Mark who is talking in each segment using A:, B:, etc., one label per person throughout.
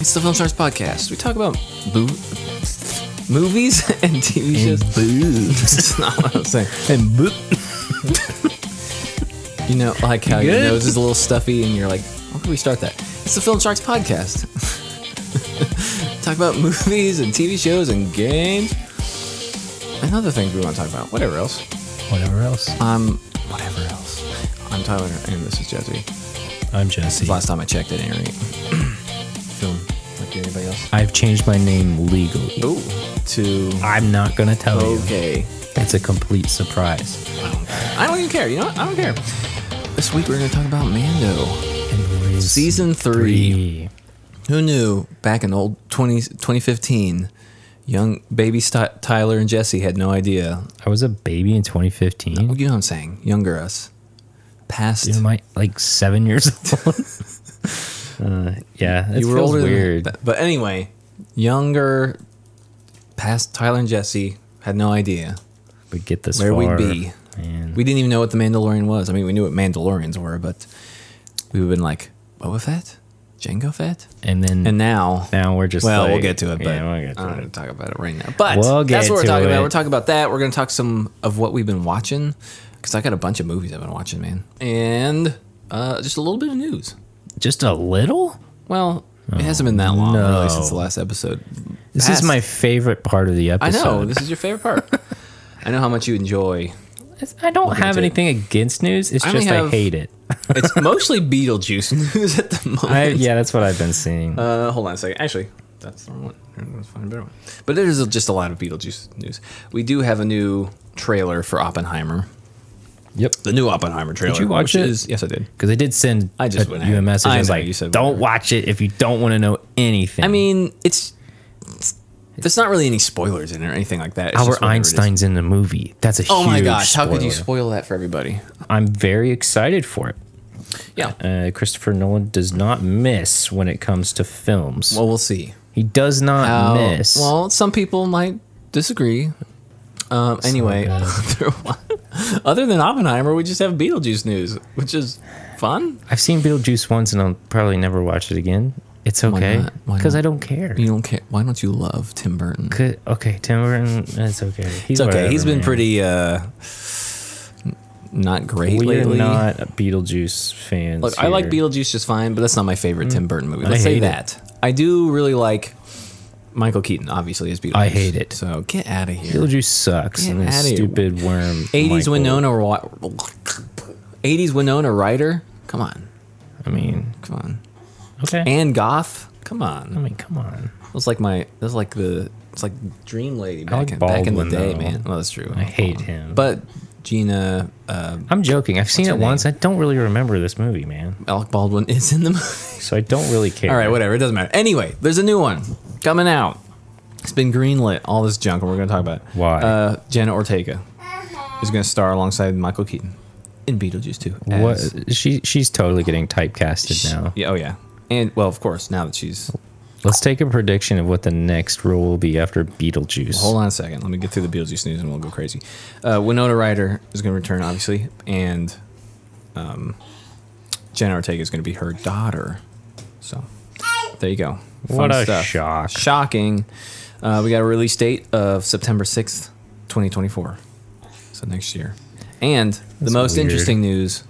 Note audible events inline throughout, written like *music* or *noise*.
A: It's the Film Stars Podcast. We talk about boo- movies *laughs* and TV shows. *laughs*
B: Boobs.
A: This is not what I was saying.
B: And boo.
A: You know, like how your
B: Good.
A: nose is a little stuffy and you're like, how can we start that? It's the Film Sharks Podcast. *laughs* talk about movies and TV shows and games and other things we want to talk about. Whatever else.
B: Whatever else.
A: Um, whatever else. I'm Tyler and this is Jesse.
B: I'm Jesse.
A: Last time I checked at any rate. Film like anybody else.
B: I've changed my name legally.
A: Oh, to
B: I'm not gonna tell you.
A: okay.
B: It's a complete surprise.
A: I don't even care. You know what? I don't care. This week we're going to talk about Mando. Season three. Who knew back in old 20, 2015, young baby St- Tyler and Jesse had no idea.
B: I was a baby in 2015.
A: You know what I'm saying? Younger us. Past.
B: Am I like seven years old? *laughs* uh, yeah, that
A: you were
B: feels
A: older than-
B: weird.
A: but- but anyway, younger past Tyler and Jesse had no idea.
B: we get this
A: where we'd
B: far,
A: be.
B: Man.
A: We didn't even know what the Mandalorian was. I mean, we knew what Mandalorians were, but we've been like, Boba Fett? Jango Fett?
B: and then
A: And now.
B: now we're just
A: Well, we'll
B: like-
A: get to it, but uh,
B: yeah, we'll get
A: I
B: to
A: don't
B: it.
A: want to talk about it right now. But
B: We'll
A: that's
B: get
A: what we're
B: to
A: talking
B: it.
A: about. We're talking about that. We're going to talk some of what we've been watching because I got a bunch of movies I've been watching, man, and uh, just a little bit of news.
B: Just a little.
A: Well, it hasn't been that long
B: Oh, no.
A: really since the last episode.
B: This
A: Past-
B: is my favorite part of the
A: I
B: episode.
A: know this is your favorite
B: *laughs*
A: part. I know how much you enjoy.
B: It's- I don't have
A: into it.
B: anything against news. It's
A: I only
B: just I
A: have-
B: hate it.
A: It's mostly Beetlejuice *laughs* news at the moment.
B: *laughs* I, yeah, that's what I've been seeing.
A: Uh, hold on a second. Actually, that's the wrong one. Let's find a better one. But there's just a lot of Beetlejuice news. We do have a new trailer for Oppenheimer.
B: yep.
A: The new Oppenheimer trailer.
B: you watch
A: which
B: it?
A: is- yes, I did.
B: Because they did send
A: I just
B: a,
A: went
B: you a
A: ahead.
B: message.
A: I
B: I, was
A: know,
B: like,
A: you said
B: don't
A: whatever.
B: watch it if you don't want to know anything.
A: I mean, it's, there's not really any spoilers in it or anything like that. It's just
B: Albert
A: whatever it is.
B: Einstein's in the movie. That's a
A: Oh
B: huge
A: my gosh! How could you
B: spoiler.
A: spoil that for everybody?
B: I'm very excited for it.
A: Yeah.
B: Uh, Christopher Nolan does not miss when it comes to films.
A: Well, we'll see.
B: he does not
A: Uh,
B: miss.
A: Well, some people might disagree. Um, anyway, *laughs* other than Oppenheimer, we just have Beetlejuice news, which is fun.
B: I've seen Beetlejuice once, and I'll probably never watch it again. It's okay
A: not? Why
B: because
A: not?
B: I don't care.
A: You don't care. Why don't you love Tim Burton?
B: Could- okay, Tim Burton, it's okay.
A: It's
B: He's
A: okay.
B: whatever,
A: He's been
B: man.
A: pretty uh, n- not great
B: We're
A: lately.
B: not Beetlejuice fans.
A: Look, I like
B: here. Mm.
A: Beetlejuice just fine, but that's not my favorite Tim Burton movie. Let's
B: I
A: say
B: hate it.
A: that. I do really like Michael Keaton, obviously, as Beetlejuice.
B: I hate it.
A: So get out of here.
B: Beetlejuice sucks.
A: Get
B: and this
A: outta here.
B: stupid worm.
A: 80s
B: Michael.
A: Winona Wi- 80s Winona Ryder? Come on.
B: I mean,
A: Come on.
B: okay.
A: And Goth? Come
B: I
A: on.
B: mean, come on.
A: That's like my that's like the it's like Dream Lady back,
B: like
A: in, back in the
B: Baldwin,
A: day,
B: though.
A: man. Well, that's true.
B: I hate him.
A: But Gina uh,
B: I'm joking. I've seen
A: her
B: it
A: name?
B: once. I don't really remember this movie, man.
A: Alec Baldwin is in the movie. *laughs*
B: So I don't really care.
A: All right, whatever. It doesn't matter. Anyway, there's a new one coming out. It's been greenlit. All this junk, and we're going to talk about it.
B: Why?
A: Uh, Jenna Ortega is going to star alongside Michael Keaton in Beetlejuice 2. as-
B: What she she's totally getting typecasted now.
A: Yeah, oh, yeah. And, well, of course, now that she's.
B: Let's take a prediction of what the next role will be after Beetlejuice.
A: Hold on a second. Let me get through the Beetlejuice news and we'll go crazy. Uh, Winona Ryder is going to return, obviously, and um, Jenna Ortega is going to be her daughter. So, there you go.
B: What a shock.
A: Shocking. Uh, we got a release date of September 6th, 2024. So next year. And the most
B: weird.
A: interesting news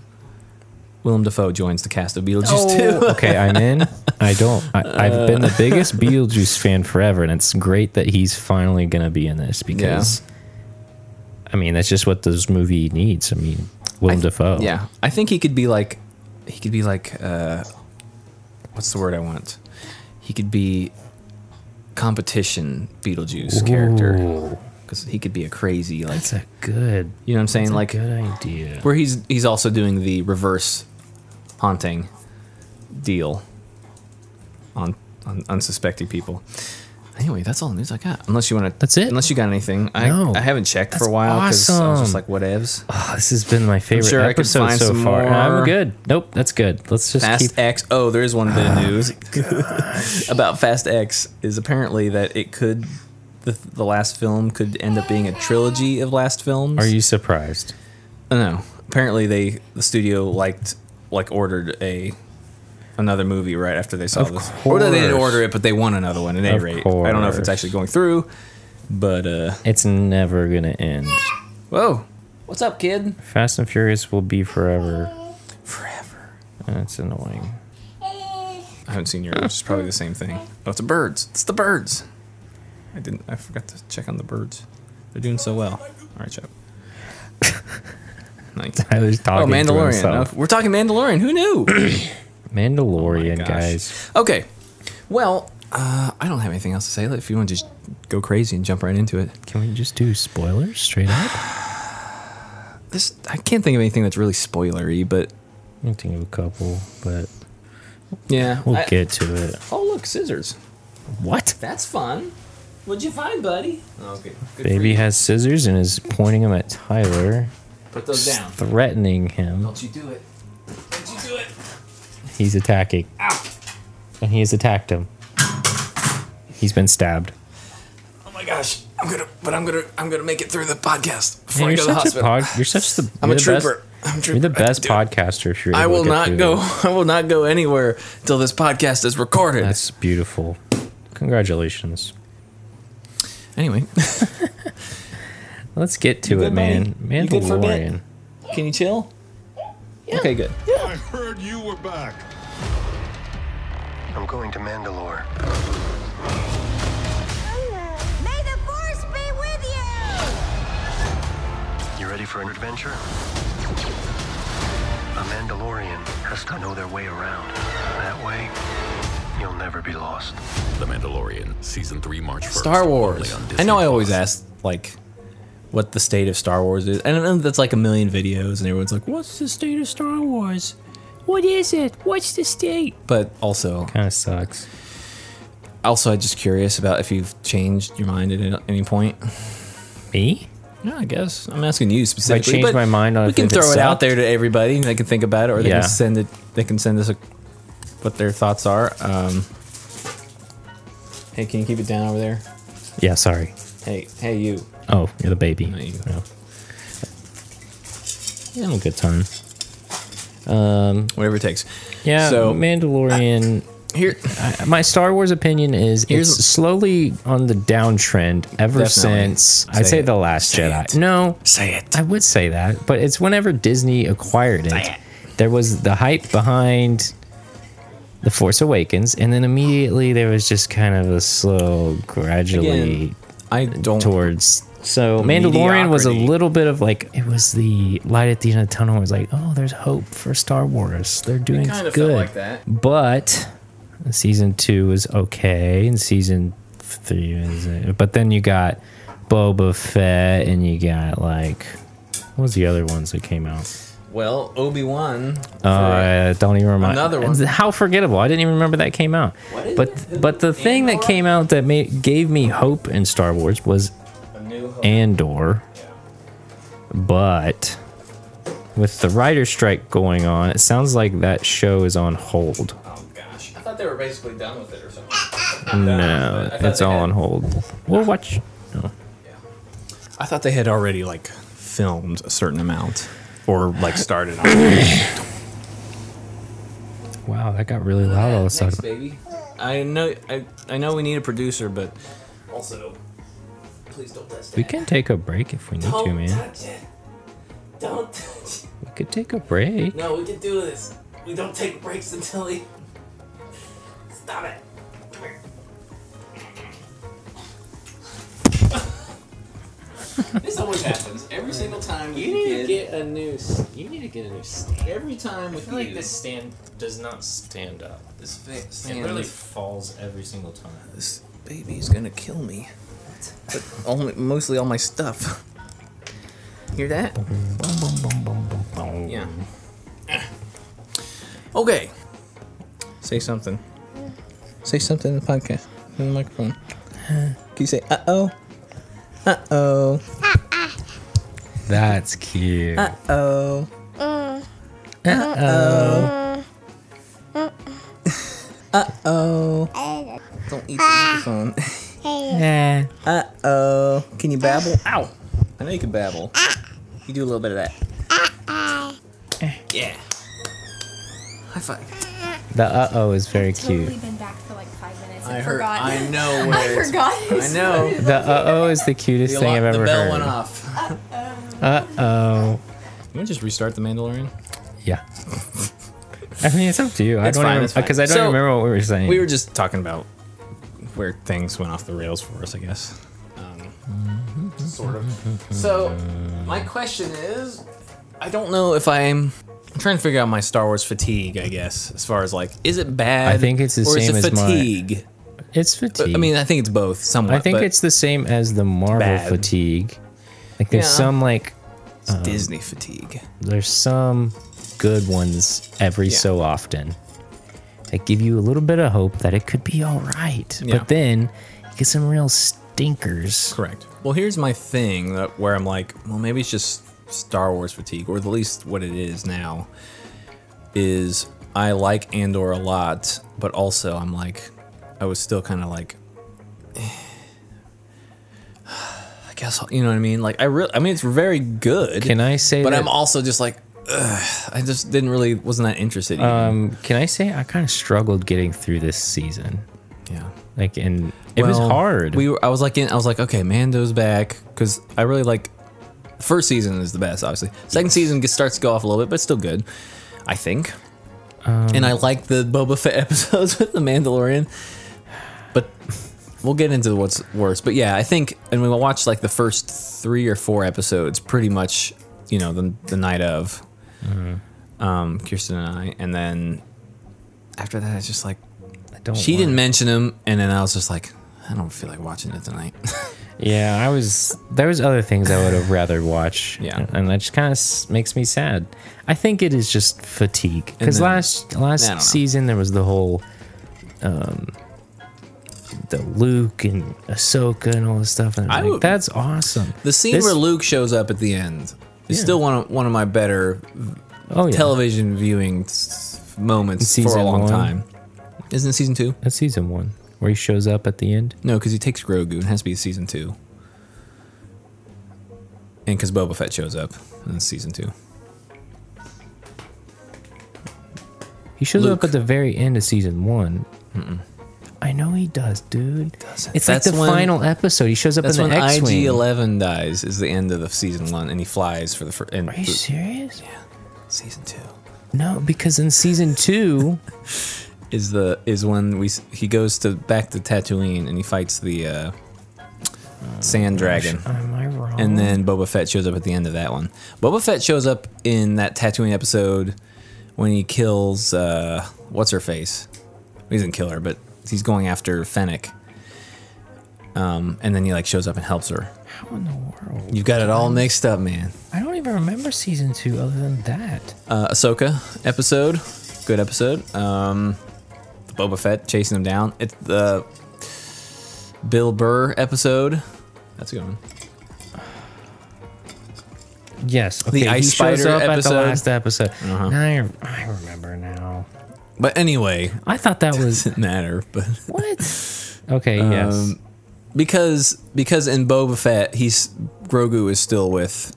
A: Willem Dafoe joins the cast of Beetlejuice 2.
B: okay, I'm in. I don't. I,
A: Uh.
B: I've been the biggest Beetlejuice fan forever, and it's great that he's finally gonna be in this because, I mean, that's just what this movie needs. I mean, Willem
A: *laughs*
B: Dafoe.
A: Yeah. I think he could be like, he could be like, uh, what's the word I want? He could be competition Beetlejuice character. 'Cause character.
B: Ooh,
A: Because he could be a crazy, like,
B: that's a good,
A: you know what I'm saying? Like,
B: good idea.
A: where he's he's also doing the reverse haunting deal on, on unsuspecting people. Anyway, that's all the news I got. Unless you want to,
B: That's it?
A: Unless you got anything, I
B: No.
A: I haven't checked for
B: That's
A: a while because I was
B: awesome.
A: just like, whatevs.
B: Oh, this has been my favorite
A: sure I could
B: episode
A: find
B: so
A: some
B: far.
A: more.
B: I'm good. Nope, that's good. Let's just
A: Fast
B: keep. Ah,
A: X. Oh, there is one bit of news *laughs* about Fast X. Is apparently that it could the, the last film could end up being a trilogy of last films.
B: Are you surprised?
A: No. Apparently, they the studio liked like ordered a another movie right after they saw
B: Of
A: this. Or they didn't
B: course.
A: order it, but they want another one at any
B: Of
A: rate. I don't know if it's
B: course.
A: actually going through, but uh,
B: It's never gonna end.
A: whoa, what's up, kid?
B: Fast and Furious will be forever.
A: Forever.
B: That's annoying.
A: I haven't seen yours. It's probably the same thing. Oh, it's the birds. It's the birds. I didn't. I forgot to check on the birds. They're doing so well. All right, Chip. *laughs* nice.
B: Tyler's
A: Oh,
B: talking to
A: Mandalorian.
B: himself.
A: Oh, we're talking Mandalorian. Who knew?
B: Oh Mandalorian,
A: Oh, gosh.
B: guys.
A: okay. Well, uh, I don't have anything else to say. If you want to just go crazy and jump right into it,
B: Can we just do spoilers straight up? I
A: this I can't think of anything that's really spoilery, but
B: can think of a couple, but
A: yeah.
B: we'll
A: I-
B: get to it.
A: Oh, look, scissors.
B: What?
A: That's fun. What'd you find, buddy? Oh, okay. Good for
B: Baby
A: you.
B: has scissors and is pointing them at Tyler,
A: Put those down. Oh.
B: threatening him.
A: Don't you do it. Don't you do it.
B: He's attacking. And he has attacked him. He's been stabbed.
A: Oh my gosh. I'm gonna but I'm gonna I'm gonna make it through the podcast before
B: Man,
A: I
B: you're
A: go to the
B: such a
A: hospital.
B: pod, You're such the.
A: I'm
B: you're
A: a
B: the best-
A: trooper. I'm a trooper.
B: You're the
A: I can
B: best
A: do it.
B: podcaster if you're
A: I
B: able
A: will
B: to get
A: not
B: through
A: go *laughs*
B: this.
A: I will not go anywhere till this podcast is recorded.
B: That's beautiful. Congratulations.
A: anyway.
B: Let's get to
A: You
B: it,
A: good,
B: man.
A: buddy? You good for a bit?
B: Mandalorian.
A: Can you chill? Okay, good.
C: I heard you were back.
D: I'm going to Mandalore.
E: May the force be with you!
D: You ready for an adventure? A Mandalorian has to know their way around. That way, you'll never be lost.
F: The Mandalorian, season three, March 1st.
A: Star Wars.
F: only on
A: I
F: Disney
A: know I always
F: Plus.
A: ask like what the state of Star Wars is. And I know that's like a million videos and everyone's like, "What's the state of Star Wars? What is it? What's the state?" But also,
B: Kind of sucks.
A: also I'm just curious about if you've changed your mind at any point.
B: Me?
A: Yeah, I guess I'm asking you specifically.
B: changed
A: but
B: my mind on
A: we
B: if
A: can
B: it
A: throw it out
B: sucked?
A: there to everybody. and They can think about it, or they
B: Yeah.
A: can send it. They can send us a, what their thoughts are. Um, hey, can you keep it down over there?
B: Yeah, sorry.
A: Hey, hey, you.
B: Oh, you're the baby.
A: Not you.
B: No. Yeah, I'm a good time.
A: Whatever it takes.
B: Yeah,
A: So-
B: Mandalorian.
A: Here,
B: I- my Star Wars opinion is
A: Here's-
B: it's slowly on the downtrend ever
A: Definitely.
B: since
A: Say
B: I'd say
A: it.
B: the Last
A: Say
B: Jedi.
A: it.
B: No,
A: say it.
B: I would say that, but it's whenever Disney acquired it, there was the hype behind The Force Awakens, and then immediately there was just kind of a slow, gradually
A: Again, I don't.
B: towards. So Mandalorian was a
A: mediocrity.
B: little bit of like it was the light at the end of the tunnel. It was like, oh, there's hope for Star Wars. They're doing
A: kind of
B: good.
A: felt like that.
B: But season two is okay, and season three is. uh, But then you got Boba Fett, and you got like what was the other ones that came out?
A: Well, Obi Wan.
B: Uh, don't even remind.
A: Another one.
B: How forgettable! I didn't even remember that came out.
A: What is
B: but
A: it?
B: but the thing that
A: Andor?
B: came out that ma- gave me hope in Star Wars was
A: a new hope.
B: Andor, but with the writer strike going on, it sounds like that show is on hold.
A: oh gosh, I thought they were basically done with it or something.
B: No, it's all on hold. We'll watch. No.
A: I thought they had already like filmed a certain amount, or like started on. it.
B: Wow, that got really loud all of a
A: Thanks,
B: sudden.
A: baby. I know. I, I know we need a producer, but also, please don't touch that.
B: We can take a break if we need
A: Don't
B: to, man.
A: touch it. Don't touch. It.
B: We could take a break.
A: No, we can do this. We don't take breaks until he. Stop it. Come here. this always happens every single time. You need to get a new. You need to get a new stand. Every time with you,
B: stand does not stand up.
A: this fa- stand is-
B: falls every single time.
A: This baby's gonna kill me. But only, mostly all my stuff. Hear that? Yeah. Okay. Say something. Say something in the podcast. In the *gasps* microphone. Can you say, uh oh? Uh oh.
B: That's cute.
A: Oh. Uh oh. Uh oh. Uh oh. Don't eat the microphone. *laughs*
B: Yeah.
A: Oh, can you babble? *laughs* Ow! I know you can babble. You do a *laughs* little bit of that. Yeah. High five.
B: The uh oh is very
G: totally
B: cute.
G: been back for like five minutes.
A: I
G: I,
A: heard-
G: forgot. *laughs*
A: I know where
G: I
A: it's-
G: forgot.
A: I know.
B: The uh oh is the cutest
A: The,
B: thing
A: alarm-
B: I've
A: the
B: ever
A: bell
B: heard.
A: went off.
B: Uh oh.
A: Can we just restart the Mandalorian?
B: Yeah. *laughs* I mean, it's up to you. I
A: It's
B: don't
A: fine,
B: even
A: it's fine.
B: because I don't
A: So,
B: remember what we were saying.
A: We were just talking about where things went off the rails for us, I guess. Um, sort of. So, my question is I don't know if I'm. I'm trying to figure out my Star Wars fatigue, I guess, as far as like, is it bad?
B: I think it's the
A: or is
B: same
A: it
B: as mine.
A: fatigue?
B: it's fatigue.
A: I mean, I think it's both somewhat.
B: I think
A: but
B: it's the same as the Marvel
A: bad.
B: fatigue. Like there's
A: Yeah.
B: some like
A: it's
B: um,
A: Disney fatigue.
B: there's some good ones every
A: Yeah.
B: so often that give you a little bit of hope that it could be all right.
A: Yeah.
B: But then you get some real stinkers.
A: Correct. Well, here's my thing that where I'm like, well, maybe it's just Star Wars fatigue, or at least what it is now. Is I like Andor a lot, but also I'm like, I was still kind of like, *sighs* eh, I guess you know what I mean. Like I really, I mean, it's very good.
B: Can I say
A: But
B: that-
A: I'm also just like, ugh, I just didn't really wasn't that interested. even.
B: Um, can I say I kind of struggled getting through this season?
A: yeah.
B: Like, and it was
A: Well,
B: hard.
A: We were, I was like in, I was like, okay, Mando's back because I really like first season is the best, obviously. Second season gets, starts to go off a little bit, but it's still good, I think. and
B: Um,
A: I like the Boba Fett *laughs* episodes with the Mandalorian, but we'll get into what's worse. But yeah, I think, and we watched like the first three or four episodes, pretty much, you know, the the night of,
B: Mm-hmm.
A: um, Kirsten and I, and then after that, it's just like
B: I don't
A: she
B: want-
A: didn't mention him, and then I was just like, I don't feel like watching it tonight. *laughs*
B: Yeah, I was. There was other things I would have rather watched.
A: Yeah.
B: and that just kind of makes me sad. I think it is just fatigue because
A: then-
B: last
A: I don't know.
B: last season there was the whole, um, the Luke and Ahsoka and all this stuff, and I'm
A: I
B: like,
A: would-
B: that's awesome.
A: the scene
B: This-
A: where Luke shows up at the end is
B: Yeah.
A: still one of, one of my better
B: oh yeah,
A: television viewing s- moments
B: In
A: for a
B: season
A: long
B: one?
A: time. Isn't it season two?
B: that's season one where he shows up at the end.
A: No, because he takes Grogu. It has to be season two. And because Boba Fett shows up in season two.
B: He shows
A: Luke.
B: up at the very end of season one. I know he does, dude. It's
A: That's
B: like the
A: when-
B: final episode. He shows up in
A: That's
B: the
A: when IG
B: X-wing.
A: Eleven dies. Is the end of the season one, and he flies for the first end
B: Are you serious?
A: season two.
B: No, because in season two,
A: Is the is when we s- he goes to back to Tatooine and he fights the uh, sand dragon.
B: am I wrong?
A: And then Boba Fett shows up at the end of that one. Boba Fett shows up in that Tatooine episode when he kills uh, what's her face. He doesn't kill her, but he's going after Fennec. Um, and then he like shows up and helps her.
B: how in the world?
A: You've got it all mixed up, man.
B: I don't even remember season two other than that.
A: Uh, Ahsoka episode, good episode. Um, Boba Fett chasing him down. It's the Bill Burr episode. That's a good one.
B: Yes,
A: The Ice
B: he shows
A: Spider
B: up at the
A: episode. Uh-huh.
B: last episode. Now I, I remember now.
A: But anyway, *laughs*
B: I thought that was
A: doesn't matter. But
B: what? Okay, yes.
A: Um, because because in Boba Fett, he's Grogu is still with.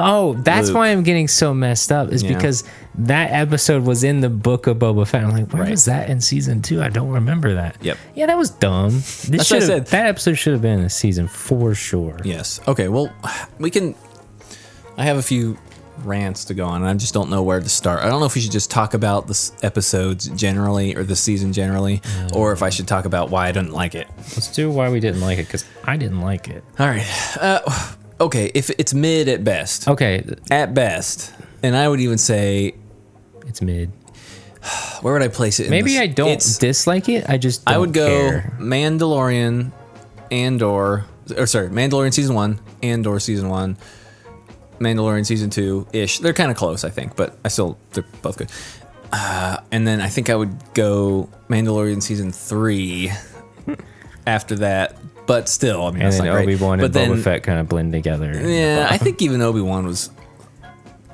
B: Oh, that's
A: Luke.
B: why I'm getting so messed up. Is
A: Yeah.
B: because that episode was in the book of Boba Fett. I'm like, where
A: Right.
B: was that in season two? I don't remember that.
A: Yep.
B: Yeah, that was dumb. This
A: That's what I
B: should've-
A: said.
B: That episode should have been in season for sure.
A: Yes. Okay. Well, we can. I have a few rants to go on, and I just don't know where to start. I don't know if we should just talk about the s- episodes generally, or the season generally, or if I should talk about why I didn't like it.
B: Let's do why we didn't like it because I didn't like it.
A: All right. Uh, okay. If it's mid at best,
B: Okay,
A: at best, and I would even say,
B: it's mid.
A: where would I place it? in
B: Maybe
A: this?
B: I don't
A: It's-
B: dislike it. I just
A: I would
B: don't
A: go
B: care.
A: Mandalorian, Andor, or sorry, Mandalorian season one, Andor season one, Mandalorian season two ish. They're kind of close, I think, but I still they're both good. Uh, and then I think I would go Mandalorian season three after that, but still, I mean,
B: And
A: that's
B: then
A: not great.
B: Obi Wan
A: but
B: and
A: then,
B: Boba Fett kind of blend together.
A: Yeah, I
B: *laughs*
A: think even Obi Wan was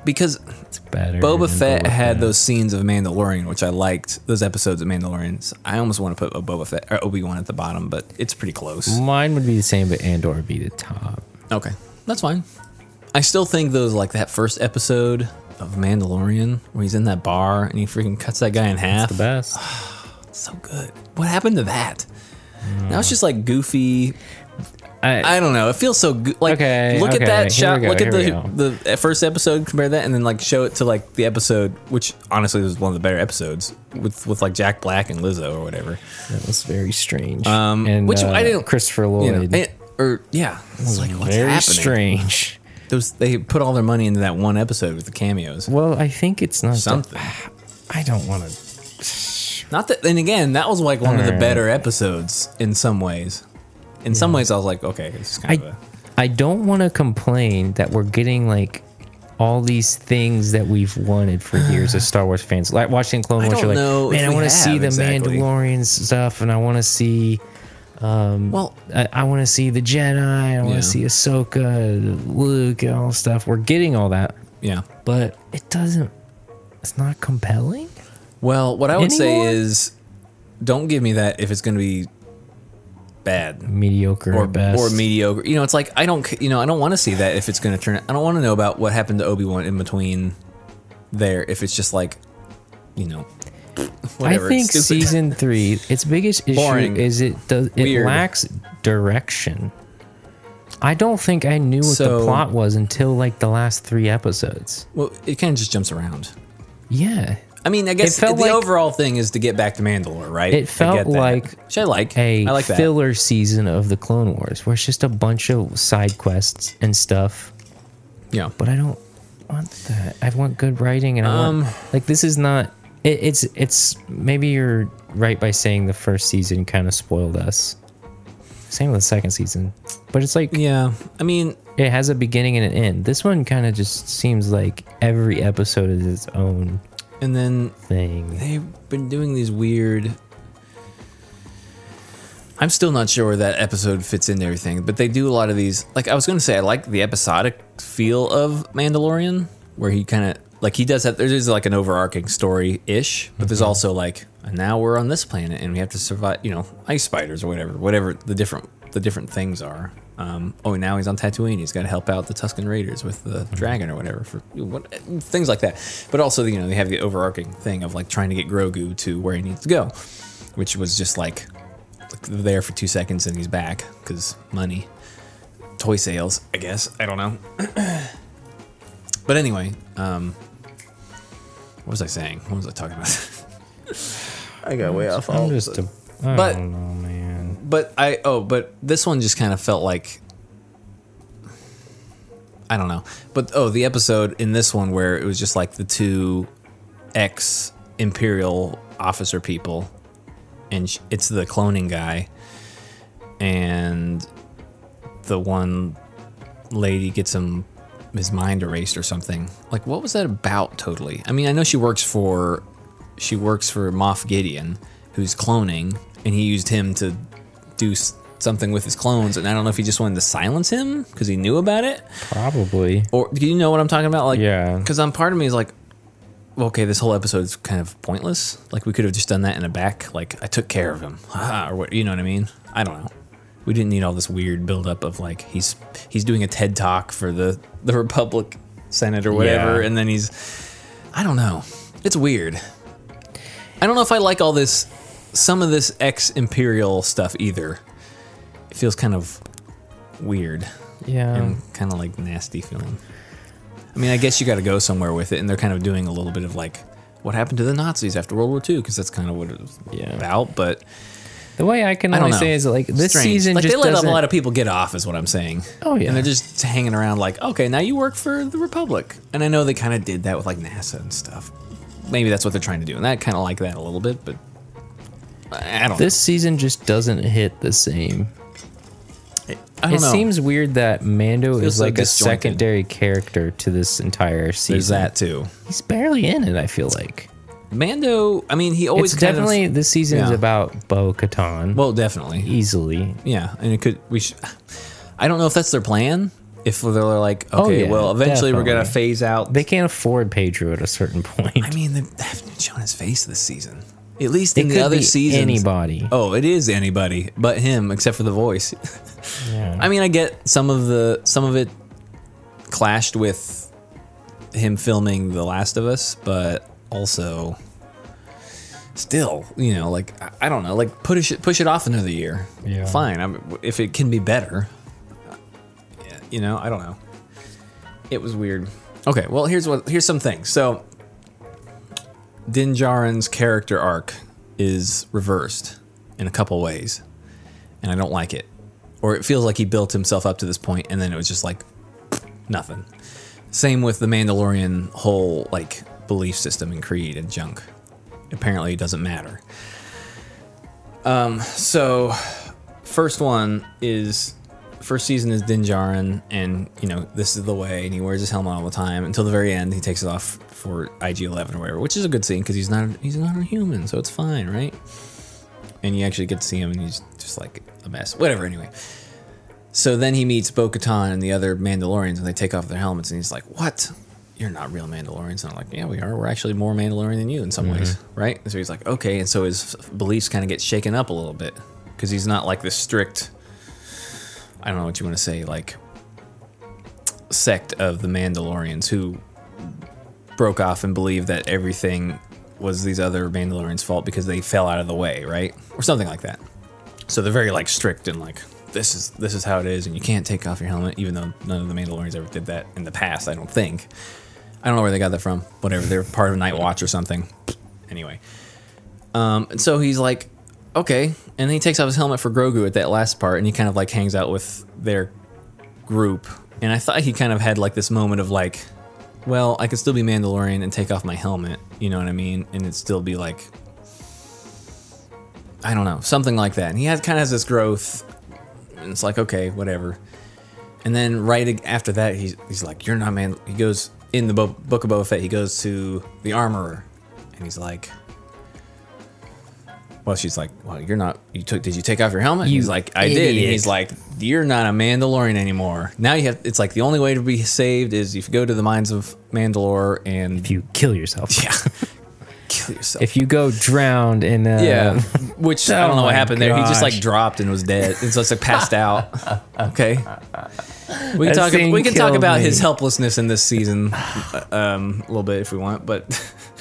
A: because
B: it's better.
A: Boba
B: than
A: Fett had
B: Fett.
A: those scenes of Mandalorian, which I liked. Those episodes of Mandalorian. So I almost want to put a Boba Fett or Obi Wan at the bottom,
B: Mm.
A: but it's pretty close.
B: Mine would be the same, but Andor would be the top.
A: Okay, that's fine. I still think those like that first episode of Mandalorian where he's in that bar and he freaking cuts that guy in half.
B: The best.
A: So good. What happened to that? Now
B: Mm.
A: it's just like goofy.
B: I,
A: I don't know. It feels so good. Like
B: Okay,
A: look at
B: okay, here
A: that shot.
B: we go,
A: look at
B: here we
A: the the first episode. Compare that, and then like show it to like the episode, which honestly was one of the better episodes with with like Jack Black and Lizzo or whatever.
B: that was very strange. Um, and
A: which
B: uh,
A: I didn't-
B: Christopher
A: You
B: Lloyd.
A: know, and- or yeah, it's like what's
B: very
A: happening?
B: strange.
A: Those they put all their money into that one episode with the cameos.
B: Well, I think it's not that-
A: Something.
B: I don't want to.
A: Not that, and again, that was like one of the
B: Alright.
A: better episodes in some ways. In some ways, I was like, okay, this is kind of a,
B: I I don't want to complain that we're getting like all these things that we've
A: *sighs*
B: wanted for years as Star Wars fans. Like watching Clone
A: I
B: Wars, you're
A: don't know
B: like,
A: if
B: man, I
A: we
B: want to
A: have
B: see the
A: exactly."
B: Mandalorian stuff, and I want to see,
A: well,
B: I, I want to see the Jedi, I want to
A: Yeah.
B: see Ahsoka, Luke, and all stuff. We're getting all that,
A: yeah.
B: but it doesn't. It's not compelling.
A: Well, what I would
B: Anymore?
A: say is, don't give me that if it's going to be bad
B: Mediocre
A: or
B: at best.
A: or mediocre. You know, it's like I don't, c- you know, I don't want to see that if it's going to turn. I don't want to know about what happened to Obi Wan in between there. If it's just like, you know, whatever.
B: I
A: it's
B: think
A: stupid.
B: season three, its biggest issue
A: Boring.
B: is it does it
A: Weird.
B: lacks direction. I don't think I knew what
A: So-
B: the plot was until like the last three episodes.
A: *laughs* Well, it kind of just jumps around.
B: Yeah,
A: I mean, I guess
B: felt
A: the
B: like-
A: overall thing is to get back to Mandalore, right?
B: It felt
A: I get that.
B: like
A: which I like.
B: a
A: I like that.
B: filler season of the Clone Wars, where it's just a bunch of side quests and stuff.
A: yeah,
B: But I don't want that. I want good writing, and I
A: Um,
B: want, like this is not. It, it's it's maybe you're right by saying the first season kind of spoiled us. Same with the second season, but it's like
A: yeah. I mean,
B: it has a beginning and an end. This one kind of just seems like every episode is its own
A: and then
B: thing.
A: they've been doing these weird. I'm still not sure where that episode fits into everything, but they do a lot of these. Like I was going to say, I like the episodic feel of Mandalorian, where he kind of like he does have. There's like an overarching story ish, but there's also like and now we're on this planet and we have to survive. You know, ice spiders or whatever, whatever the different the different things are. Um, oh, and now he's on Tatooine. He's got to help out the Tusken Raiders with the dragon or whatever for what, things like that. But also, you know, they have the overarching thing of like trying to get Grogu to where he needs to go, which was just like there for two seconds and he's back because money, toy sales, I guess. I don't know. *clears throat* but anyway, um, what was I saying? What was I talking about? *laughs* I got way off.
B: I'm just, a, I
A: but-
B: don't know, man.
A: But I oh, but this one just kind of felt like I don't know. But oh, the episode in this one where it was just like the two ex imperial officer people and sh- it's the cloning guy and the one lady gets him his mind erased or something. Like what was that about totally? I mean, I know she works for she works for Moff Gideon who's cloning and he used him to do s- something with his clones and I don't know if he just wanted to silence him cuz he knew about it
B: Probably.
A: or do you know what I'm talking about? Like,
B: Yeah.
A: Because I'm part of me is like, well, okay, this whole episode is kind of pointless. Like we could have just done that in a back. Like I took care of him, Haha, or what? You know what I mean? I don't know. We didn't need all this weird buildup of like he's he's doing a TED talk for the the Republic Senate or whatever,
B: Yeah.
A: and then he's I don't know. It's weird. I don't know if I like all this some of this ex Imperial stuff either. It feels kind of weird
B: Yeah.
A: and kind of like nasty feeling. I mean, I guess you got to go somewhere with it, and they're kind of doing a little bit of like what happened to the Nazis after World War II, because that's kind of what it was
B: Yeah.
A: about. But
B: the way I can
A: I
B: only
A: don't know.
B: say is like this
A: Strange.
B: season
A: like
B: just
A: they let
B: doesn't.
A: a lot of people get off, is what I'm saying.
B: Oh, yeah.
A: and they're just hanging around like, okay, now you work for the Republic, and I know they kind of did that with like NASA and stuff. Maybe that's what they're trying to do, and I kind of like that a little bit, but I I don't.
B: this season just doesn't hit the same.
A: I don't
B: It
A: know.
B: seems weird that Mando
A: Feels
B: is
A: so
B: like a
A: disjointed.
B: secondary character to this entire season.
A: there's that too.
B: He's barely in it. I feel like
A: Mando. I mean, he always
B: it's
A: kind of-
B: definitely this season is
A: yeah.
B: about Bo Katan.
A: well, definitely.
B: easily.
A: Yeah, and it could we should, I don't know if that's their plan. If they're like, okay,
B: Oh, yeah,
A: well, eventually we're gonna
B: definitely.
A: phase out.
B: They can't afford Pedro at a certain *laughs* point.
A: I mean, they haven't shown his face this season. At least
B: It
A: in the
B: could
A: other
B: be
A: seasons.
B: anybody.
A: Oh, it is anybody but *laughs* him, except for the voice. I mean, I get some of the some of it clashed with him filming The Last of Us, but also still, you know, like I- I don't know, like push it push it off another year.
B: Yeah.
A: Fine, I'm, if it can be better. Yeah, You know, I don't know. It was weird. Okay, well here's what here's some things. So Din Djarin's character arc is reversed in a couple ways, and I don't like it. Or it feels like he built himself up to this point, and then it was just like nothing. Same with the Mandalorian whole like belief system and creed and junk. Apparently, it doesn't matter. Um, so first one is first season is Din Djarin, and you know this is the way, and he wears his helmet all the time until the very end. He takes it off for IG Eleven or whatever, which is a good scene because he's not he's not a human, so it's fine, right? And you actually get to see him, and he's just like a mess. Whatever, anyway. So then he meets Bo Katan and the other Mandalorians, and they take off their helmets, and he's like, What? You're not real Mandalorians. And I'm like, Yeah, we are. We're actually more Mandalorian than you in some ways, right? And so he's like, Okay. And so his beliefs kind of get shaken up a little bit because he's not like this strict, I don't know what you want to say, like sect of the Mandalorians who broke off and believed that everything was these other Mandalorians' fault because they fell out of the way, right? Or something like that. So they're very like strict and like this is this is how it is, and you can't take off your helmet, even though none of the Mandalorians ever did that in the past. I don't think. I don't know where they got that from. Whatever, they're part of Night Watch or something. Anyway, um, and so he's like, okay, and then he takes off his helmet for Grogu at that last part, and he kind of like hangs out with their group. And I thought he kind of had like this moment of like, well, I could still be Mandalorian and take off my helmet, you know what I mean, and it'd still be like I don't know, something like that. And he has kind of has this growth, and it's like okay, whatever. And then right ag- after that, he's he's like, "You're not man." He goes in the Bo- book of Boba Fett. He goes to the armorer, and he's like, "Well, she's like, well, you're not. You took? Did you take off your helmet?" he's like, "I did." And
B: idiot.
A: he's like, "You're not a Mandalorian anymore. Now you have. It's like the only way to be saved is if you go to the mines of Mandalore and
B: If you kill yourself.
A: *laughs* yeah, kill yourself."
B: If you go drowned in uh,
A: Yeah, which I don't
B: Oh
A: know what
B: my
A: happened there. He just like
B: gosh.
A: dropped and was dead. It's just like passed
B: *laughs*
A: out. Okay, we can
B: That
A: talk.
B: scene
A: We can talk
B: killed
A: about
B: me.
A: his helplessness in this season uh, um, a little bit if we want. But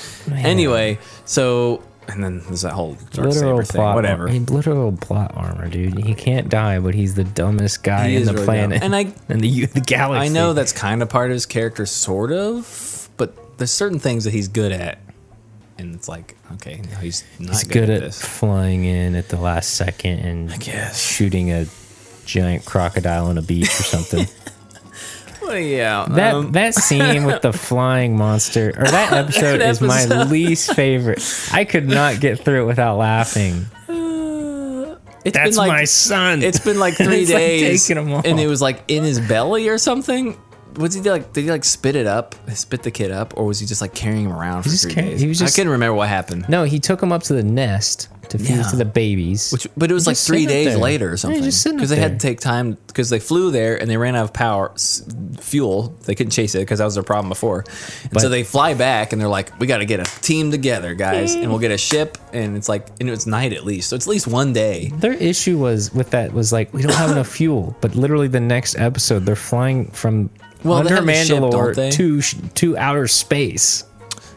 B: *laughs*
A: anyway, so and then there's that whole dark
B: literal
A: saber thing.
B: plot
A: Whatever.
B: Armor, literal plot armor, dude. He can't die, but he's the dumbest guy
A: He
B: in
A: is
B: the
A: really
B: planet,
A: dumb. And I-
B: *laughs* and the u- the galaxy.
A: I know that's kind of part of his character, sort of. But there's certain things that he's good at, and it's like okay, now he's not
B: he's good at
A: this.
B: flying in at the last second and
A: guess.
B: shooting a giant crocodile on a beach or something.
A: Well, yeah,
B: That
A: *laughs* um,
B: that scene with the flying monster or
A: *laughs*
B: that episode
A: That
B: is my
A: episode.
B: least favorite. I could not get through it without laughing.
A: it's
B: That's
A: been like,
B: my son.
A: It's been
B: *laughs*
A: like three
B: It's like
A: days,
B: taking 'em all.
A: and it was like in his belly or something. Was he like? Did he like spit it up? Spit the kid up, or was he just like carrying him around for
B: just
A: three
B: carry-
A: days?
B: he was
A: I
B: just-
A: couldn't remember what happened.
B: no, he took him up to the nest to feed
A: Yeah.
B: to the babies.
A: Which, but it was
B: He's
A: like
B: just
A: three
B: sitting up
A: days
B: there.
A: later
B: Yeah,
A: or
B: he's
A: something.
B: just sitting up
A: Because they
B: there.
A: had to take time because they flew there and they ran out of power s- fuel. They couldn't chase it because that was their problem before. And so
B: But-
A: they fly back and they're like, "We got to get a team together, guys, and we'll get a ship." And it's like, and it's night at least, so it's at least one day.
B: Their issue was with that was like we don't have
A: *laughs*
B: enough fuel, but literally the next episode they're flying from
A: Well, they
B: under
A: have the ship, don't
B: Mandalore
A: they?
B: to sh- to outer space.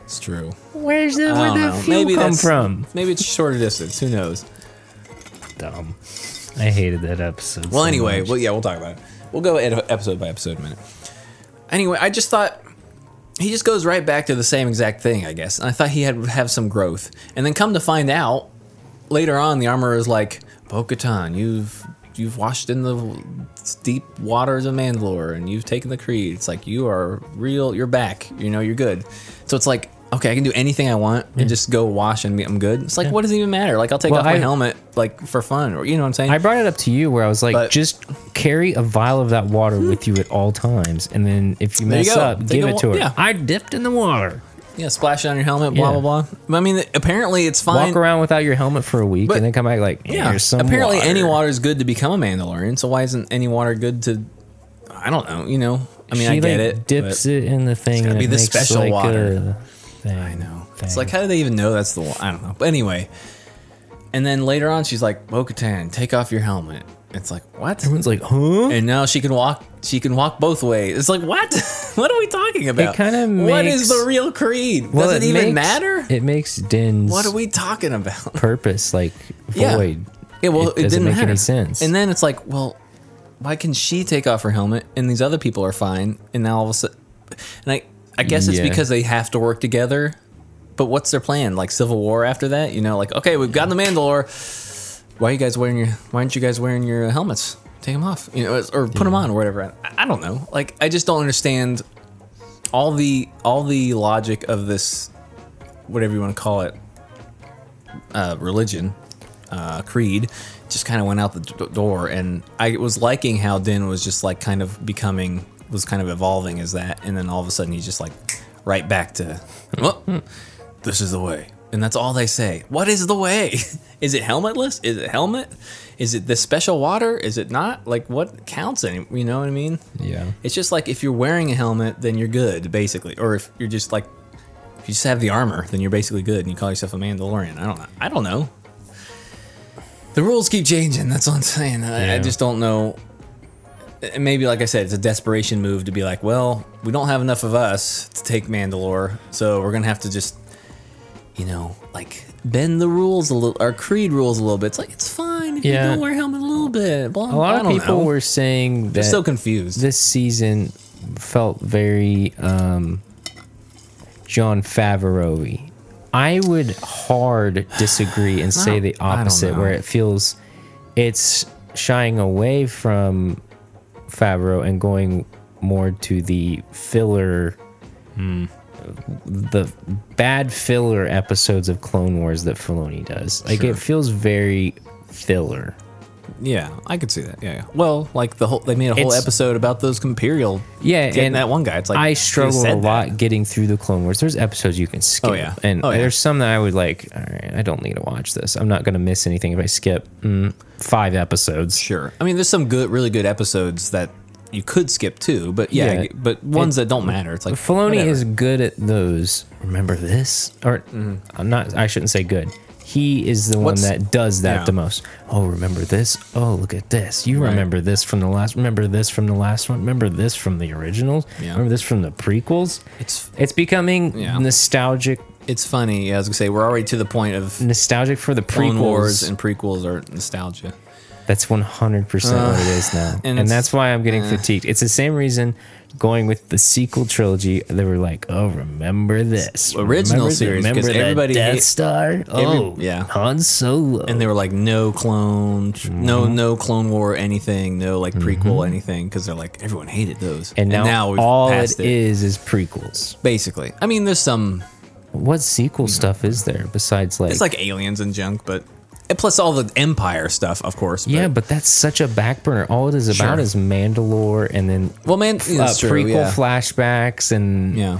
A: It's true.
B: Where's the
A: I
B: where
A: don't
B: the
A: know.
B: fuel
A: Maybe
B: come
A: that's
B: from?
A: Maybe it's shorter distance. Who knows?
B: Dumb. I hated that episode.
A: Well,
B: so
A: anyway,
B: much.
A: well, yeah, we'll talk about it. We'll go ed- episode by episode in a minute. Anyway, I just thought he just goes right back to the same exact thing, I guess. And I thought he had would have some growth, and then come to find out later on, the armorer is like, "Bo-Katan, you've you've washed in the deep waters of Mandalore, and you've taken the creed. It's like you are real. You're back. You know, you're good. So it's like." Okay, I can do anything I want and just go wash and be- I'm good. It's like, what does it even matter? Like, I'll take
B: Hmm. Well,
A: off my
B: I-
A: helmet, like for fun, or you know what I'm saying?
B: I brought it up to you where I was like,
A: But-
B: just carry a vial of that water with you at all times, and then if you
A: There you
B: mess
A: go.
B: up,
A: Take
B: give
A: a
B: it
A: wa-
B: to her.
A: yeah.
B: I dipped in the water.
A: Yeah, splash it on your helmet, blah
B: Yeah.
A: blah blah. I mean, apparently it's fine.
B: Walk around without your helmet for a week,
A: But-
B: and then come back like, yeah.
A: Yeah,
B: Here's some
A: apparently any
B: water.
A: water is good to become a Mandalorian. So why isn't any water good to? I don't know. You know, I mean,
B: she
A: I get
B: like,
A: it.
B: Dips
A: but
B: it in the thing.
A: gotta
B: and
A: be
B: it
A: the
B: makes
A: special
B: like
A: water.
B: A thing, I know.
A: It's like, how do they even know that's the? wa- I don't know. But anyway, and then later on, she's like, "Bo-Katan, take off your helmet." It's like what?
B: Everyone's like, huh?
A: And now she can walk. She can walk both ways. It's like what? *laughs* what are we talking about?
B: kinda
A: What
B: makes-
A: is the real creed?
B: Well,
A: Does it, even
B: makes-
A: matter?
B: It makes Din's
A: what are we talking about?
B: purpose like
A: Yeah.
B: void.
A: Yeah, well, it,
B: doesn't
A: didn't
B: make
A: matter.
B: any sense.
A: And then it's like, well, why can she take off her helmet and these other people are fine? And now all of a sudden, and I, I guess it's
B: Yeah.
A: because they have to work together. But what's their plan? Like civil war after that? You know, like okay, we've gotten the Mandalore. Why are you guys wearing your? Why aren't you guys wearing your helmets? Take them off, you know, or put them on or whatever. I, I don't know. Like I just don't understand all the all the logic of this, whatever you want to call it, uh, religion uh, Creed just kind of went out the d- door, and I was liking how Din was just like kind of becoming was kind of evolving as that, and then all of a sudden he's just like right back to, well, this is the way, and that's all they say. What is the way? *laughs* is it helmetless? Is it helmet? Is it this special water? Is it not? Like what counts? Any you know what I mean?
B: Yeah.
A: It's just like if you're wearing a helmet, then you're good, basically. Or if you're just like if you just have the armor, then you're basically good, and you call yourself a Mandalorian. I don't know. I don't know. The rules keep changing. That's all I'm saying. I, I
B: Yeah.
A: just don't know. And maybe, like I said, it's a desperation move to be like, well, we don't have enough of us to take Mandalore, so we're gonna have to just, you know, like bend the rules a little, our creed rules a little bit. It's like it's fine if
B: Yeah.
A: you don't wear a helmet a little bit. Blah,
B: A lot of people were saying that
A: They're so confused.
B: this season felt very um, John Favreau. I would hard disagree and say the
A: I don't
B: opposite,
A: know.
B: where it feels it's shying away from Favreau and going more to the filler,
A: Hmm.
B: the bad filler episodes of Clone Wars that Filoni does. Like
A: Sure.
B: it feels very filler.
A: Yeah, I could see that. Yeah, yeah. Well, like the whole they made a whole
B: It's-
A: episode about those Imperial.
B: Yeah,
A: getting
B: and
A: that one guy. It's like
B: I
A: you should've
B: struggle a
A: said that.
B: lot getting through the Clone Wars. There's episodes you can skip.
A: Oh, yeah.
B: And
A: Oh, yeah.
B: there's some that I would like, all right, I don't need to watch this. I'm not going to miss anything if I skip mm, five episodes.
A: Sure. I mean, there's some good, really good episodes that you could skip too, but yeah,
B: Yeah.
A: you- but ones that don't matter. It's like
B: Filoni
A: whatever.
B: is good at those. Remember this? Mm. Or I'm not, I shouldn't say good. He is the
A: What's-
B: one that does that
A: yeah.
B: the most. Oh, remember this? Oh, look at this. You
A: Right.
B: remember this from the last, remember this from the last one, remember this from the originals,
A: Yeah.
B: remember this from the prequels.
A: It's
B: It's becoming
A: Yeah.
B: nostalgic
A: it's funny. Yeah, I was gonna say we're already to the point of
B: nostalgic for the
A: Clone Wars
B: prequels.
A: and prequels are nostalgia.
B: that's 100% what it is now.
A: Uh, and
B: And,
A: it's-
B: that's why I'm getting fatigued. It's the same reason going with the sequel trilogy. They were like, oh, remember this.
A: Original
B: remember,
A: series, 'cause
B: Remember
A: everybody
B: everybody Death
A: hate-
B: Star? Oh,
A: yeah.
B: Han Solo.
A: And they were like, no clone, no,
B: Mm-hmm.
A: no Clone War anything, no like prequel anything, because they're like everyone hated those.
B: And now, all
A: passed
B: it is is prequels.
A: basically. I mean, there's some
B: What sequel stuff is there besides like.
A: Mm-hmm. It's like aliens and junk, but and plus all the Empire stuff, of course. But,
B: yeah, but that's such a back burner. All it is about
A: Sure.
B: is Mandalore and then
A: well, man,
B: uh,
A: that's true,
B: prequel
A: yeah.
B: flashbacks and
A: yeah,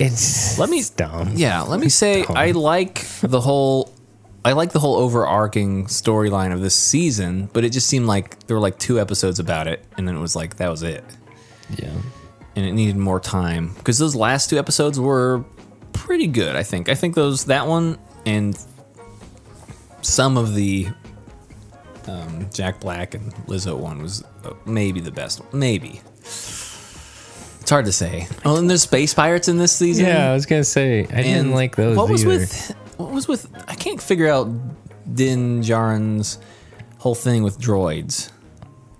B: it's
A: Let me-
B: it's dumb.
A: yeah. Let me say, I like the whole, I like the whole overarching storyline of this season, but it just seemed like there were like two episodes about it, and then it was like that was it,
B: yeah.
A: and it needed more time because those last two episodes were pretty good. I think. I think those that one and some of the. Um, Jack Black and Lizzo one was uh, maybe the best. one. Maybe It's hard to say. Oh, and there's space pirates in this season.
B: Yeah, I was gonna say I
A: and
B: didn't like those.
A: What was
B: either.
A: with? What was with? I can't figure out Din Djarin's whole thing with droids.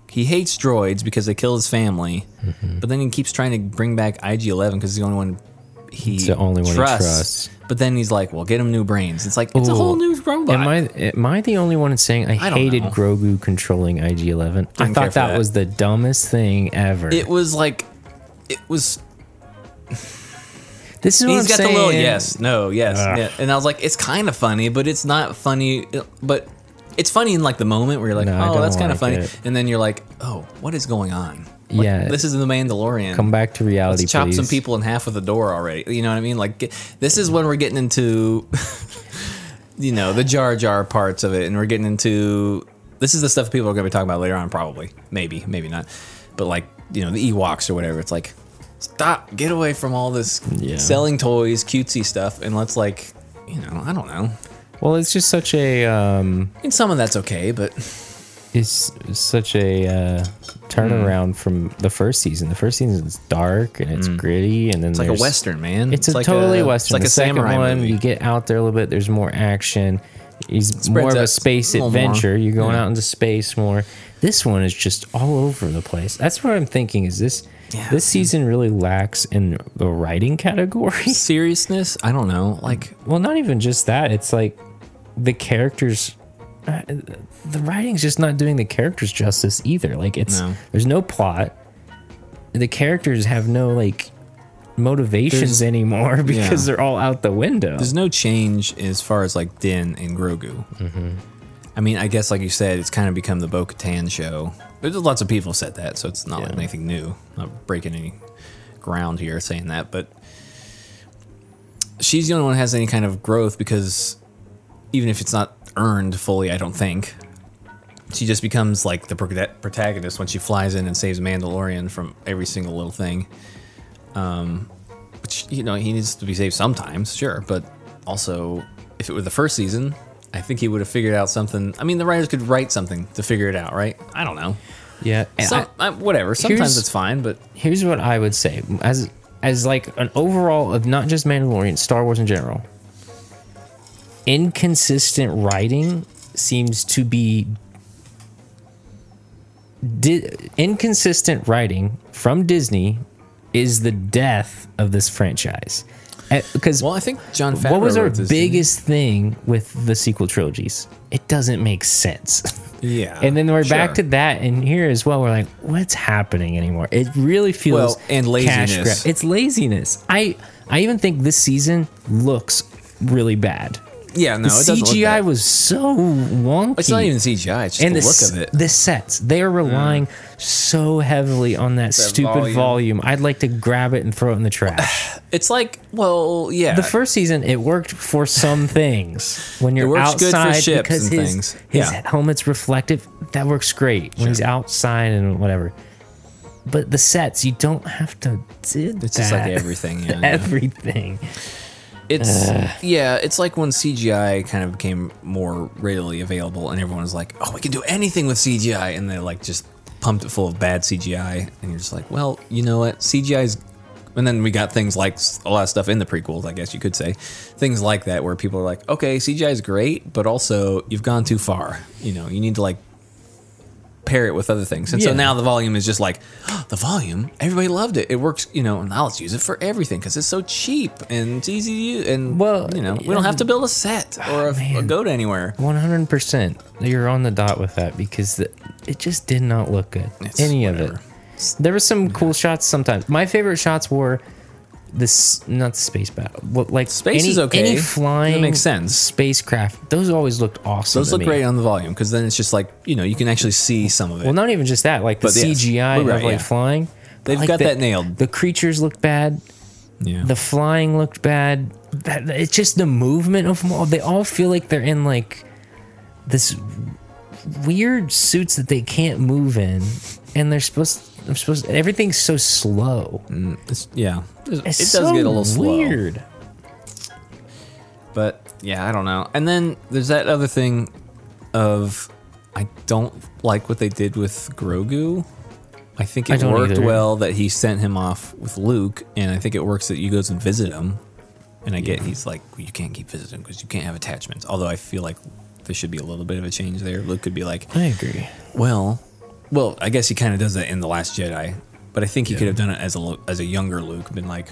A: He hates droids because they kill his family,
B: Mm-hmm.
A: but then he keeps trying to bring back IG Eleven because he's the only one he
B: the only one he
A: trusts.
B: trusts.
A: But then he's like, "Well, get him new brains." It's like it's a whole
B: Ooh.
A: new robot.
B: Am I am I the only one saying I,
A: I don't
B: hated
A: know.
B: Grogu controlling IG-11? I
A: care for
B: thought that,
A: that.
B: was the dumbest thing ever.
A: it was like, it was
B: this is what
A: He's
B: I'm
A: got
B: saying.
A: the little yes, no, yes,
B: Ugh.
A: yeah. and I was like, it's kind of funny, but it's not funny. But it's funny in like the moment where you're like,
B: No, I
A: oh,
B: don't
A: that's kind of
B: like
A: funny,
B: it.
A: and then you're like, oh, what is going on? What-
B: Yeah.
A: this is the Mandalorian.
B: Come back to reality,
A: Let's chop
B: please.
A: some people in half with a door already. You know what I mean? Like get- this is when we're getting into, *laughs* you know, the Jar Jar parts of it, and we're getting into this is the stuff people are going to be talking about later on, probably, maybe, maybe not, but like you know the Ewoks or whatever. It's like stop, get away from all this
B: Yeah.
A: selling toys, cutesy stuff, and let's like you know, I don't know.
B: Well, it's just such a um,
A: And some of that's okay, but
B: is such a uh,
A: Hmm.
B: turnaround from the first season. The first season is dark and it's gritty, and then
A: It's like a western, man.
B: It's, a totally
A: a-
B: western.
A: It's like
B: the
A: a
B: second
A: samurai
B: one,
A: movie.
B: you get out there a little bit. There's more action. He's more of
A: out
B: a
A: a
B: space
A: little more.
B: adventure. You're going
A: Yeah.
B: out into space more. This one is just all over the place. That's what I'm thinking. Is this
A: Yeah.
B: this season really lacks in the writing *laughs* category?
A: Seriousness? I don't know. Like,
B: well, not even just that. It's like the characters. uh, The writing's just not doing the characters justice either. Like it's
A: No.
B: there's no plot. The characters have no like motivations
A: There's-
B: anymore *laughs* because they're all out the window.
A: there's no change as far as like Din and Grogu. I mean, I guess like you said, it's kind of become the Bo Katan show. There's lots of people said that, so it's not like anything new. not breaking any ground here saying that, but she's the only one who has any kind of growth because even if it's not earned fully, I don't think. She just becomes like the prota- protagonist when she flies in and saves Mandalorian from every single little thing. Which, you know, he needs to be saved sometimes, sure. But also, if it were the first season, I think he would have figured out something. I mean, the writers could write something to figure it out, right? I don't know.
B: yeah. and
A: Some,
B: I-
A: I, whatever. Sometimes
B: here's-
A: it's fine, but
B: here's what I would say as as like an overall of not just Mandalorian, Star Wars in general. Inconsistent writing seems to be di- inconsistent writing from Disney is the death of this franchise. Because
A: well, I think John. Favreau
B: what was our
A: wrote this, didn't he?
B: biggest thing with the sequel trilogies? It doesn't make sense. *laughs*
A: Yeah,
B: and then we're back
A: sure.
B: to that and here as well we're like what's happening anymore it really feels
A: Well, and laziness.
B: grab. it's laziness i i even think this season looks really bad
A: Yeah, no,
B: the
A: it doesn't look
B: cgi
A: bad.
B: was so wonky
A: It's not even CGI. It's just
B: and
A: the,
B: the,
A: look
B: s-
A: of it.
B: the sets they are relying so heavily on that, stupid
A: volume.
B: volume. i'd like to grab it and throw it in the trash
A: it's like, well, yeah.
B: the first season it worked for
A: *laughs*
B: some things when you're
A: works good for
B: outside
A: ships
B: because
A: and
B: his,
A: things.
B: his
A: Yeah.
B: helmet's reflective that works great when he's outside and whatever but the sets you don't have to do
A: It's just like
B: that.
A: everything,
B: *laughs*
A: yeah, yeah.
B: everything
A: It's yeah, it's like when CGI kind of became more readily available, and everyone was like, "Oh, we can do anything with CGI," and they like just pumped it full of bad CGI, and you're just like, "Well, you know what? CGI's." And then we got things like s- a lot of stuff in the prequels, I guess you could say, things like that, where people are like, "Okay, CGI is great, but also you've gone too far. You know, you need to like." Pair it with other things, and so
B: Yeah.
A: now the volume is just like *gasps* the volume. Everybody loved it. It works, you know. and Now let's use it for everything because it's so cheap and it's easy to use. And
B: Well,
A: you know, we
B: yeah. Ah,
A: don't have to build a set or a, or
B: man.
A: go to anywhere.
B: 100% you're on the dot with that because the, it just did not look good
A: It's
B: any of
A: whatever.
B: it there were some cool shots sometimes my favorite shots were this not the space battle what like
A: Space
B: any,
A: is okay.
B: any
A: That
B: flying
A: makes sense.
B: spacecraft those always looked awesome
A: Those
B: to
A: look
B: me.
A: great on the volume because then it's just like you know you can actually see some of it.
B: well not even just that like the
A: But yes,
B: cgi
A: we're right,
B: of like
A: yeah.
B: flying
A: They've
B: Like
A: got
B: the-
A: that nailed.
B: the creatures looked bad
A: yeah.
B: the flying looked bad. That- It's just the movement of them all. They all feel like they're in like this weird suits that they can't move in, and they're supposed. I'm supposed. Everything's so slow.
A: It's- yeah, Mm. it
B: It's
A: does
B: so
A: get a little slow.
B: weird.
A: But yeah, I don't know. And then there's that other thing of I don't like what they did with Grogu. I think
B: I
A: it
B: don't
A: worked
B: either.
A: well that he sent him off with Luke, and I think it works that you goes and visit him. And I get he's like, well, you can't keep visiting because you can't have attachments. Although I feel like there should be a little bit of a change there. Luke could be like,
B: I agree.
A: well, well, I guess he kind of does that in the Last Jedi, but I think he could have done it as a lo- as a younger Luke, been like,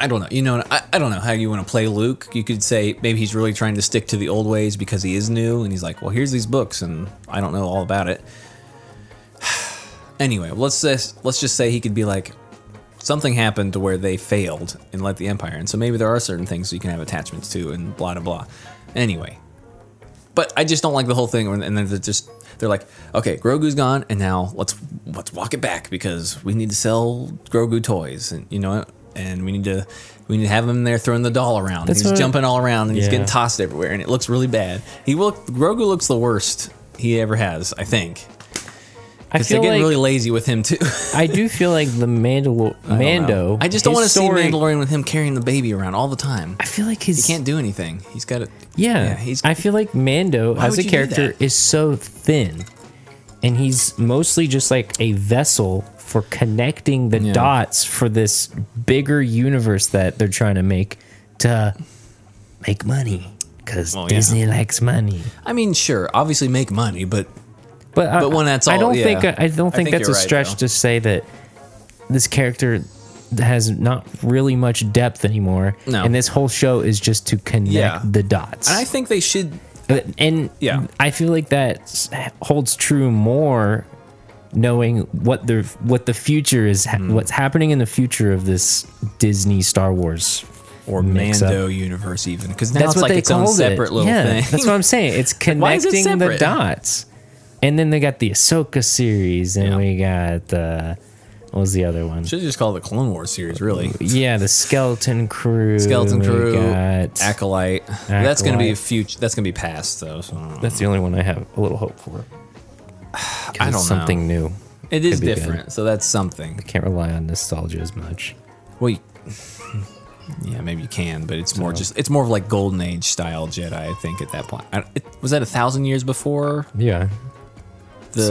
A: I don't know, you know, I, I don't know how you want to play Luke. You could say maybe he's really trying to stick to the old ways because he is new, and he's like, well, here's these books, and I don't know all about it. anyway, let's just, let's just say he could be like. Something happened to where they failed and let the Empire in. So maybe there are certain things you can have attachments to and blah, blah, blah. Anyway, but I just don't like the whole thing. And then they're just they're like, okay, Grogu's gone, and now let's let's walk it back because we need to sell Grogu toys, and you know, and we need to we need to have him there throwing the doll around.
B: That's
A: he's
B: what-
A: jumping all around and he's
B: Yeah.
A: getting tossed everywhere, and it looks really bad. He look Grogu looks the worst he ever has, I think.
B: I
A: Because they're
B: feel
A: getting
B: like
A: really lazy with him too. *laughs*
B: I do feel like the Mandalor-
A: I don't know.
B: Mando.
A: I just don't
B: his
A: want to see
B: story-
A: Mandalorian with him carrying the baby around all the time.
B: I feel like his
A: He can't do anything. He's got to.
B: Yeah,
A: he's.
B: I feel like Mando
A: Why
B: as
A: would
B: a
A: you do
B: character
A: that?
B: is so thin, and he's mostly just like a vessel for connecting the
A: Yeah.
B: dots for this bigger universe that they're trying to make to make money because
A: Well, yeah.
B: Disney likes money.
A: I mean, sure, obviously make money, but
B: But I,
A: But when that's
B: I
A: all-
B: don't
A: yeah.
B: think
A: I
B: I don't think
A: think
B: that's a
A: you're right,
B: stretch
A: though.
B: to say that this character has not really much depth anymore.
A: No.
B: and this whole show is just to connect
A: Yeah.
B: the dots.
A: I think they should.
B: But- and
A: Yeah.
B: I feel like that s- holds true more knowing what the what the future is ha-
A: Hmm.
B: what's happening in the future of this Disney Star Wars
A: Or
B: mix up.
A: Mando universe, even because now
B: That's
A: it's
B: what
A: like
B: they
A: its own
B: called
A: separate
B: it.
A: little
B: yeah,
A: thing. *laughs*
B: That's what I'm saying. It's
A: why is it
B: connecting the
A: separate?
B: dots. And then they got the Ahsoka series and
A: Yeah.
B: we got the what was the other one?
A: should just call it the Clone Wars series, really.
B: Yeah, the Skeleton Crew.
A: Skeleton
B: we
A: Crew,
B: got-
A: Acolyte. That's gonna be a
B: Acolyte.
A: future. That's gonna be past though. So I don't know.
B: that's the only one I have a little hope for. 'Cause
A: I
B: it's
A: don't know.
B: something new.
A: It is
B: could be good.
A: different, so that's something.
B: Can't rely on nostalgia as much.
A: Well, you, *laughs* yeah, maybe you can, but it's more just. It's more of like Golden Age style Jedi. I think at that point, I, it, was that a thousand years before
B: Yeah,
A: the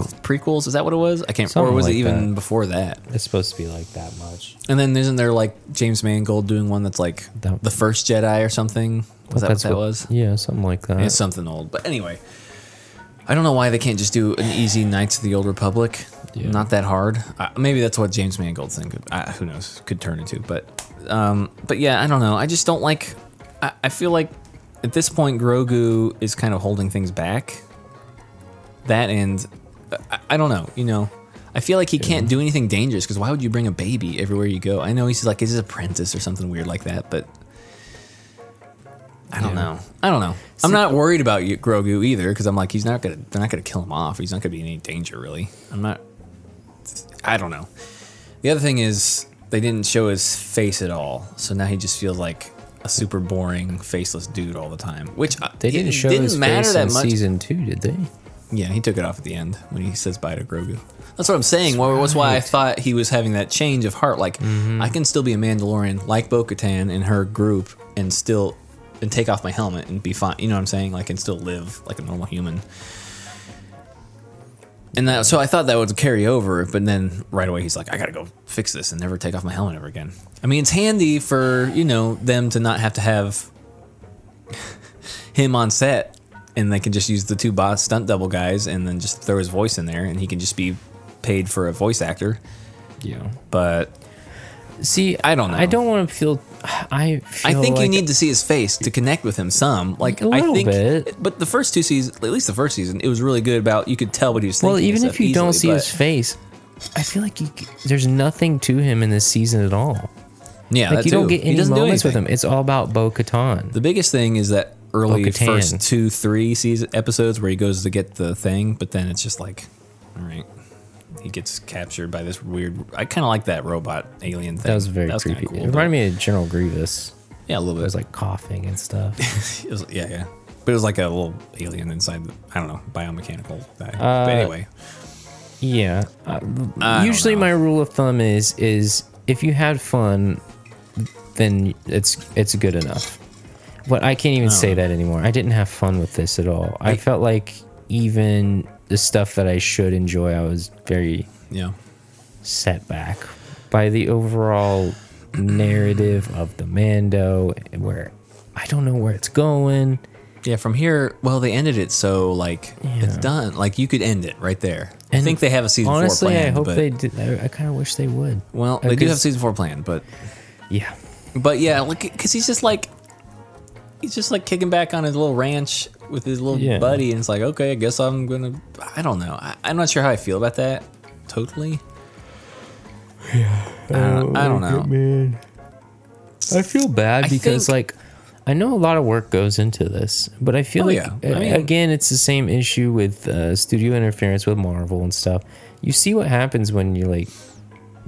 B: So-
A: prequels? Is that what it was? I can't. Or
B: Something
A: was
B: like
A: it even
B: that.
A: before that?
B: it's supposed to be like that much.
A: And then isn't there like James Mangold doing one that's like
B: That-
A: the first Jedi or something? Was that what
B: That's
A: that was?
B: Yeah, something like that.
A: It's something old. But anyway, I don't know why they can't just do an easy Knights of the Old Republic.
B: Yeah.
A: Not that hard. Uh, maybe that's what James Mangold's thing. Could, uh, who knows? Could turn into. But, um, but yeah, I don't know. I just don't like. I, I feel like at this point, Grogu is kind of holding things back. That and uh, I, I don't know. You know. I feel like he can't do anything dangerous because why would you bring a baby everywhere you go? I know he's like his apprentice or something weird like that, but I don't know. I don't know. I'm not worried about you, Grogu either because I'm like he's not gonna they're not gonna kill him off. He's not gonna be in any danger really. I'm not. I don't know. The other thing is they didn't show his face at all, so now he just feels like a super boring faceless dude all the time. Which uh,
B: they didn't
A: it
B: show
A: didn't
B: his
A: matter
B: face
A: that
B: in
A: much.
B: season two, did they?
A: Yeah, he took it off at the end when he says bye to Grogu. That's what I'm saying. Well, That's why I
B: right.
A: thought he was having that change of heart. Like, I can still be a Mandalorian like Bo Katan and her group and still and take off my helmet and be fine. You know what I'm saying? Like, and still live like a normal human. And that, so I thought that would carry over, but then right away he's like, I gotta go fix this and never take off my helmet ever again. I mean, it's handy for, you know, them to not have to have him on set and they can just use the two boss stunt double guys and then just throw his voice in there and he can just be paid for a voice actor.
B: Yeah.
A: But
B: See,
A: I don't know.
B: I don't want to feel. I feel
A: I think
B: like
A: you need to see his face to connect with him some. Like
B: A
A: I
B: little
A: think
B: bit.
A: but the first two seasons at least the first season, it was really good about you could tell what he was thinking.
B: Well,
A: and
B: even
A: stuff
B: if you don't see
A: easily,
B: his face, I feel like you, c- there's nothing to him in this season at all.
A: but- Yeah,
B: Like
A: that
B: you don't
A: too.
B: get
A: He
B: any
A: doesn't do
B: moments with
A: anything.
B: him. It's all about Bo Katan.
A: The biggest thing is that early
B: Bo-Katan.
A: first two, three season episodes where he goes to get the thing, but then it's just like, all right, he gets captured by this weird. I kind of like that robot alien thing.
B: That was very
A: kinda
B: creepy.
A: cool,
B: it
A: but-
B: reminded me of General Grievous.
A: yeah, a little bit.
B: It was like coughing and stuff.
A: it was, yeah, yeah, but it was like a little alien inside. The, I don't know, biomechanical. Thing.
B: Uh,
A: but anyway,
B: *laughs* Yeah. Uh,
A: I don't
B: usually,
A: know.
B: my rule of thumb is is if you had fun, then it's it's good enough. But I can't even
A: Oh.
B: say that anymore. I didn't have fun with this at all. I felt like even the stuff that I should enjoy, I was very
A: yeah,
B: set back by the overall narrative of the Mando, where I don't know where it's going.
A: yeah. From here, well, they ended it, so like it's
B: Yeah.
A: done. Like you could end it right there. I
B: And
A: think they have a season
B: Honestly,
A: four planned.
B: I hope
A: but,
B: they. Did, I, I kind of wish they would.
A: Well, they do
B: Because-
A: have season four planned, but
B: Yeah.
A: But yeah, like, cause he's just like, he's just like kicking back on his little ranch with his little
B: Yeah.
A: buddy, and it's like, okay, I guess I'm gonna. I don't know. I, I'm not sure how I feel about that. Totally. Yeah. I don't, I don't know.
B: Man. I feel bad
A: I
B: because
A: think-
B: like I know a lot of work goes into this, but I feel
A: Oh,
B: like
A: yeah.
B: uh,
A: I mean-
B: again it's the same issue with uh, studio interference with Marvel and stuff. You see what happens when you like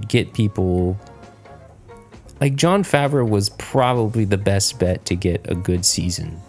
B: get people like John Favreau was probably the best bet to get a good season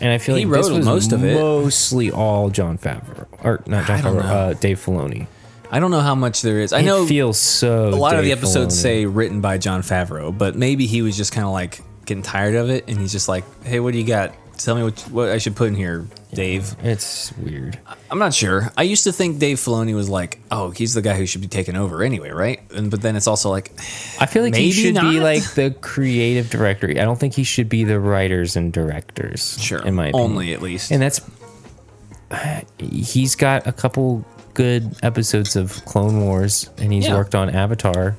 B: And I feel
A: He
B: like this
A: wrote
B: was
A: most of it.
B: mostly all John Favreau or not John
A: I don't
B: Favreau,
A: know.
B: uh, Dave Filoni.
A: I don't know how much there is. I know
B: it feels so.
A: a lot of the
B: Dave
A: episodes
B: Filoni.
A: say written by John Favreau, but maybe he was just kind of like getting tired of it, and he's just like, "Hey, what do you got? Tell me what what I should put in here, Dave."
B: it's weird.
A: I'm not sure. I used to think Dave Filoni was like, "Oh, he's the guy who should be taking over anyway, right?" And but then it's also like, *sighs*
B: I feel like
A: Maybe
B: he should
A: not.
B: be like the creative director. I don't think he should be the writers and directors.
A: sure,
B: in my opinion.
A: only at least.
B: and that's he's got a couple good episodes of Clone Wars, and he's
A: Yeah.
B: worked on Avatar,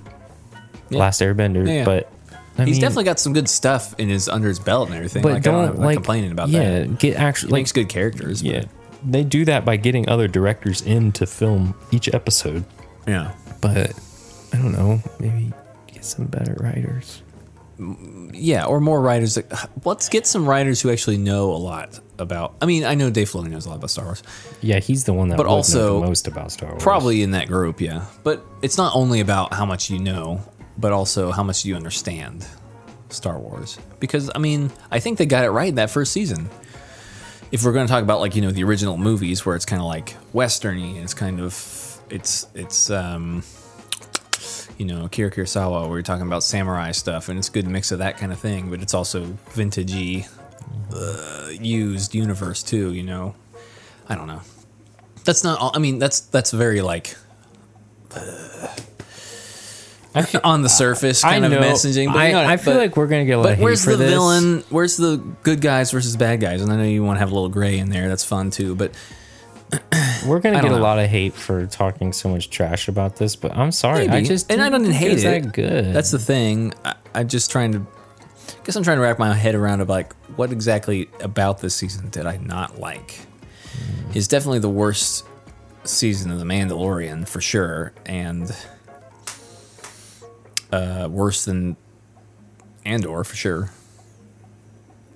B: Last Airbender,
A: Yeah, yeah.
B: but I
A: he's
B: mean,
A: definitely got some good stuff in his under his belt and everything.
B: But
A: like, I
B: don't
A: don't, I'm not
B: like
A: complaining about
B: yeah,
A: that. He
B: get actually like
A: makes good characters. but-
B: yeah. They do that by getting other directors in to film each episode,
A: yeah.
B: but I don't know. Maybe get some better writers.
A: Yeah, or more writers. *sighs* That, let's get some writers who actually know a lot about. I mean, I know Dave Filoni knows a lot about Star Wars,
B: Yeah, he's the one that
A: But
B: would know
A: also,
B: the most about Star Wars.
A: probably in that group. Yeah, but it's not only about how much you know, but also how much you understand Star Wars. Because I mean, I think they got it right that first season. If we're going to talk about like you know the original movies where it's kind of like westerny and it's kind of it's it's um you know Kira Kurosawa where you're talking about samurai stuff and it's a good mix of that kind of thing, but it's also vintagey uh, used universe too. You know, I don't know. That's not. all I mean, that's that's very like on the surface kind of messaging. But
B: I,
A: you know,
B: I feel
A: but-
B: like we're gonna get a lot
A: But
B: of hate
A: where's
B: for
A: the
B: this.
A: villain? Where's the good guys versus bad guys? And I know you want to have a little gray in there. That's fun too. But
B: We're
A: I
B: gonna
A: don't
B: get a
A: know.
B: lot of hate for talking so much trash about this, but I'm sorry. I
A: maybe.
B: just
A: and I
B: didn't
A: don't
B: think
A: hate
B: was
A: it.
B: That good.
A: That's the thing. I, I'm just trying to. guess I'm trying to wrap my head around of like what exactly about this season did I not like? It's definitely the worst season of The Mandalorian for sure, and uh, worse than Andor for sure.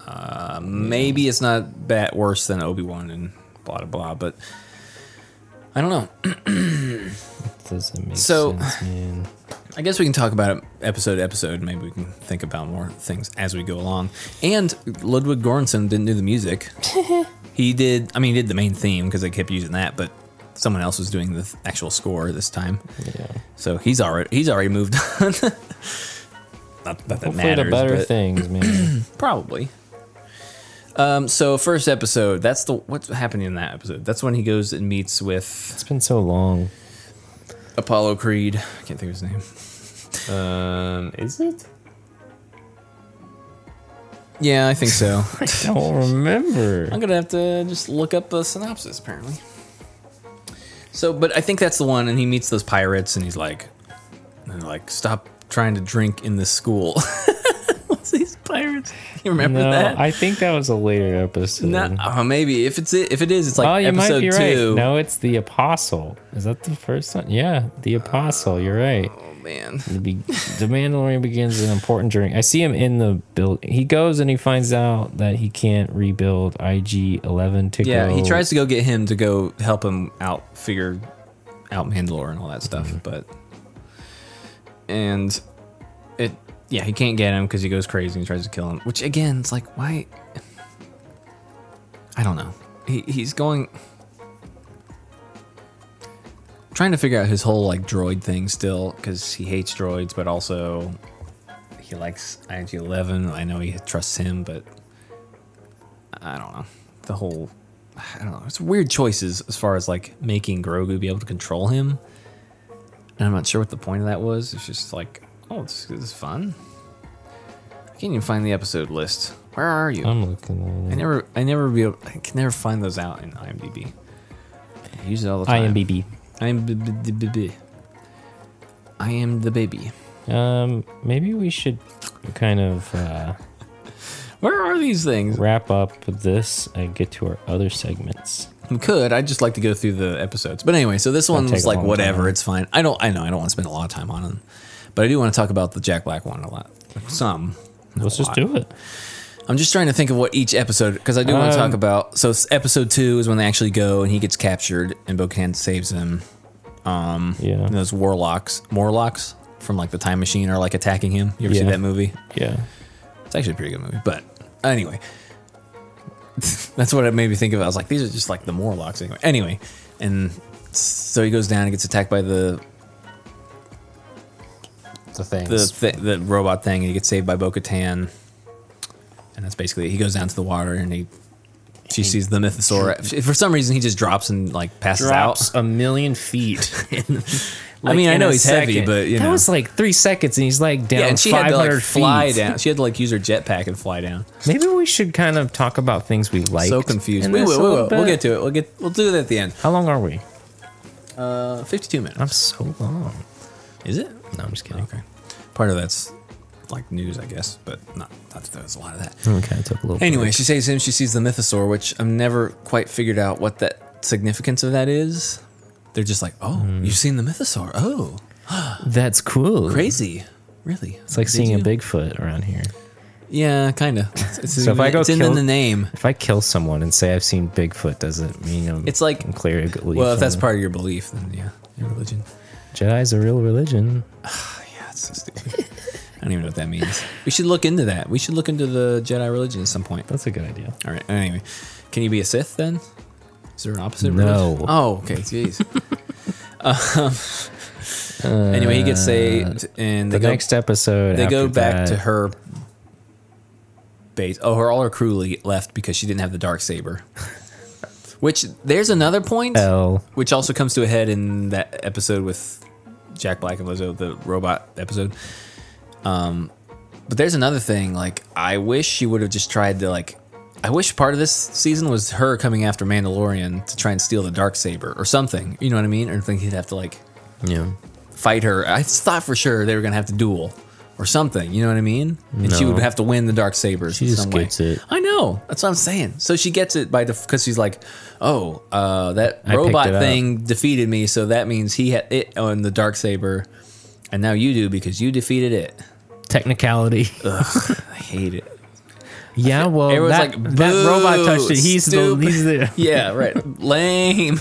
A: Uh, maybe it's not that worse than Obi Wan and blah blah blah, but I don't know.
B: doesn't make
A: so- *sighs*
B: sense, man.
A: I guess we can talk about it episode to episode. Maybe we can think about more things as we go along. And Ludwig Göransson didn't do the
B: *laughs*
A: music. he did. I mean, he did the main theme because they kept using that, but someone else was doing the th- actual score this time.
B: Yeah.
A: So he's already he's already moved on. *laughs* Not that that
B: Hopefully
A: matters.
B: the better
A: but *clears throat*
B: things, man.
A: Probably. Um, so first episode. That's the what's happening in that episode. That's when he goes and meets with
B: it's been so long.
A: Apollo Creed. I can't think of his name. Um,
B: Is it?
A: yeah, I think
B: *laughs*
A: so.
B: I
A: *laughs*
B: don't remember.
A: I'm gonna have to just look up a synopsis, apparently. So, but I think that's the one, and he meets those pirates, and he's like, and they're like, stop trying to drink in this school. *laughs* What's these pirates? You remember
B: No,
A: that?
B: I think that was a later episode.
A: no, oh, maybe if it's it, if it is, it's like
B: oh, you might
A: episode
B: be
A: two.
B: right. No, it's the Apostle. Is that the first one? Yeah, the Apostle. You're right.
A: Oh man,
B: The, be- the Mandalorian begins an important journey. I see him in the build. He goes and he finds out that he can't rebuild IG Eleven to
A: yeah,
B: go.
A: he tries to go get him to go help him out, figure out Mandalore and all that stuff,
B: Mm-hmm.
A: but and it, yeah, he can't get him because he goes crazy and tries to kill him. Which again, it's like why? I don't know. He he's going trying to figure out his whole like droid thing still because he hates droids, but also he likes IG Eleven. I know he trusts him, but I don't know the whole. I don't know. It's weird choices as far as like making Grogu be able to control him, and I'm not sure what the point of that was. It's just like, oh, this, this is fun. I can't even find the episode list. Where are you?
B: I'm looking
A: I
B: at it.
A: never, I never be, able, I can never find those out in IMDb. I use it all the time.
B: IMBB.
A: I'm b- b- b- b- I am the baby.
B: Um, maybe we should kind of uh,
A: Where are these things?
B: wrap up with this and get to our other segments.
A: We could. I'd just like to go through the episodes. But anyway, so this one
B: take
A: was
B: a
A: like
B: long
A: whatever.
B: time.
A: It's fine. I don't. I know. I don't want to spend a lot of time on them, but I do want to talk about the Jack Black one a lot. Some. not
B: Let's
A: a
B: just
A: lot.
B: do it.
A: I'm just trying to think of what each episode because I do want to
B: Um,
A: talk about. So s- episode two is when they actually go and he gets captured and Bocan saves him.
B: Yeah.
A: And those warlocks, Morlocks from like the Time Machine are like attacking him. You ever see
B: Yeah.
A: that movie?
B: Yeah.
A: It's actually a pretty good movie. But anyway, *laughs* That's what it made me think of. I was like, these are just like the Morlocks anyway. Anyway, and so he goes down and gets attacked by the
B: The
A: the
B: things.
A: th- the robot thing, and he gets saved by Bo Katan. And that's basically it. he goes down to the water and he she sees the mythosaur. For some reason, he just drops and like passes
B: drops
A: out.
B: a million feet. *laughs*
A: I mean, I
B: in
A: know
B: a
A: he's heavy,
B: second.
A: but you
B: that
A: know.
B: was like three seconds, and he's like
A: *laughs*
B: down
A: yeah, and she had
B: five
A: to like
B: hundred
A: fly
B: feet.
A: down. She had to like use her jetpack and fly down.
B: Maybe we should kind of talk about things we like.
A: so confused. We will. We will. We'll get to it. We'll get. We'll do that at the end.
B: How long are we?
A: Uh, Fifty-two minutes.
B: I'm so long.
A: Is it?
B: No, I'm just kidding.
A: Okay. Part of that's like news, I guess, but not. Not that there's a lot of that.
B: Okay, I took a little.
A: Anyway, she saves him. She sees the mythosaur, which I've never quite figured out what that significance of that is. They're just like, oh,
B: Hmm.
A: you've seen the mythosaur. Oh,
B: that's cool.
A: crazy. Really?
B: Hmm. It's like seeing a Bigfoot around here.
A: Yeah, kind of. It's, it's,
B: *laughs* So if
A: even-
B: I go
A: it's in
B: kill-
A: the name.
B: If I kill someone and say I've seen Bigfoot, does it mean I'm,
A: It's like-
B: I'm clear? of belief
A: Well, if that's
B: on
A: part of your belief, then yeah, your religion.
B: it? Jedi's a real religion.
A: Yeah, it's so stupid. *laughs* I don't even know what that means. We should look into that. We should look into the Jedi religion at some point.
B: That's a good idea.
A: All right. Anyway, can you be a Sith then? Is there an opposite?
B: No.
A: religion? Oh, okay.
B: *laughs*
A: Jeez. um, anyway, he gets saved, and they
B: Uh, The
A: go,
B: next episode,
A: they go
B: after
A: back to
B: that-
A: her base. Oh, her all her crew le- left because she didn't have the dark
B: *laughs*
A: saber. Which there's another point,
B: L.
A: which also comes to a head in that episode with Jack Black and Lizzo, the robot episode. Um, but there's another thing. Like, I wish she would have just tried to like. I wish part of this season was her coming after Mandalorian to try and steal the dark saber or something. You know what I mean? Or think he'd have to like
B: Yeah.
A: fight her. I just thought for sure they were gonna have to duel or something. You know what I mean? And she
B: No.
A: would have to win the dark sabers.
B: She
A: in
B: just
A: some way.
B: gets it.
A: I know. That's what I'm saying. So she gets it by because she's like, oh, uh, that
B: I picked
A: robot
B: it up."
A: thing defeated me, so that means he had it on the dark saber, and now you do because you defeated it. *laughs*
B: Technicality.
A: I hate it.
B: yeah. Well,
A: Everyone's
B: that,
A: like,
B: that robot
A: "Boo,
B: touched it. He's the.
A: stupid."
B: He's the. *laughs*
A: Yeah, right. Lame.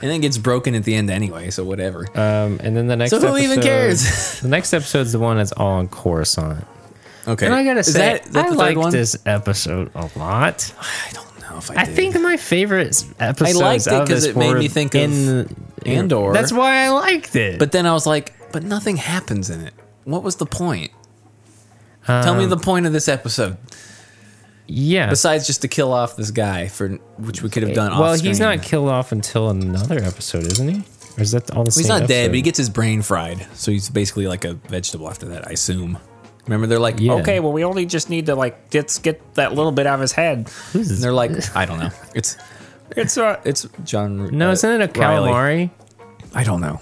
A: And then it gets broken at the end anyway, so whatever.
B: Um, and then the next.
A: So who even
B: episode-
A: cares? *laughs*
B: *laughs* the next episode's the one that's all on Coruscant.
A: okay.
B: And I gotta
A: Is
B: say,
A: that- is that
B: I
A: the third
B: like
A: one?
B: this episode a lot.
A: I don't know if I.
B: I
A: did.
B: think my favorite episode.
A: liked it 'cause it made me think of Andor.
B: That's why I liked it.
A: But then I was like, but nothing happens in it. What was the point? Tell
B: Um,
A: me the point of this episode
B: yeah,
A: besides just to kill off this guy for which we could have done.
B: well, he's
A: off-screen.
B: not killed off until another episode, isn't he? Or is that all the same?
A: He's not dead,
B: episode?
A: but he gets his brain fried, so he's basically like a vegetable after that. I assume. Remember, they're like,
B: Yeah.
A: okay, well,
G: well, we only just need to like get get that little bit out of his head.
B: Who's this?
A: and they're like, I don't know. It's
G: It's uh,
A: it's John.
B: no,
A: uh,
B: isn't it a
A: Riley.
B: calamari?
A: I don't know.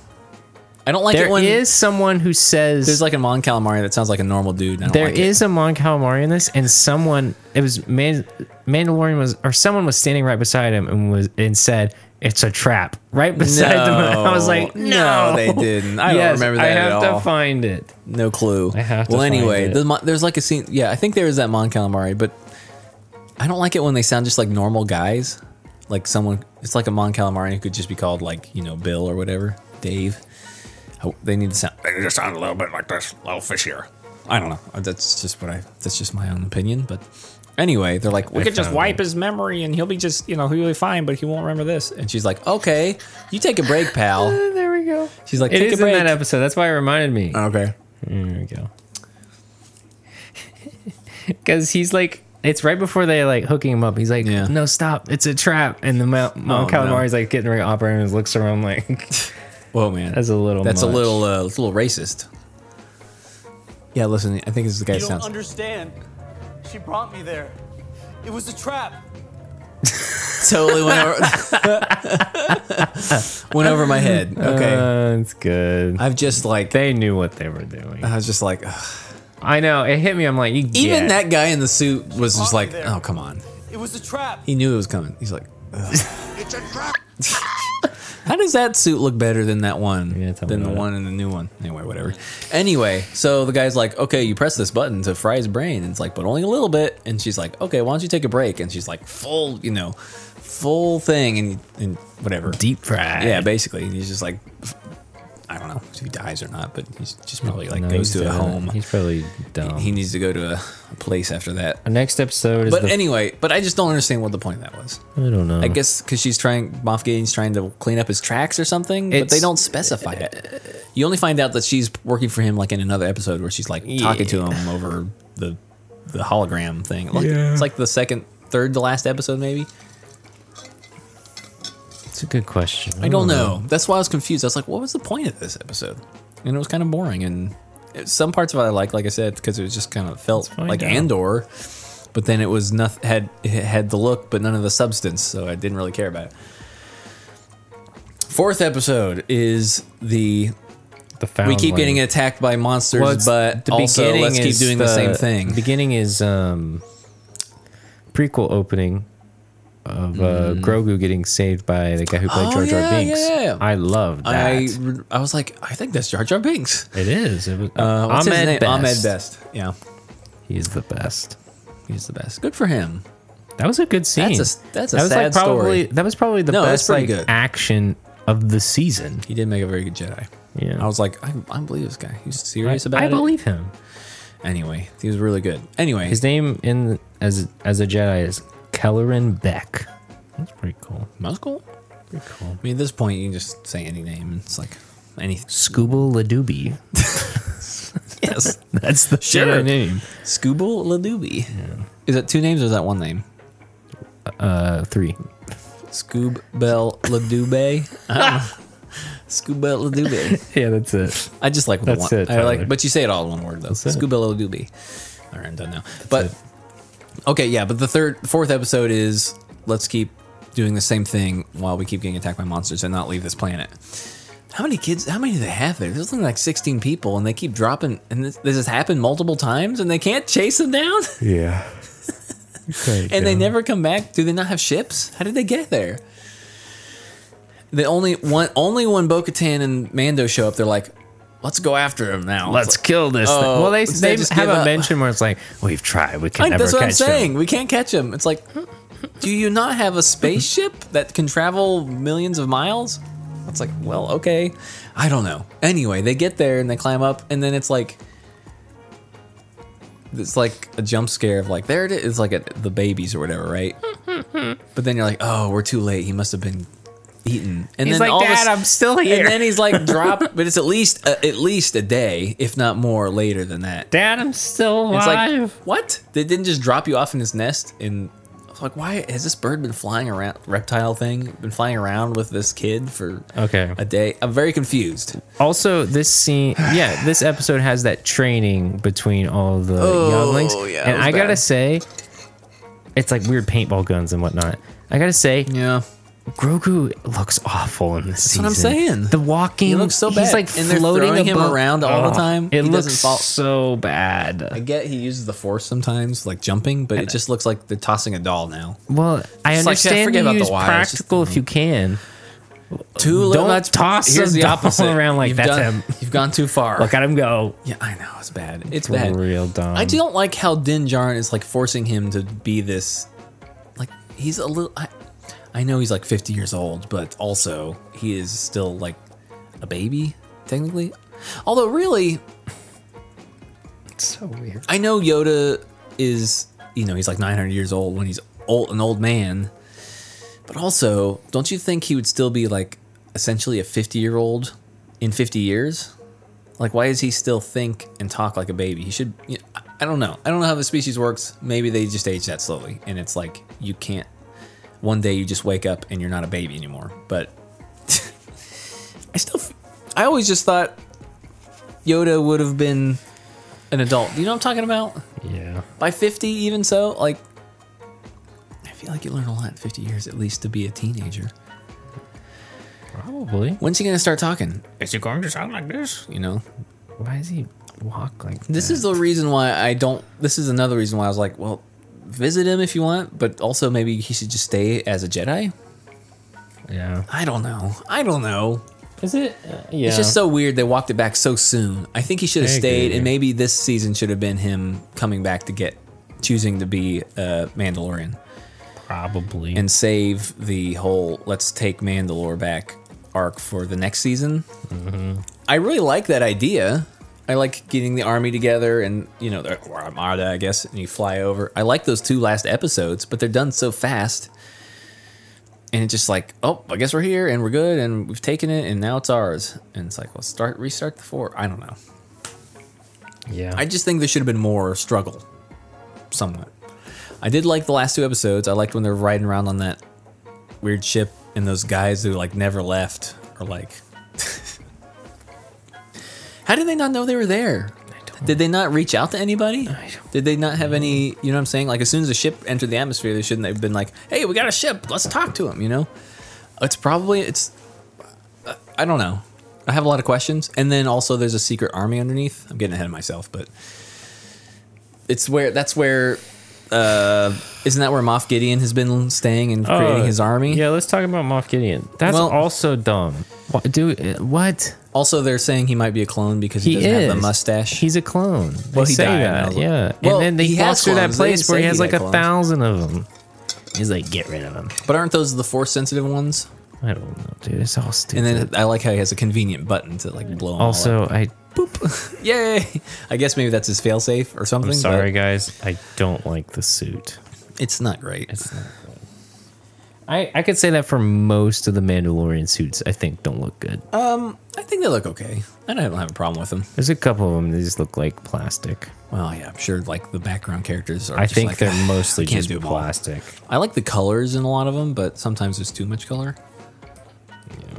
A: I don't like
B: There
A: it
B: is
A: when
B: someone who says
A: there's like a Mon Calamari that sounds like a normal dude. and I don't
B: There is
A: like it.
B: a Mon Calamari in this, and someone it was Man- Mandalorian was or someone was standing right beside him and was and said it's a trap right beside them. *laughs* I was like, no,
A: No, they didn't. I don't remember that
B: I
A: at
B: have to
A: all.
B: find it.
A: No clue.
B: I have to
A: well,
B: find
A: anyway,
B: it.
A: the mon- there's like a scene. Yeah, I think there is that Mon Calamari, but I don't like it when they sound just like normal guys. Like someone, it's like a Mon Calamari who could just be called like you know Bill or whatever, Dave. I- They need to sound. They just sound a little bit like this, a little fishier. I don't know. Uh, That's just what I. That's just my own opinion. But anyway, they're like,
G: we could just
B: found
G: wipe his memory and he'll be just you know he'll be fine, but he won't remember this.
A: and she's like, okay, you take a break, pal.
B: There we go.
A: She's like,
B: It
A: take
B: is
A: a break. Uh.
B: in that episode. That's why it reminded me.
A: okay.
B: There we go. *laughs* Because he's like, it's right before they like hooking him up. He's like,
A: Yeah.
B: no, stop, it's a trap. And the Mon, Mon
A: Oh,
B: Calamari's like getting ready to operate and looks around like,
A: Whoa, man,
B: That's a little
A: That's
B: much.
A: a little. Uh, it's a little racist. Yeah, listen. I think this is the guy
H: You
A: that
H: don't
A: sounds.
H: understand. She brought me there. It was a trap.
A: totally went over, *laughs* went over my head. Okay,
B: uh, it's good.
A: I've just like
B: they knew what they were doing.
A: I was just like ugh.
B: I know. It hit me. I'm like, you
A: even
B: get
A: that guy in the suit was just like,
H: there.
A: oh come on.
H: It was a trap.
A: He knew it was coming. He's like, ugh. *laughs* how does that suit look better than that one?
B: Yeah, tell me
A: than the
B: about it.
A: one and the new one. Anyway, whatever. Anyway, so the guy's like, okay, you press this button to fry his brain. And it's like, but only a little bit. And she's like, okay, why don't you take a break? And she's like, full, you know, full thing and and whatever.
B: deep fried.
A: Yeah, basically, he's just like, I don't know if he dies or not, but he's just probably like
B: No,
A: goes
B: he's
A: to a
B: dead.
A: home.
B: uh, He's probably dumb.
A: He, he needs to go to a, a place after that.
B: Our next episode is
A: But
B: the.
A: anyway, but I just don't understand what the point of that was.
B: I don't know.
A: I guess because she's trying, Moff Gideon's trying to clean up his tracks or something, but they
B: It's-
A: don't specify it. You only find out that she's working for him like in another episode where she's like talking to him over the the hologram thing. Like, It's like the second, third to last episode, maybe.
B: it's a good question.
A: I don't
B: Hmm.
A: know. That's why I was confused. I was like, what was the point of this episode? And it was kind of boring. And it- some parts of it I like, like I said, because it was just kind of felt
B: find
A: like
B: out.
A: Andor, but then it was nothing had it had the look, but none of the substance. So I didn't really care about it. Fourth episode is the
B: The found
A: we keep getting
B: land.
A: attacked by monsters,
B: Oh, Well, it's-
A: but
B: the
A: also
B: beginning
A: let's keep
B: is
A: doing the, same thing.
B: Beginning is um, prequel opening of uh, Grogu getting saved by the guy who played
A: Mm. Oh,
B: Jar Jar
A: yeah,
B: Binks.
A: yeah.
B: I love that.
A: I I was like, I think that's Jar Jar Binks.
B: it is. It was,
A: Uh, what's his name?
B: Ahmed, Best.
A: Ahmed Best. Yeah,
B: He's the best.
A: he's the best. Good for him.
B: That was a good scene.
A: That's a- that's a
B: that was
A: sad
B: like probably
A: story.
B: that was probably the
A: No, that's
B: best
A: pretty
B: like
A: good.
B: action of the season.
A: He did make a very good Jedi.
B: Yeah.
A: I was like, I, I believe this guy. He's
B: I,
A: serious about
B: I
A: it.
B: believe him.
A: Anyway, he was really good. Anyway,
B: His name in as as a Jedi is Kelleran Beck. That's pretty cool.
A: Muscle.
B: Pretty cool.
A: I mean, at this point, you can just say any name. and It's like anything.
B: Scooble Ladoobie.
A: *laughs* Yes,
B: That's the
A: Sure.
B: Jedi name.
A: Scooble Ladoobie. Is that two names or is that one name?
B: Uh, three.
A: Scoob Bell Ladoube. I don't know.
B: *laughs*
A: Scoob Bell Ladoube.
B: Yeah, that's it.
A: I just like the
B: That's
A: one.
B: it,
A: I like,
B: Tyler.
A: but you say it all in one word though.
B: it.
A: Scoob Bell Ladoube. All right, I'm done now. but okay, yeah. But the third, fourth episode is let's keep doing the same thing while we keep getting attacked by monsters and not leave this planet. How many kids? How many do they have there? There's only like 16 people, and they keep dropping. And this, this has happened multiple times, and they can't chase them down. *laughs*
B: Yeah.
A: And they never come back. Do they not have ships? How did they get there? The only one, only when Bo-Katan and Mando show up, they're like, "Let's go after him now."
B: Let's kill this. thing.
A: Oh,
B: Well, they
A: so
B: they,
A: they just
B: have
A: give
B: a
A: up.
B: mention where it's like we've tried, we can
A: Like,
B: never
A: that's what I'm
B: catch them."
A: saying. We can't catch him. It's like, do you not have a
B: *laughs*
A: spaceship that can travel millions of miles? It's like, well, okay. I don't know. Anyway, they get there and they climb up, and then it's like, it's like a jump scare of like, there it is. It's like a, the babies or whatever,
B: *laughs*
A: right? but then you're like, oh, we're too late. He must have been eaten. And
B: He's
A: then
B: like,
A: of a
B: "Dad,
A: s-
B: I'm still here."
A: And then he's like,
B: *laughs*
A: drop. But it's at least uh, at least a day, if not more, later than that.
B: Dad, I'm still
A: And
B: alive.
A: It's like, what? They didn't just drop you off in his nest and I was like, why has this bird been flying around reptile thing? Been flying around with this kid for
B: Okay.
A: a day? I'm very confused.
B: Also, this scene, yeah, this episode has that training between all the younglings,
A: Oh, yeah, it
B: and
A: was
B: I gotta
A: bad.
B: say, it's like weird paintball guns and whatnot. I gotta say,
A: Yeah.
B: Grogu looks awful in this season.
A: what I'm saying.
B: The walking,
A: He looks so bad.
B: He's like
A: And they're
B: floating
A: throwing him
B: above-
A: around all the
B: Ugh,
A: time. He
B: It
A: doesn't
B: looks
A: fall-
B: so
A: I
B: bad.
A: get he uses the force sometimes, like jumping, but it just looks like they're tossing a doll now.
B: Well, I
A: It's like, yeah,
B: understand
A: forget about
B: you
A: the
B: use
A: wires, just-
B: practical if you can.
A: Too
B: Don't toss a doll around like
A: *laughs* you've
B: that's
A: done-
B: him.
A: You've gone too far.
B: Look at him go.
A: yeah, I know it's bad. It's,
B: It's
A: bad.
B: real dumb.
A: I don't like how Din Djarin is like forcing him to be this. Like he's a little. I, I know he's like 50 years old, but also he is still like a baby technically. Although really,
B: It's so weird.
A: I know Yoda is you know he's like 900 years old when he's old an old man. But also, don't you think he would still be like essentially a 50 year old in 50 years? Like, why does he still think and talk like a baby? He should. You know, I- I don't know. I don't know how the species works. Maybe they just age that slowly, and it's like you can't. One day you just wake up and you're not a baby anymore. But *laughs* I still, f- I always just thought Yoda would have been an adult. You know what I'm talking about?
B: Yeah.
A: by 50 even so like i feel like you learn a lot in 50 years at least to be a teenager
B: Probably.
A: when's he gonna start talking
G: Is he going to sound like this?
A: you know
B: Why does he walk like
A: this is the reason why i don't this is another reason why i was like well visit him if you want but also maybe he should just stay as a jedi
B: Yeah.
A: i don't know i don't know
B: Is it? Uh, yeah.
A: it's just so weird they walked it back so soon i think he should have
B: I agree.
A: stayed and maybe this season should have been him coming back to get choosing to be a mandalorian
B: probably.
A: and save the whole let's take Mandalore back arc for the next season. I really like that idea. I like getting the army together and, you know, the- or Armada, I guess, and you fly over. I like those two last episodes, but they're done so fast. And it's just like, oh, I guess we're here and we're good and we've taken it and now it's ours. And it's like, well, start, restart the four. I don't know.
B: Yeah.
A: I just think there should have been more struggle, somewhat. I did like the last two episodes. I liked when they're riding around on that weird ship, and those guys who like never left are like, *laughs* how did they not know they were there? Did they not reach out to anybody? Did they not have any? You know what I'm saying? Like as soon as the ship entered the atmosphere, they shouldn't have been like, "Hey, we got a ship. Let's talk to them." You know, it's probably it's. I- I don't know. I have a lot of questions, and then also there's a secret army underneath. I'm getting ahead of myself, but it's where that's where. Uh, isn't that where Moff Gideon has been staying and creating
B: Oh,
A: his army?
B: Yeah, let's talk about Moff Gideon. That's
A: Well-
B: also dumb. What, dude, what?
A: Also, they're saying he might be a clone because he,
B: He
A: doesn't
B: is
A: have the mustache.
B: He's a clone.
A: Well,
B: they
A: he
B: say
A: died, I
B: that.
A: know.
B: Yeah.
A: Well,
B: and then they
A: he
B: he
A: has
B: walks through that
A: clones. They didn't
B: place where
A: say
B: he has
A: he
B: like
A: had
B: a
A: clones.
B: thousand of them. He's like, get rid of him.
A: but aren't those the force sensitive ones?
B: I don't know, dude. It's all stupid.
A: And then I like how he has a convenient button to like blow. 'em all up.
B: also, I
A: Yay! I guess maybe that's his failsafe or something.
B: I'm
A: but
B: sorry, guys. I don't like the suit.
A: it's not great.
B: It's not good. I, I could say that for most of the Mandalorian suits, I think don't look good.
A: Oh. I think they look okay. I don't have a problem with them.
B: There's a couple of them that just look like plastic.
A: Well, yeah, I'm sure like the background characters are.
B: I
A: just
B: think
A: like,
B: they're
A: *laughs*
B: mostly
A: I can't
B: just
A: do 'em all.
B: plastic.
A: I like the colors in a lot of them, but sometimes there's too much color.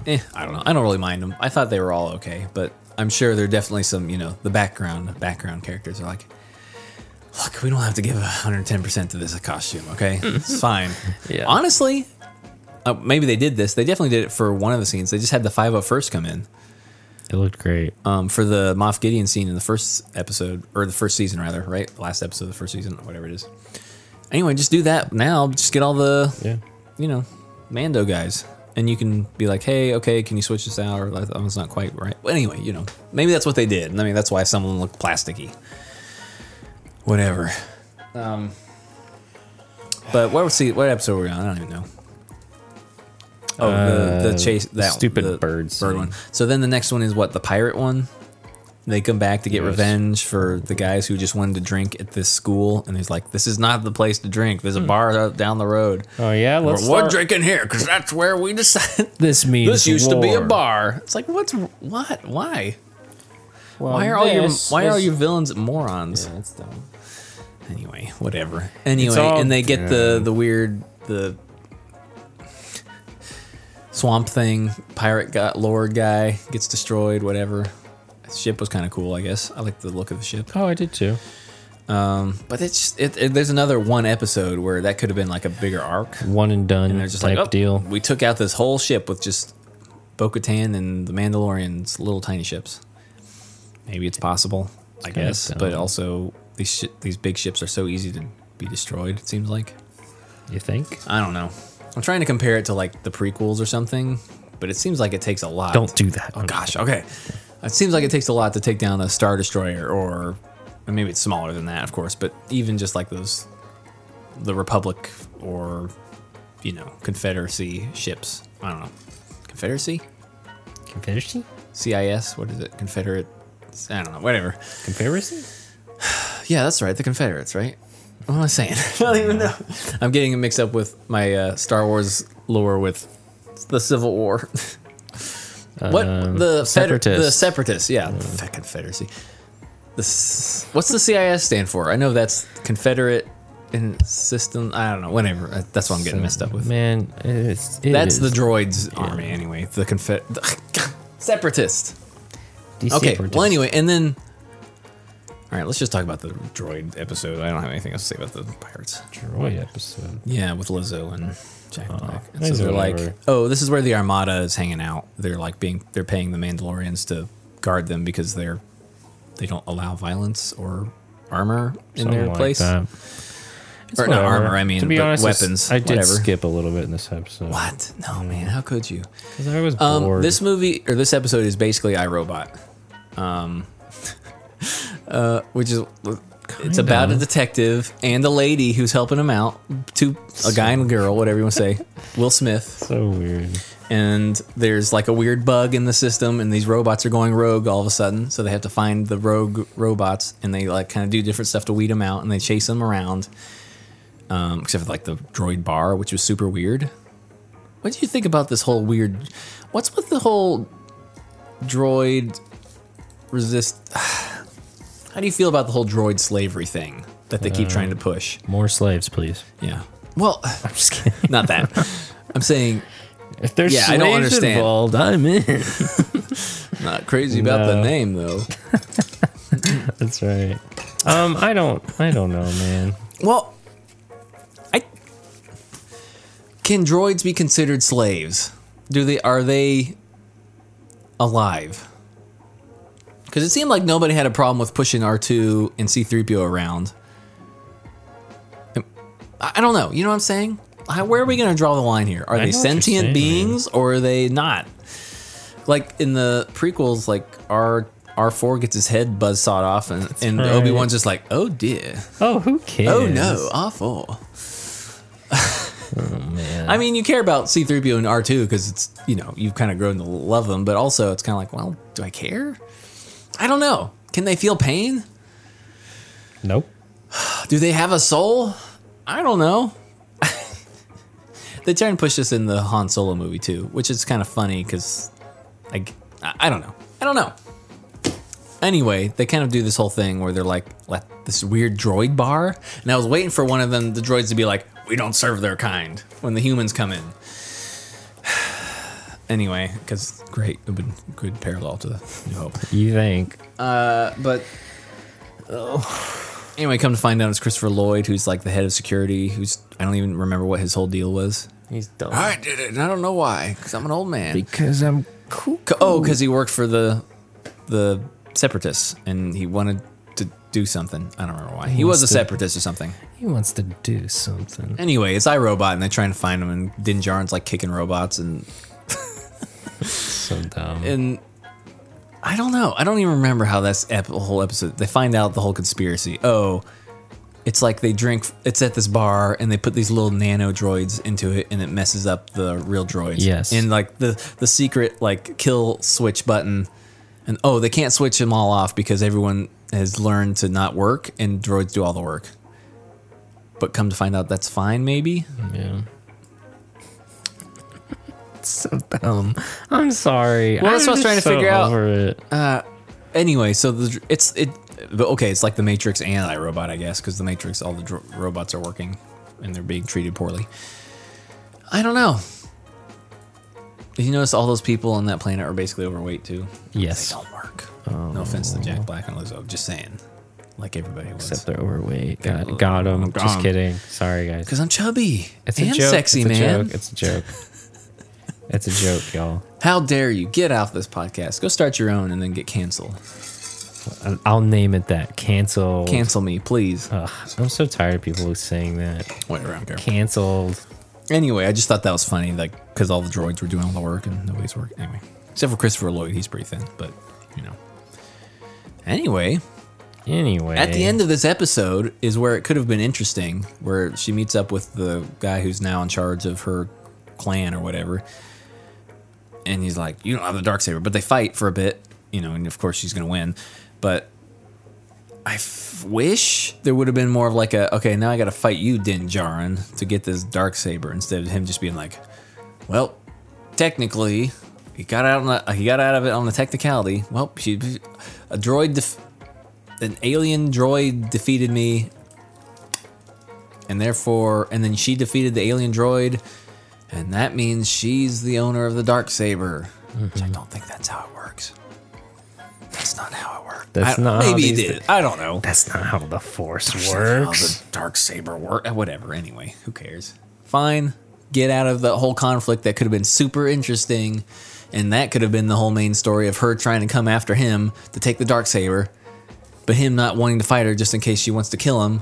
A: Eh, I don't know. I don't really mind them. I thought they were all okay, but I'm sure there are definitely some. You know, the background background characters are like, look, we don't have to give 110 percent to this costume.
B: *laughs*
A: Okay, it's fine.
B: Yeah.
A: Honestly, uh, maybe they did this. They definitely did it for one of the scenes. They just had the 501st come in.
B: It looked great.
A: um, for the Moff Gideon scene in the first episode, or the first season rather, right? Last episode of the first season, whatever it is. Anyway, just do that now. Just get all the,
B: Yeah.
A: you know, Mando guys, and you can be like, hey, okay, can you switch this out? Or like, oh, it's not quite right. Well, anyway, you know, maybe that's what they did. and I mean, that's why someone looked plasticky. Whatever. Um, but what was the, what episode were we on? I don't even know. Oh, the, the chase that
B: Uh, stupid
A: the
B: bird
A: bird
B: scene.
A: one. So then the next one is what the pirate one. They come back to get
B: Yes.
A: revenge for the guys who just wanted to drink at this school, and he's like, "This is not the place to drink. There's a bar out down the road.
B: Oh yeah,
A: We're,
B: let's
A: we're
B: start-
A: drinking here because that's where we decided
B: This means
A: this used to be a
B: war.
A: bar. It's like, what's what? Why?
B: Well,
A: Why are all your
B: Oh, this
A: Why are all
B: is-
A: your villains morons?
B: Yeah, that's dumb.
A: Anyway, whatever. Anyway,
B: all-
A: and they get the the weird the swamp thing pirate guy, lord guy gets destroyed. Whatever. The ship was kind of cool, I guess. I like the look of the ship.
B: Oh, I did too.
A: But it's it, it, there's another one episode where that could have been like a bigger arc.
B: One and done
A: And they're just
B: type
A: like, oh,
B: deal.
A: we took out this whole ship with just Bo-Katan and the Mandalorians, little tiny ships. Maybe it's possible, I guess,
B: dumb.
A: but also these shi these big ships are so easy to be destroyed. It seems like
B: You think?
A: I don't know. I'm trying to compare it to like the prequels or something, but it seems like it takes a lot.
B: Don't do that.
A: Oh gosh, okay. It seems like it takes a lot to take down a star destroyer, or and maybe it's smaller than that, of course. But even just like those, the Republic or you know Confederacy ships. I don't know. Confederacy,
B: Confederacy?
A: CIS. What is it? Confederate. I don't know. Whatever.
B: Confederacy?
A: Yeah, that's right. The Confederates, right? What am I saying? *laughs* I don't even know. I'm getting it mixed up with my uh, Star Wars lore with the Civil War. *laughs* what
B: Um,
A: the feder-
B: separatists.
A: the separatists? Yeah, the Confederacy. The s- what's the CIS stand for? I know that's Confederate and system. I don't know. Whatever. Uh, That's what I'm getting messed up with.
B: Man, it's, it
A: that's
B: is.
A: the droids army anyway. The *laughs* Confed separatist.
B: These
A: Okay.
B: separatists.
A: Well, anyway, and then. All right, let's just talk about the droid episode. I don't have anything else to say about the pirates.
B: Droid episode.
A: Yeah, with Lizzo and Jack Black. And so
B: that's
A: they're like,
B: Uh, whatever.
A: oh, this is where the Armada is hanging out. They're like being, they're paying the Mandalorians to guard them because they're, they don't allow violence or armor in
B: Something
A: their
B: like
A: place.
B: that.
A: Or not
B: Whatever.
A: armor, I mean,
B: to be
A: but
B: honest, it's-
A: weapons.
B: I did
A: whatever.
B: skip a little bit in this episode.
A: What? No, man, how could you?
B: 'Cause I was
A: Um,
B: bored.
A: This movie or this *laughs* episode is basically iRobot, um, uh, which is It's about a detective and a lady who's helping him out. Two, a guy and a girl, whatever you want to say. Will Smith.
B: So weird.
A: And there's like a weird bug in the system, and these robots are going rogue all of a sudden. So they have to find the rogue robots, and they like kind of do different stuff to weed them out, and they chase them around. Um, except for like the droid bar, which was super weird. What do you think about this whole weird? What's with the whole droid resist? *sighs* How do you feel about the whole droid slavery thing that they
B: Uh.
A: keep trying to push?
B: More slaves, please.
A: Yeah. Well, *laughs*
B: I'm just kidding.
A: not that. I'm saying
B: If there's
A: Yeah,
B: slaves
A: I don't understand.
B: involved,
A: *laughs*
B: I'm in.
A: not crazy about the
B: No.
A: name though.
B: That's right. Um, I don't, I don't know, man.
A: Well, I can droids be considered slaves? Do they are they alive? Because it seemed like nobody had a problem with pushing R two and C three PO around. I I don't know. You know what I'm saying? How, where are we going to draw the line here? Are
B: I
A: they
B: know what you're
A: sentient
B: saying,
A: beings or are they not? Like in the prequels, like R R four gets his head buzz sawed off, and, and
B: right.
A: Obi Wan's just like, oh dear.
B: Oh, who cares?
A: Oh no, awful. I mean, you care about C3PO and R2 because it's, you know, you've kind of grown to love them, but also it's kind of like, well, do I care? I don't know. Can they feel pain?
B: Nope.
A: Do they have a soul? I don't know. they try and push this in the Han Solo movie too, which is kind of funny because, like, I, I don't know. I don't know. Anyway, they kind of do this whole thing where they're like, like this weird droid bar, and I was waiting for one of them, the droids, to be like, "We don't serve their kind." When the humans come in. *sighs* anyway, because great, it would been good parallel to the New Hope.
B: You think?
A: But *sighs* anyway, come to find out, it's Christopher Lloyd, who's like the head of security. Who's I don't even remember what his whole deal was.
B: He's dumb.
A: I did it, and I don't know why, because I'm an old man.
B: Because I'm cool.
A: Oh, because he worked for the the separatists, and he wanted to do something. I don't remember why. He was a
B: wants to-
A: separatist or something.
B: He wants to do something.
A: Anyway, it's iRobot, and they're trying to find him, and Din Djarin's like kicking robots, and
B: So dumb.
A: and I don't know. I don't even remember how that's ep- whole episode. They find out the whole conspiracy. Oh, it's like they drink. It's at this bar, and they put these little nano droids into it, and it messes up the real droids.
B: Yes.
A: And like the the secret like kill switch button, and oh, they can't switch them all off because everyone has learned to not work, and droids do all the work. But come to find out, that's fine. Maybe
B: yeah. so dumb. I'm sorry.
A: Well, that's
B: I'm
A: what I was
B: just
A: trying to
B: so
A: figure out.
B: Over it.
A: anyway, so the dr- it's it, but okay, it's like the Matrix and iRobot, I guess, because the Matrix, all the dro- robots are working, and they're being treated poorly. I don't know. Did you notice all those people on that planet are basically overweight too?
B: yes. Oh.
A: They don't work. No offense to Jack Black and Lizzo, just saying, like everybody
B: Except
A: was.
B: they're overweight. Got, got him. Just kidding. Sorry, guys.
A: Because I'm chubby
B: It's a
A: and
B: joke.
A: sexy,
B: it's a
A: man.
B: Joke. It's a joke. it's a joke, y'all.
A: How dare you get off this podcast? Go start your own and then get canceled.
B: I- I'll name it that. Cancel.
A: Cancel me, please.
B: Ugh, I'm so tired of people saying that.
A: Whatever, I don't care.
B: Canceled.
A: Anyway, I just thought that was funny, like because all the droids were doing all the work and nobody's working. Anyway, except for Christopher Lloyd, he's pretty thin, but you know. Anyway,
B: Anyway.
A: at the end of this episode is where it could have been interesting, where she meets up with the guy who's now in charge of her clan or whatever, and he's like, "You don't have the dark saber," but they fight for a bit, you know, and of course she's gonna win, but. I f- wish there would have been more of like a okay now I got to fight you Din Djarin to get this dark saber instead of him just being like, well, technically he got out on the, he got out of it on the technicality. Well, she a droid def- an alien droid defeated me, and therefore, and then she defeated the alien droid, and that means she's the owner of the dark saber. Which
B: Mm-hmm.
A: I don't think that's how it works. That's not how it worked.
B: That's
A: I-
B: not how
A: maybe it
B: these-
A: did. I don't know.
B: That's not how the force
A: How
B: works.
A: the dark saber work? uh, Whatever. Anyway, who cares? Fine. Get out of the whole conflict that could have been super interesting, and that could have been the whole main story of her trying to come after him to take the dark saber, but him not wanting to fight her just in case she wants to kill him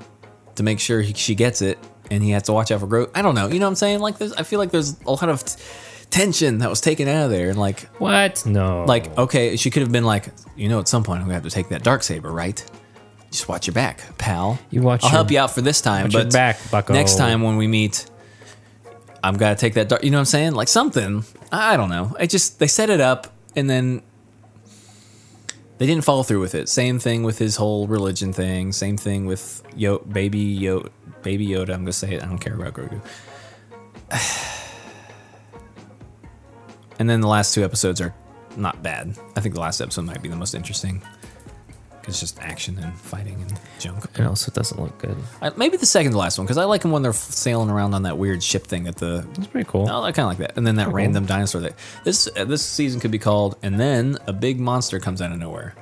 A: to make sure he, she gets it, and he has to watch out for growth. I don't know. You know what I'm saying? Like, there's, I feel like there's a lot of t- tension that was taken out of there, and like,
B: What? No.
A: like okay, she could have been like, you know, at some point I'm gonna have to take that dark saber, right? Just watch your back, pal.
B: You watch
A: I'll
B: your-
A: help you out for this time,
B: watch
A: but
B: your back, bucko.
A: next time when we meet, I'm gonna take that. Dark, you know what I'm saying? Like something. I I don't know. I just they set it up and then they didn't follow through with it. Same thing with his whole religion thing. Same thing with Yo Baby Yo Baby Yoda. I'm gonna say it. I don't care about Grogu. *sighs* And then the last two episodes are not bad. I think the last episode might be the most interesting. 'Cause It's just action and fighting and junk.
B: And also, it doesn't look good.
A: I, maybe the second to last one because I like them when they're f- sailing around on that weird ship thing at the.
B: It's pretty cool.
A: Oh, I kind of like that. And then that random dinosaur that this uh, this season could be called. And then a big monster comes out of nowhere.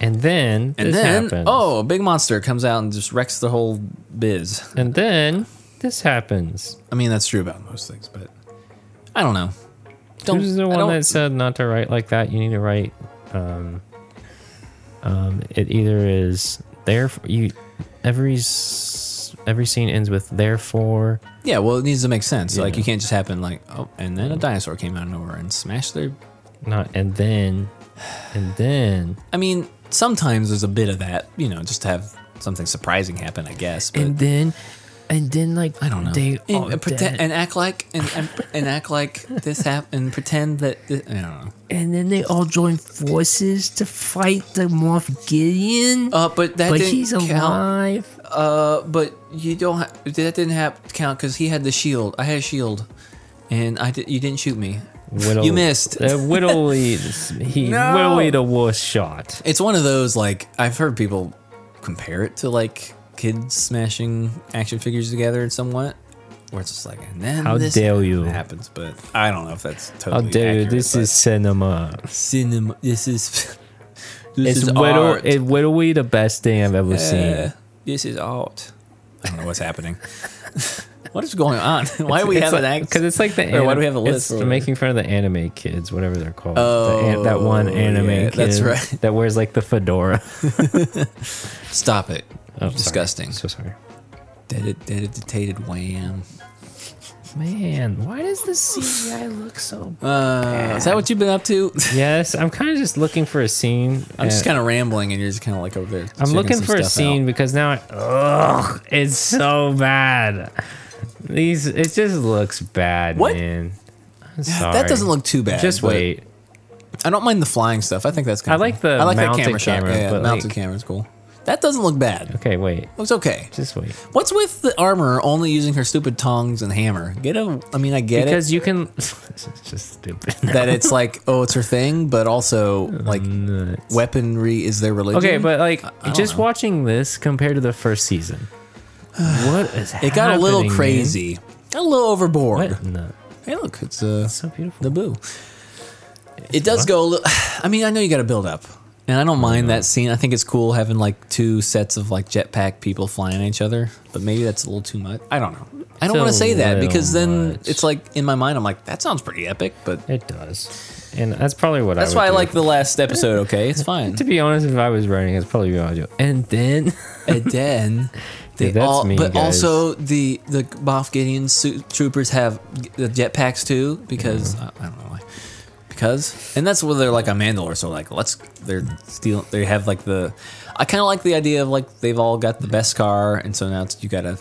B: And then
A: And
B: this
A: then
B: happens.
A: oh, a big monster comes out and just wrecks the whole biz.
B: And then this happens.
A: I mean that's true about most things, but I don't know. Don't,
B: Who's the
A: I
B: one
A: don't-
B: that said not to write like that? You need to write. Um, um, it either is there you every s- every scene ends with therefore.
A: Yeah, well, it needs to make sense. Like
B: Yeah.
A: you can't just happen like oh, and then a dinosaur came out of nowhere and smashed their.
B: Not and then, and then,
A: I mean, sometimes there's a bit of that, you know, just to have something surprising happen, I guess. But
B: and then, and then, like
A: I don't know.
B: They
A: and,
B: are
A: and pretend,
B: dead.
A: and act like and, and, and act like this happened. and Pretend that thi- I don't know.
B: and then they all join forces to fight the Moff Gideon.
A: Uh, but that
B: but
A: didn't
B: he's
A: count.
B: alive.
A: Uh, but you don't. Ha- that didn't hap count because he had the shield. I had a shield, and I di- you didn't shoot me.
B: Whittle-
A: You missed. *laughs*
B: Uh, Whittley, he Whittley the worst shot.
A: It's one of those like I've heard people compare it to like kids smashing action figures together in somewhat. Where it's just like, and then
B: How
A: this
B: dare you.
A: happens, but I don't know if that's
B: How
A: totally.
B: dare you?
A: accurate,
B: Oh, This
A: but-
B: is cinema.
A: cinema. This is *laughs* this
B: It's
A: is
B: Whittle,
A: art.
B: it, Whittley the best thing I've ever
A: Uh,
B: seen.
A: this is art. I don't know what's
B: *laughs*
A: happening. what is going on? *laughs* Why do we have an act?
B: Because it's like the
A: Or why do we have a
B: anim-
A: list
B: It's
A: or-
B: making fun of the anime kids, whatever they're called. The an- that one
A: Oh,
B: anime
A: yeah,
B: kid
A: that's right.
B: that wears like
A: *laughs*
B: the fedora.
A: Stop it!
B: Oh,
A: Disgusting.
B: Sorry. So sorry.
A: Dedicated wham.
B: Man, why does
A: *laughs*
B: the CGI look so?
A: Uh, is that what you've been up to? *laughs*
B: yes, I'm kind of just looking for a scene.
A: I'm just kind of rambling, and you're just kind of like over there.
B: I'm
A: checking
B: looking
A: some
B: for a
A: stuff
B: scene
A: out.
B: because now, I, ugh, it's
A: *laughs*
B: so bad. These, it just looks bad,
A: What?
B: man. I'm
A: That-
B: sorry.
A: That doesn't look too bad.
B: Just
A: but
B: wait.
A: I don't mind the flying stuff. I think that's. Kind
B: I like the
A: I like that
B: mounted
A: camera, shot.
B: camera,
A: Yeah, yeah,
B: but
A: mounted
B: like-
A: camera's cool. That doesn't look bad.
B: Okay, wait.
A: Looks okay.
B: Just wait.
A: What's with the armor only using her stupid tongs and hammer? Get a. I mean, I get it.
B: Because you can. *laughs* it's just stupid.
A: that it's like, oh, it's her thing, but also like
B: Nuts.
A: weaponry is their religion.
B: *laughs* Okay, but uh, like
A: don't
B: just
A: know.
B: watching this compared to the first season,
A: *sighs*
B: what is
A: it got a little
B: happening, man?
A: crazy, got a little overboard.
B: What? No,
A: Hey, look, it's uh,
B: so beautiful.
A: the boo. It does go. A little, *sighs* I mean, I know you got to build up, and I don't mind that scene. I think it's cool having like two sets of like jetpack people flying at each other, but maybe that's a little too much. I don't know. I don't
B: It's a
A: want to say that
B: little
A: because then
B: much.
A: it's like in my mind, I'm like, that sounds pretty epic, but
B: It does, and that's probably what
A: that's
B: I. would
A: why I
B: do.
A: like the last episode. Okay,
B: *laughs*
A: it's fine.
B: To be honest, if I was writing, it's probably what I would do. And then *laughs*
A: and then they
B: Yeah, that's
A: all,
B: me,
A: but
B: guys.
A: also the the Moff Gideon suit troopers have g- the jetpacks too because
B: Mm-hmm.
A: I, I don't know why. Because and that's where they're like a Mandalore, so like let's they're steal they have like the I kind of like the idea of like they've all got
B: Mm-hmm.
A: the best car, and so now it's, you gotta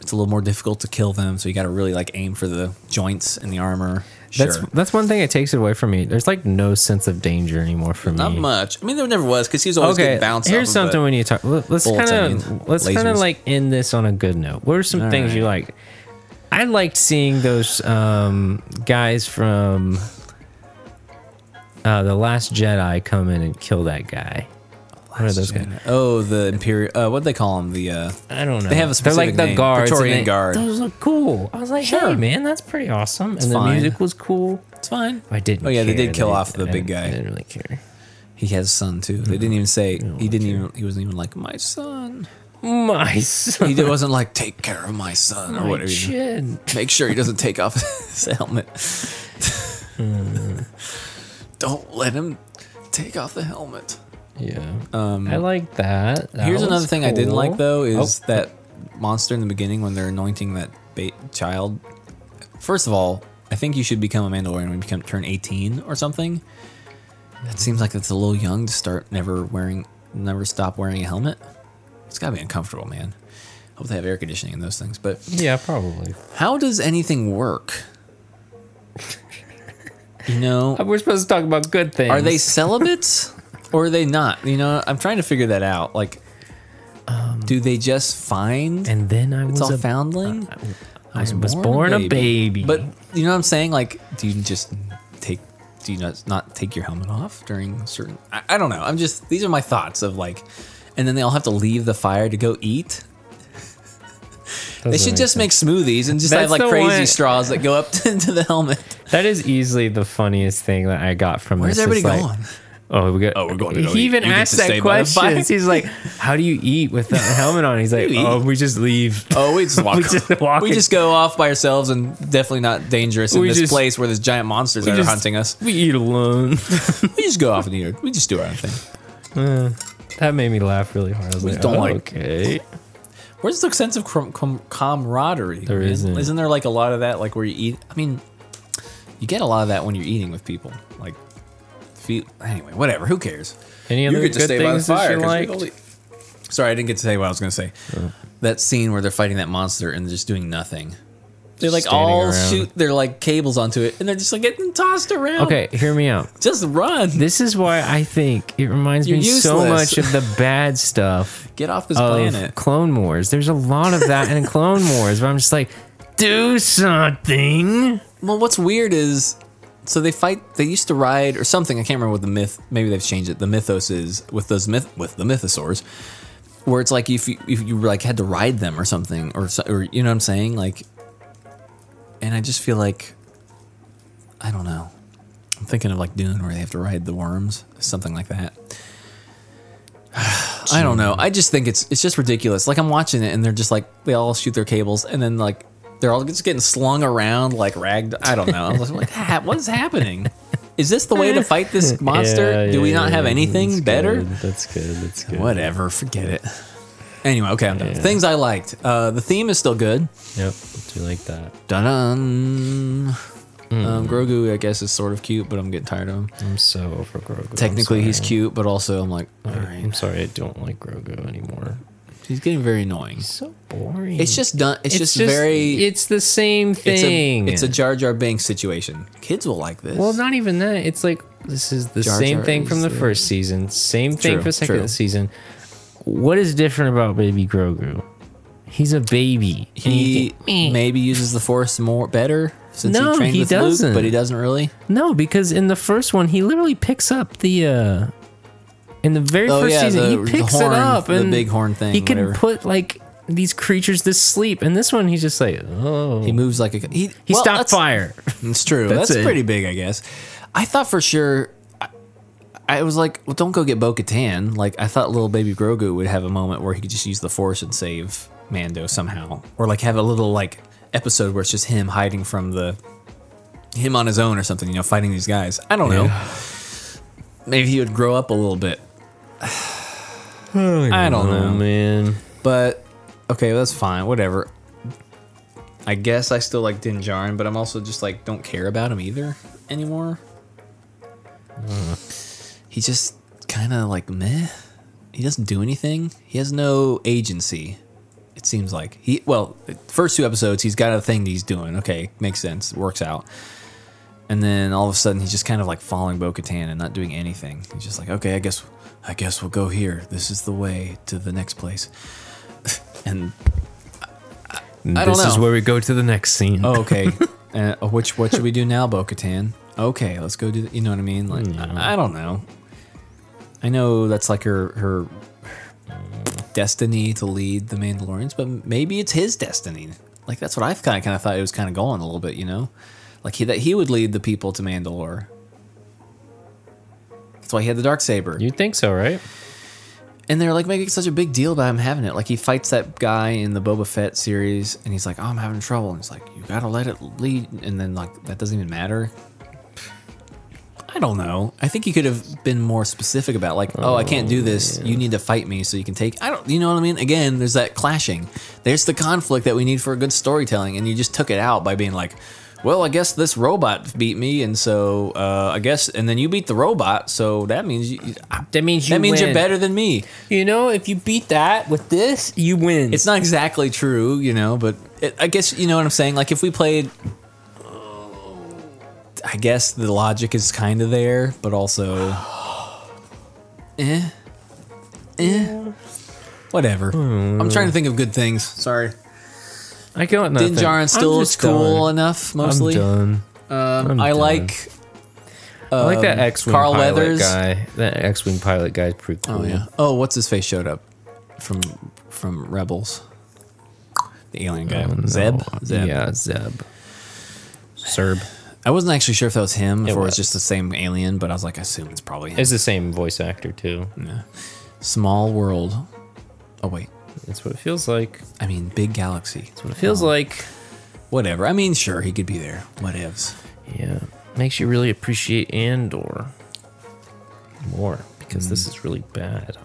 A: it's a little more difficult to kill them, so you gotta really like aim for the joints and the armor. Sure.
B: that's that's one thing it takes it away from me. There's like no sense of danger anymore for
A: not
B: me.
A: much. I mean, there never was because he was always
B: Okay,
A: getting bounced.
B: here's
A: off of, but-
B: something we need to talk. let- Let's
A: Bullets,
B: kind
A: I mean.
B: of let's kind of
A: Lasers.
B: like end this on a good note. What are some
A: All
B: things
A: right.
B: you like? I liked seeing those um, guys from uh, the Last Jedi come in and kill that guy. What are those guys?
A: Oh, the Imperial. Uh, what do they call them? The uh,
B: I don't know.
A: They have a
B: They're
A: specific
B: like the
A: name.
B: guards. and
A: Praetorian
B: they-
A: Guard.
B: Those look cool. I was like,
A: Sure.
B: hey man, that's pretty awesome. and the
A: fine.
B: music was cool.
A: it's fine.
B: I didn't.
A: Oh yeah, they
B: care
A: did kill
B: that
A: off the
B: I
A: big
B: didn't-
A: guy.
B: I didn't really care.
A: He has a son too. They didn't even say he didn't even he wasn't even like my son.
B: My *laughs* son.
A: He did- wasn't like take care of my son or
B: my
A: whatever. you know.
B: chin.
A: Make sure he doesn't take off *laughs* his helmet. Hmm. *laughs* Don't let him take off the helmet.
B: Yeah. I like that. That
A: Um, Here's
B: was
A: another thing I didn't like
B: cool.
A: though is
B: Oh,
A: that monster in the beginning when they're anointing that ba- child. First of all, I think you should become a Mandalorian when you become turn 18 or something. That seems like it's a little young to start never wearing, never stop wearing a helmet. It's got to be uncomfortable, man. Hope they have air conditioning in those things. But
B: Yeah, probably.
A: how does anything work? You know,
B: Uh, We're supposed to talk about good things.
A: are they
B: *laughs*
A: celibates or are they not? You know, I'm trying to figure that out. Like, um, do they just find
B: And then I
A: it's
B: was
A: all
B: a
A: foundling?
B: I was born, a baby.
A: But you know what I'm saying? Like, do you just take? Do you not, not take your helmet off during certain? I, I don't know. I'm just these are my thoughts of like, and then they all have to leave the fire to go eat. They should just make smoothies and just
B: That's
A: have like
B: the
A: crazy
B: one-
A: straws that go up *laughs* into the helmet.
B: That is easily the funniest thing that I got from
A: Where's
B: this. It's
A: everybody
B: like,
A: going?
B: Oh, we got.
A: Oh, we're going to
B: He
A: go eat.
B: even
A: We get
B: asked
A: to
B: that
A: stay by the
B: question.
A: fire.
B: He's like, "How do you eat with the helmet on?" He's like,
A: you eat?
B: "Oh, we just leave."
A: Oh, *laughs* we just walk.
B: We just walk
A: We just go off by ourselves and definitely not dangerous in
B: We
A: this
B: just-
A: place where there's giant monsters that are
B: just-
A: hunting us.
B: We eat alone.
A: We just go off and eat. our- We just do our own thing.
B: that made me laugh really hard. I was
A: We
B: like,
A: don't
B: "Oh,
A: like-
B: Okay.
A: Where's the sense of com- com- camaraderie?
B: There
A: man?
B: isn't.
A: Isn't there like a lot of that, like where you eat? I mean, you get a lot of that when you're eating with people. Like, feet. Anyway, whatever. Who cares?
B: Any other good things that you
A: 'cause we
B: liked?
A: only- Sorry, I didn't get to say what I was going to say. That scene where they're fighting that monster and just doing nothing. They like
B: standing
A: all
B: around.
A: shoot their like cables onto it, and they're just like getting tossed around.
B: Okay, hear me out.
A: just run.
B: This is why I think it reminds
A: You're
B: me so
A: useless.
B: much of the
A: *laughs*
B: bad stuff
A: get off this
B: of
A: planet.
B: Clone Wars. There's a lot of that in Clone Wars, but I'm just like, do something.
A: Well, what's weird is so they fight. They used to ride or something. I can't remember what the myth. Maybe they've changed it. The mythos is with those myth with the mythosaurs, where it's like if you, if you like had to ride them or something or so- or you know what I'm saying like. And I just feel like I don't know. I'm thinking of like Dune where they have to ride the worms, something like that. *sighs* I don't know. I just think it's it's just ridiculous. Like I'm watching it and they're just like they all shoot their cables and then like they're all just getting slung around like ragged. I don't know. I'm like, "Ha- what is happening? Is this the way to fight this monster?
B: *laughs* Yeah,
A: Do we
B: yeah,
A: not have
B: yeah,
A: anything
B: that's
A: better?
B: good, That's good. That's good.
A: Whatever. Forget it. Anyway, okay, I'm done. Things I liked. Uh, the theme is still good.
B: Yep. Do you like that?
A: Dun dun. Um, Grogu, I guess, is sort of cute, but I'm getting tired of him.
B: Hmm. I'm so over Grogu. I'm
A: Technically, he's
B: sorry.
A: cute, but also I'm like, all right,
B: I'm sorry, I don't like Grogu anymore.
A: he's getting very annoying.
B: So boring.
A: It's just done. It's, just, very.
B: It's the same
A: it's a,
B: thing.
A: it's a Jar Jar Binks situation. Kids will like this.
B: well, not even that. It's like this is the
A: Jar
B: same
A: Jar
B: thing from
A: is
B: the
A: the-
B: first season. Same thing
A: True,
B: for the second
A: true.
B: season. What is different about baby Grogu? He's a baby. And you
A: he
B: think, "Meh."
A: maybe uses the Force more better since
B: No,
A: he trained
B: he
A: with
B: doesn't.
A: Luke, but he doesn't really.
B: no, because in the first one he literally picks up the. uh in the very
A: Oh,
B: first
A: yeah,
B: season,
A: the- the
B: he picks
A: horn-
B: it up
A: the
B: and
A: big horn thing,
B: He can
A: whatever.
B: put like these creatures to sleep, and this one he's just like, oh,
A: He moves like a he.
B: He
A: well, that's-
B: stopped fire.
A: It's true.
B: That's
A: That's,
B: it.
A: pretty big, I guess. I thought for sure. I, I was like, well, don't go get Bo Katan. Like, I thought little baby Grogu would have a moment where he could just use the Force and save Mando somehow, or like have a little like episode where it's just him hiding from the him on his own or something. You know, fighting these guys. I don't know. Maybe he would grow up a little bit. *sighs* I don't know,
B: man.
A: but okay, that's fine. Whatever. I guess I still like Din Djarin, but I'm also just like don't care about him either anymore. He just kind of like meh. He doesn't do anything. He has no agency. It seems like he well, the first two episodes he's got a thing he's doing. Okay, makes sense, works out. And then all of a sudden he's just kind of like following Bo-Katan and not doing anything. He's just like, okay, I guess, I guess we'll go here. This is the way to the next place. and I don't
B: this is
A: know.
B: where we go to the next scene.
A: Oh, okay. *laughs* uh, which what should we do now, Bo-Katan? Okay, let's go do. The, you know what I mean? Like I, I don't know. I know that's like her her destiny to lead the Mandalorians, but maybe it's his destiny. Like that's what I've kind of kind of thought it was kind of going a little bit. You know, like he that he would lead the people to Mandalore. That's why he had the dark saber.
B: you think so, right?
A: And they're like making such a big deal about him having it. Like he fights that guy in the Boba Fett series, and he's like, "Oh, I'm having trouble." And he's like, "You gotta let it lead." And then like that doesn't even matter. I don't know. I think you could have been more specific about like, "Oh, I can't do this. You need to fight me so you can take." I don't. You know what I mean? Again, there's that clashing. There's the conflict that we need for good storytelling, and you just took it out by being like, well, I guess this robot beat me, and so uh, I guess, and then you beat the robot, so that means you,
B: That means
A: that means you're better than me.
B: You know, if you beat that with this, you win.
A: It's not exactly true, you know, but it, I guess you know what I'm saying. Like if we played, I guess the logic is kind of there, but also, eh, eh, whatever.
B: Hmm.
A: I'm trying to think of good things. Sorry,
B: I got nothing.
A: Dinjarin still
B: I'm
A: is
B: just
A: cool
B: done.
A: enough mostly.
B: I'm done.
A: Um,
B: I'm
A: I
B: done.
A: like.
B: I like that
A: um,
B: X-wing
A: Carl
B: pilot
A: Weathers.
B: guy. That X-wing pilot guy's pretty cool.
A: Oh yeah. Oh, what's his face showed up from from Rebels. The alien guy,
B: Oh, no.
A: Zeb. Zeb.
B: Yeah, Zeb. Serb.
A: I wasn't actually sure if that was him or it was
B: was.
A: just the same alien, but I was like, I assume it's probably him.
B: It's the same voice actor too.
A: Small world. Oh wait,
B: That's what it feels like. Oh.
A: I mean big galaxy.
B: That's what it
A: Oh.
B: feels like.
A: Whatever. I mean, sure, he could be there. Whatevs.
B: Yeah. Makes you really appreciate Andor more
A: Mm.
B: because this is really bad.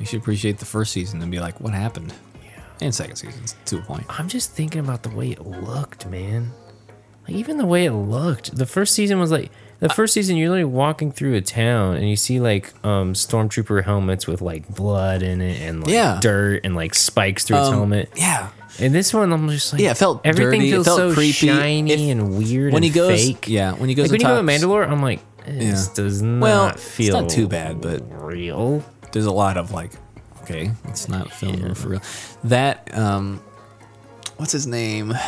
A: You should appreciate the first season and be like, what happened? And second season's to a point.
B: I'm just thinking about the way it looked, man. Like even the way it looked. The first season was like the first season you're literally walking through a town and you see like um stormtrooper helmets with like blood in it and like
A: Yeah.
B: dirt and like spikes through its
A: Um,
B: helmet.
A: Yeah.
B: And this one I'm just like
A: Yeah, it felt
B: everything
A: dirty, it
B: feels
A: felt
B: so
A: creepy.
B: shiny
A: If-
B: and weird
A: When
B: and
A: he goes,
B: fake.
A: yeah. When he goes,
B: like when
A: to
B: you go to
A: Tox,
B: Mandalore, I'm like, this
A: Yeah.
B: does not
A: Well, it's not
B: feel
A: too bad, but-
B: real.
A: there's a lot of like, okay, it's not film for real. That um, what's his name? *sighs*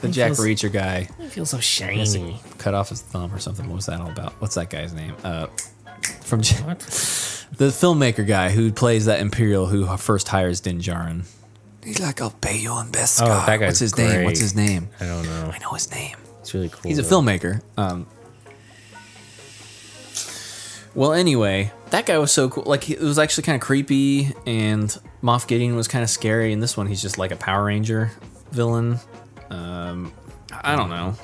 A: The Jack
B: feels-
A: Reacher guy.
B: It feels so
A: Yes,
B: shiny.
A: he cut off his thumb or something. What was that all about? What's that guy's name? Uh, *laughs* from J- *laughs*
B: What?
A: the filmmaker guy who plays that Imperial who first hires Din Djarin. He's like, I'll pay you on best.
B: Oh,
A: God."
B: that guy's
A: What's his name? What's
B: great.
A: his name?
B: I don't know.
A: I know his name.
B: It's really cool.
A: He's a
B: though.
A: filmmaker. Um, well, anyway, that guy was so cool. Like, he- it was actually kind of creepy, and Moff Gideon was kind of scary. In this one, he's just like a Power Ranger villain. Um, I don't know.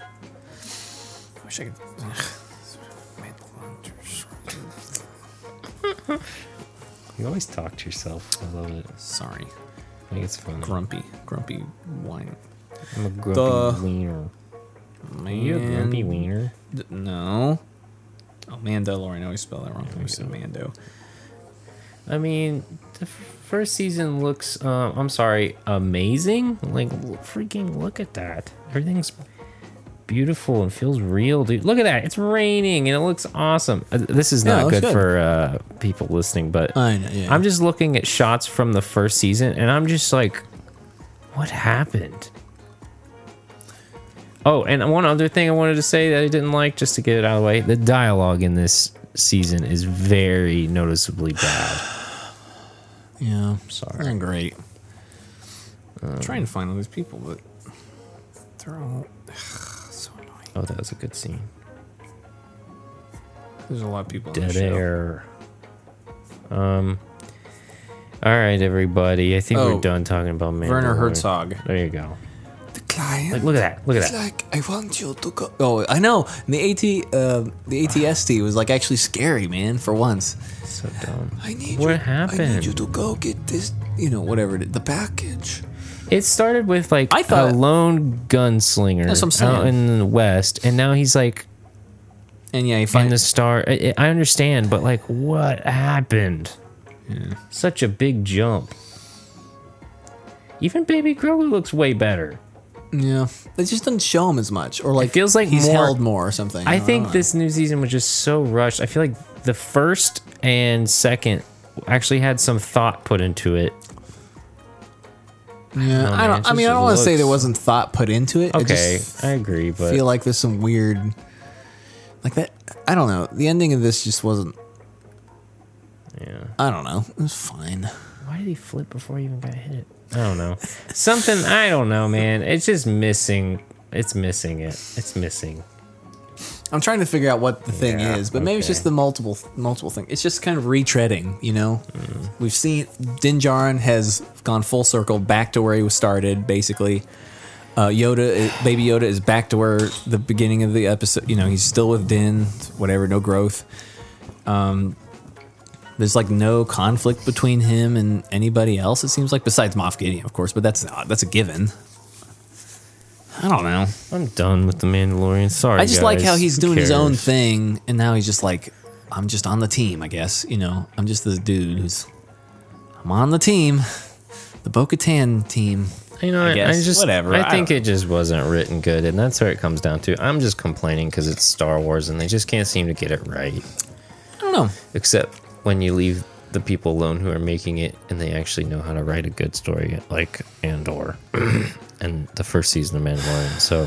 A: I wish I could.
B: You always talk to yourself. I love it.
A: Sorry,
B: I think it's funny.
A: grumpy, grumpy wine
B: I'm a grumpy
A: Duh.
B: wiener. Are
A: man.
B: you a grumpy wiener?
A: D- No. Oh, Mandalorian. I always spell that wrong. I said Mando.
B: I mean, the f- first season looks. Um, I'm sorry, amazing. Like l- freaking look at that. Everything's beautiful and feels real, dude. Look at that. It's raining and it looks awesome. Uh, This is
A: Yeah, it
B: not
A: looks
B: good,
A: good.
B: for uh, people listening, but
A: I know, yeah.
B: I'm just looking at shots from the first season and I'm just like, what happened? Oh, and one other thing I wanted to say that I didn't like, just to get it out of the way, the dialogue in this season is very noticeably bad.
A: *sighs* Yeah.
B: Sorry.
A: They're great. I'm trying to find all these people, but they're all so annoying.
B: Oh, that was a good scene.
A: There's a lot of people. in
B: Dead
A: the show.
B: air. Um. All right, everybody. I think
A: Oh,
B: we're done talking about Mandalorian.
A: Werner Herzog.
B: There you go.
A: The client.
B: Like, look at that. Look at that.
A: like I want you to go. Oh, I know. And the AT, uh, the ATST was like actually scary, man. For once,
B: So dumb.
A: I need.
B: What
A: you, I need
B: happened?
A: you to go get this. You know, whatever it is, the package.
B: It started with like
A: I thought-
B: a lone gunslinger
A: That's what I'm
B: out
A: saying.
B: in the west, and now he's like
A: And yeah, he
B: in
A: finds
B: the star. I, I understand, but like, what happened? Such a big jump. Even Baby Grogu looks way better.
A: Yeah, it just doesn't show him as much, or like
B: feels like
A: he's
B: more-
A: held more or something.
B: I
A: don't
B: think
A: know.
B: this new season was just so rushed. I feel like the first and second actually had some thought put into it.
A: Yeah, I
B: man,
A: don't.
B: it
A: I mean,
B: just
A: I don't want to say
B: looks-
A: there wasn't thought put into it.
B: Okay,
A: I just
B: I agree, but
A: feel like there's some weird, like that. I don't know. The ending of this just wasn't.
B: yeah.
A: I don't know. It was fine.
B: Why did he flip before he even got hit? I don't know. Something I don't know, man. It's just missing. It's missing it. It's missing.
A: I'm trying to figure out what the thing
B: Yeah,
A: is, but maybe it's
B: okay.
A: just the multiple multiple thing. It's just kind of retreading, you know. We've seen Din Djarin has gone full circle back to where he was started, basically. Uh, Yoda, i- baby Yoda, is back to where the beginning of the episode. You know, he's still with Din. Whatever, no growth. Um, there's like no conflict between him and anybody else. It seems like besides Moff Gideon, of course, but that's not, that's a given. I don't know.
B: I'm done with the Mandalorian. Sorry,
A: I just like how
B: guys.
A: he's
B: Who
A: doing his own
B: cares?
A: thing, and now he's just like, I'm just on the team, I guess. You know, I'm just this dude who's, I'm on the team, the Bo Katan team.
B: You know, I, I
A: guess.
B: just
A: Whatever. I
B: I think
A: don't-
B: it just wasn't written good, and that's where it comes down to. I'm just complaining because it's Star Wars, and they just can't seem to get it right.
A: I don't know.
B: Except when you leave the people alone who are making it, and they actually know how to write a good story, like Andor, *clears throat* and the first season of Mandalorian. So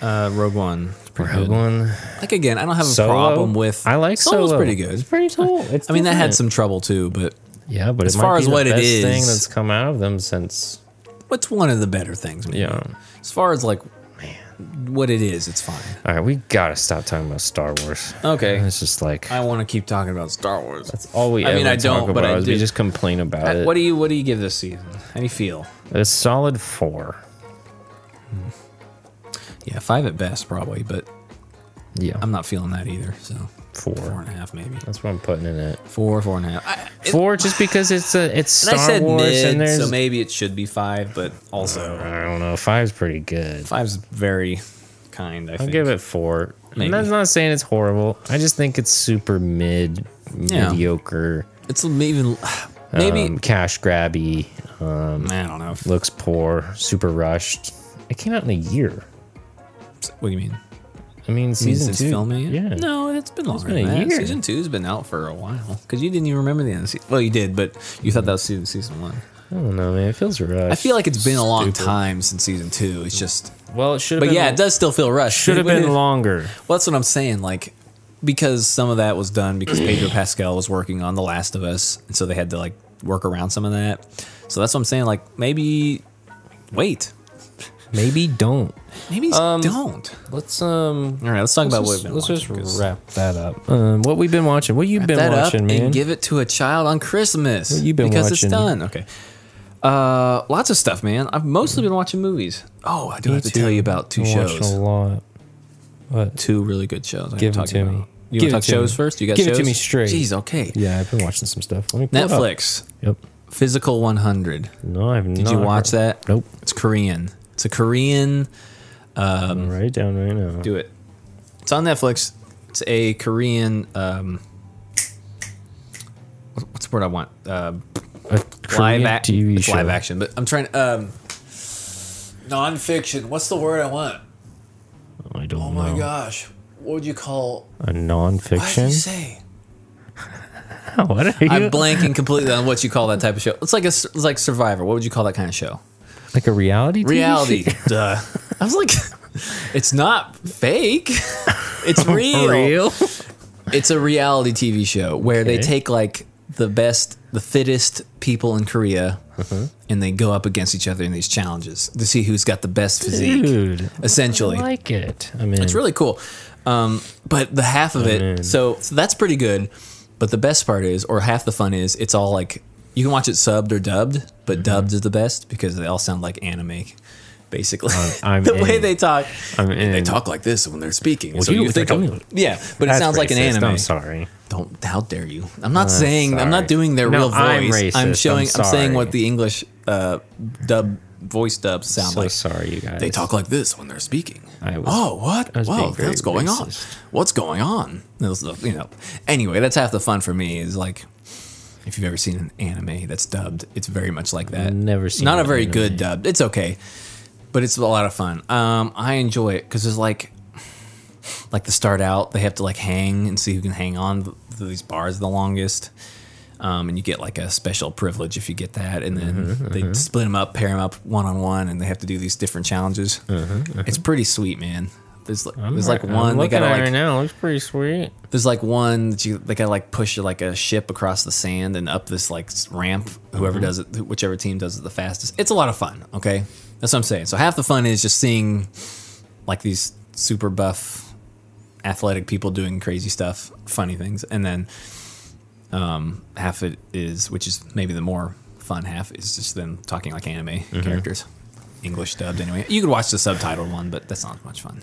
A: Uh, Rogue One. It's pretty
B: Rogue
A: good.
B: One,
A: Like again, I don't have a
B: Solo.
A: problem with.
B: I like
A: Solo's
B: Solo.
A: pretty good.
B: It's pretty cool. It's
A: I mean, that
B: different.
A: had some trouble too, but
B: yeah, but
A: as
B: as
A: far
B: far
A: as
B: as the
A: what it
B: best thing
A: is-
B: that's come out of them since
A: what's one of the better things? maybe?
B: yeah.
A: As far as like, man, what it is, it's fine.
B: All right, we gotta stop talking about Star Wars.
A: Okay.
B: it's just like
A: Um, I want to keep talking about Star Wars.
B: That's all we.
A: I mean,
B: ever
A: I don't,
B: talk
A: but
B: about
A: I
B: is
A: do.
B: We just complain about
A: Uh,
B: it.
A: what do you What do you give this season? How do you feel?
B: a solid four.
A: Yeah, five at best, probably, but
B: Yeah,
A: I'm not feeling that either. So
B: Four.
A: four and a half, maybe
B: that's what I'm putting in it.
A: four, four and a half. I, it-
B: Four, just because it's a it's
A: and
B: Star
A: I said
B: Wars,
A: mid,
B: and there's
A: so maybe it should be five, but also
B: I don't know. Five's pretty good.
A: five's very kind. I
B: I'll
A: think.
B: give it four.
A: Maybe.
B: And that's not saying it's horrible. I just think it's super mid,
A: Yeah.
B: mediocre,
A: It's even maybe
B: um, cash grabby, um,
A: I don't know. What
B: looks poor, super rushed. It came out in a year.
A: do you mean?
B: I mean,
A: Season
B: season two.
A: filming? it?
B: Yeah.
A: No, it's been longer
B: been a
A: than that.
B: year.
A: Season two's been out for a while because you didn't even remember the end. Of season. Well, you did, but you thought that was season season one.
B: I don't know, man. It feels rushed.
A: I feel like it's been a long
B: Stupid.
A: time since season two. It's just,
B: Well, it should. have
A: but
B: been
A: yeah, it does still feel rushed.
B: Should have
A: What
B: been
A: is-
B: longer.
A: Well, that's what I'm saying. Like, because some of that was done because
B: *clears throat*
A: Pedro Pascal was working on The Last of Us, and so they had to like work around some of that. So that's what I'm saying. Like, maybe wait,
B: Maybe don't.
A: maybe don't.
B: Let's um.
A: All right, let's talk about what. we've
B: let's just-
A: been
B: let's just
A: watching, 'cause-
B: wrap that up. Um, what we've been watching? What you've been
A: that
B: watching,
A: up
B: man?
A: and give it to a child on Christmas.
B: What you been
A: because
B: watching?
A: it's done. Okay. Uh, lots of stuff, man. I've mostly been watching movies. Oh, I do
B: Me
A: have to
B: too.
A: tell you about two
B: Been watching
A: shows.
B: A lot. What?
A: Two really good shows. I
B: Give
A: can
B: it
A: talk
B: to
A: about.
B: me.
A: You
B: Give
A: want to talk
B: it to
A: shows
B: me.
A: first? You got
B: Give it to
A: shows?
B: me straight.
A: Jeez, okay.
B: Yeah, I've been watching some stuff. Let me pull it up.
A: Netflix,
B: Yep.
A: Physical 100.
B: No, I've
A: Did
B: not.
A: you watch
B: heard-
A: that?
B: Nope.
A: It's Korean. It's a Korean.
B: I'm right down right now.
A: Do it. It's on Netflix. It's a Korean. Um, what's the word I want? Uh,
B: A Korean
A: live ac-
B: TV
A: it's
B: show.
A: live action, but I'm trying to um nonfiction. What's the word I want?
B: I don't
A: Oh
B: know.
A: my gosh. What would you call what
B: A
A: did you
B: nonfiction.
A: say?
B: *laughs* What are you?
A: I'm blanking completely on what you call that type of show. It's like a s- it's like Survivor. What would you call that kind of show?
B: like a reality. TV
A: Reality.
B: show?
A: Duh. *laughs* I was like it's not
B: *laughs*
A: fake. It's real. *laughs*
B: real?
A: It's a reality TV show where they
B: Okay.
A: take like the best, the fittest people in Korea
B: Uh-huh.
A: and they go up against each other in these challenges to see who's got the best physique.
B: Dude, Oh I
A: Essentially.
B: like it. I mean,
A: It's really cool. Um, but the half of it,
B: man.
A: so, so that's pretty good. But the best part is, or half the fun is, it's all like you can watch it subbed or dubbed, but
B: Mm-hmm.
A: dubbed is the best because they all sound like anime, basically. *laughs*
B: I'm
A: the way
B: in.
A: they talk,
B: I'm
A: they
B: in.
A: talk like this when they're speaking.
B: Well,
A: so
B: you-
A: you think, of-
B: don't-
A: yeah, but it
B: That's
A: sounds like an
B: racist.
A: anime.
B: I'm sorry. Uh,
A: Don't how dare you? I'm not saying I'm not
B: sorry.
A: doing their
B: No,
A: real voice.
B: I'm racist. I'm
A: showing. I'm, saying what
B: sorry.
A: the English uh, dub voice dubs sound
B: so
A: like.
B: sorry, you guys.
A: They talk like this when they're speaking.
B: I was-
A: oh, what?
B: I was
A: Whoa,
B: being very
A: what's going
B: racist.
A: on? What's going on? Those little- you know. Anyway, that's half the fun for me is like, if you've ever seen an anime that's dubbed, it's very much like that.
B: Never seen
A: Not a
B: an
A: very
B: anime.
A: good dubbed. It's okay, but it's a lot of fun. Um, I enjoy it because it's like, like to start out, they have to like hang and see who can hang on th- to these bars the longest. Um, and you get like a special privilege if you get that, and then
B: Mm-hmm,
A: they split them up, pair them up one on one, and they have to do these different challenges. It's pretty sweet, man. There's like there's like
B: Mm-hmm, I'm
A: one they
B: looking
A: gotta like
B: at it right now. It looks pretty sweet.
A: there's like one that you they gotta like push like a ship across the sand and up this like s- ramp. Whoever does it, whichever team does it the fastest. It's a lot of fun. Okay, that's what I'm saying. So half the fun is just seeing like these super buff athletic people doing crazy stuff, funny things, and then um, half it is, which is maybe the more fun half, is just them talking like anime characters, English dubbed anyway. You could watch the subtitled one, but that's not much fun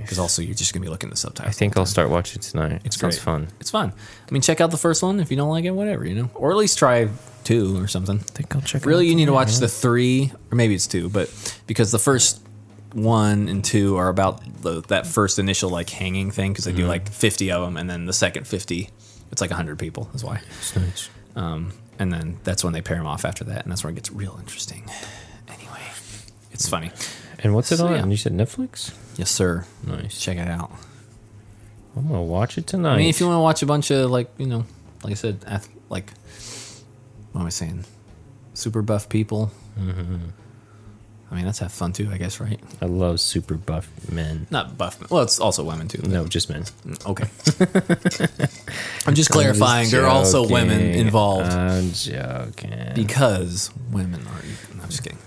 A: because also you're just gonna be looking at the subtitles.
B: I think I'll start watching tonight. It sounds
A: great.
B: fun.
A: It's fun. I mean, check out the first one if you don't like it, whatever you know, or at least try two or something.
B: think I'll check.
A: Really, you need to watch the three, or maybe it's two, but because the first one and two are about the, that first initial like hanging thing because they
B: Mm-hmm.
A: do like 50 of them, and then the second 50, it's like 100 people. That's why.
B: It's nice.
A: Um, and then that's when they pair him off after that, and that's where it gets real interesting. Anyway, it's funny.
B: And what's it
A: So,
B: on?
A: yeah.
B: You said Netflix?
A: Yes, sir.
B: Nice.
A: Check it out.
B: I'm gonna watch it tonight.
A: I mean, if you want to watch a bunch of like you know, like I said, ath- like what am I saying? Super buff people.
B: Mm-hmm.
A: I mean, that's have fun too, I guess, right?
B: I love super buff men.
A: Not buff. Well, it's also women too.
B: No, just men. *laughs*
A: Okay. I'm just clarifying. There are also women
B: Joking. Uh,
A: involved
B: I'm joking.
A: because women are. equal. No, I'm just kidding.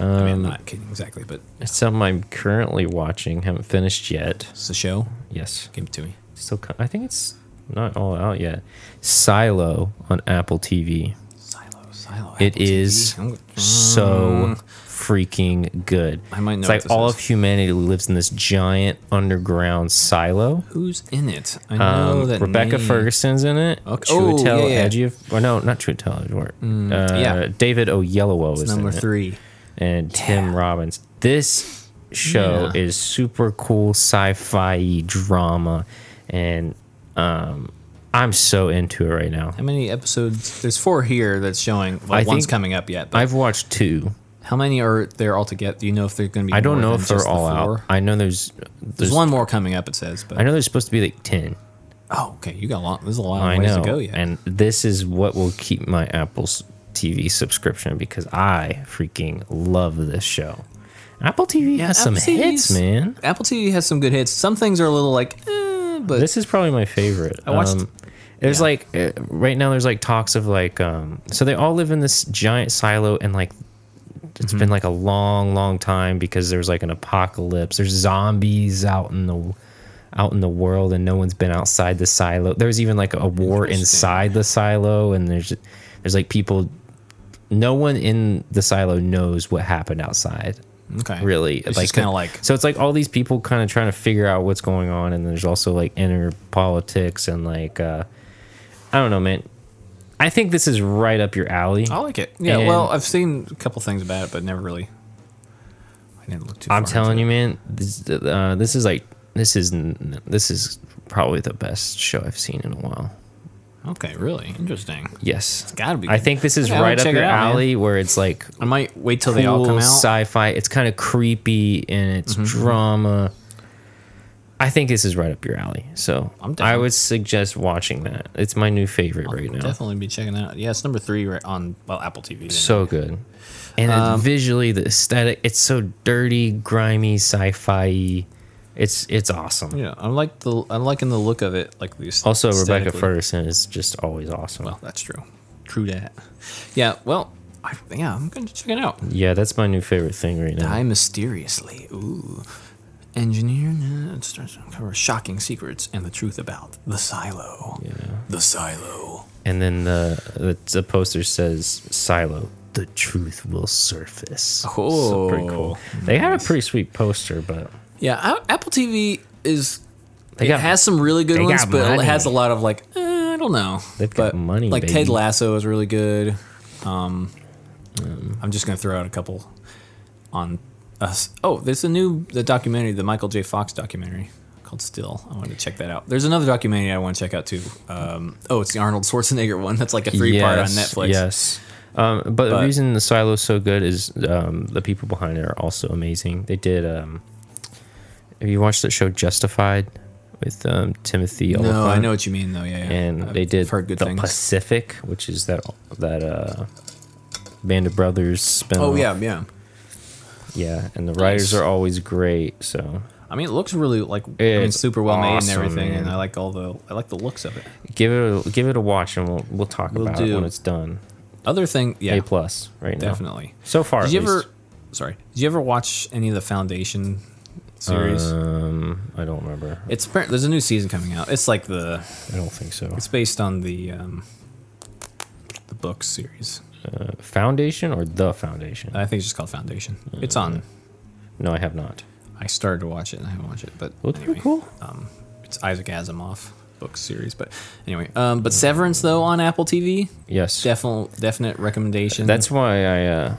A: I
B: Um,
A: mean, I'm not kidding exactly, but
B: it's something I'm currently watching. Haven't finished yet.
A: it's a show.
B: Yes.
A: Give it to me.
B: Still, co- I think it's not all out yet. Silo on Apple TV.
A: Silo, silo.
B: It
A: Apple TV.
B: is
A: I'm- uh.
B: so freaking good.
A: I might know
B: It's
A: what
B: like
A: this
B: all
A: is.
B: of humanity lives in this giant underground silo.
A: Who's in it? I know
B: Um,
A: that
B: Rebecca
A: name.
B: Ferguson's in it.
A: Okay. Oh,
B: Chiwetel
A: yeah, yeah. Mm.
B: Ejiof- or no, not Chiwetel. Ejiofor. uh,
A: yeah.
B: David Oyelowo is
A: Number
B: in it.
A: three.
B: and Tim Robbins. This show
A: Yeah.
B: is super cool sci-fi drama, and um, I'm so into it right now.
A: How many episodes? There's four here that's showing. Well,
B: I
A: one's
B: think-
A: coming up yet. But
B: I've watched two.
A: how many are there altogether? Do you know if they're going to be?
B: I don't
A: more
B: know
A: than
B: if they're
A: just the
B: all
A: four?
B: out. I know there's
A: There's,
B: there's,
A: one more coming up. It says, but
B: I know there's supposed to be like ten.
A: oh, okay, you got a lot. There's a lot of
B: I
A: ways
B: know,
A: to go yet.
B: and this is what will keep my Apple's TV subscription because I freaking love this show. Apple TV has some
A: Apple
B: hits,
A: TV's
B: man.
A: Apple TV has some good hits. Some things are a little like, eh, but
B: this is probably my favorite. I
A: watched-
B: there's
A: yeah.
B: like uh, right now. There's like talks of like um. So they all live in this giant silo, and like it's
A: Mm-hmm.
B: been like a long, long time because there's like an apocalypse. There's zombies out in the out in the world, and no one's been outside the silo. There's even like a war inside the silo, and there's there's like people. No one in the silo knows what happened outside
A: okay,
B: really
A: it's
B: like
A: just kind of like
B: so it's like all these people kind of trying to figure out what's going on and there's also like inner politics and like uh i don't know man i think this is right up your alley
A: I like it. Yeah,
B: And-
A: well, I've seen a couple things about it, but never really. I didn't look too.
B: i'm
A: far
B: telling
A: into
B: you man this, uh, this is like this is n- this is probably the best show i've seen in a while
A: it. Okay, really interesting.
B: yes
A: gotta be
B: i
A: good.
B: think this is
A: Yeah, I would
B: right up
A: check it
B: your
A: out, man.
B: alley where it's like
A: I might wait till they all
B: cool
A: come out. Mm-hmm.
B: sci-fi it's kind of creepy and it's drama i think this is right up your alley so
A: I'm down.
B: i would suggest watching that it's my new favorite right now
A: Definitely be checking it out. Yeah, it's number three right on well Apple TV. then.
B: so good and then
A: Um,
B: visually the aesthetic it's so dirty grimy sci-fi it's it's awesome
A: Yeah, I like the I'm liking the look of it. Like the aest-
B: also rebecca
A: aesthetically.
B: ferguson is just always awesome
A: Well, that's true. True that. Yeah. Well, I, yeah, I'm going to check it out.
B: yeah that's my new favorite thing right now
A: Die mysteriously. Ooh. Engineer nah, it starts to uncover shocking secrets and the truth about the silo. Yeah. The silo.
B: and then the, the the poster says silo the truth will surface so pretty cool they had a pretty sweet poster but
A: Yeah, A- Apple TV is
B: They
A: it
B: got-
A: has some really good
B: they
A: ones,
B: got
A: but it
B: money.
A: has a lot of like eh, I don't know.
B: They've got
A: But,
B: money,
A: Like Ted
B: baby.
A: Lasso is really good. Um, I'm just gonna throw out a couple on us. Oh, there's a new the documentary, the Michael J. Fox documentary called Still. I want to check that out. There's another documentary I want to check out too. Um, oh, it's the Arnold Schwarzenegger one. That's like a three part on
B: Yes,
A: Netflix.
B: yes um, but, the
A: But-
B: reason the silo's so good is um, the people behind it are also amazing they did um, have you watched the show justified with um, timothy
A: No, I
B: Olyphant?
A: know what you mean though. Yeah, yeah.
B: uh, and
A: I've-
B: they did
A: I've heard good
B: the
A: things.
B: pacific which is that that uh, band of brothers spin
A: oh yeah, yeah.
B: yeah and the writers are always great so
A: I mean, it looks really like I mean,
B: It's
A: super well made and
B: awesome,
A: everything, and
B: man.
A: I like all the I like the looks of it.
B: give it a, give it a watch and we'll we'll talk
A: Will
B: about it
A: do.
B: when it's done.
A: Other thing, yeah,
B: A plus right now.
A: definitely.
B: So far,
A: Did you
B: at
A: ever?
B: least.
A: Sorry, did you ever watch any of the Foundation series?
B: Um, I don't remember.
A: it's apparent there's a new season coming out. It's like the
B: I don't think so.
A: it's based on the um, the book series.
B: Foundation or the Foundation?
A: I think it's just called Foundation. It's on.
B: no, I have not.
A: I started to watch it and I haven't watched it, but
B: Looks
A: anyway,
B: pretty cool.
A: um, it's Isaac Asimov book series. But anyway, um, but Severance though on Apple TV,
B: Yes,
A: definite definite recommendation.
B: that's why I uh,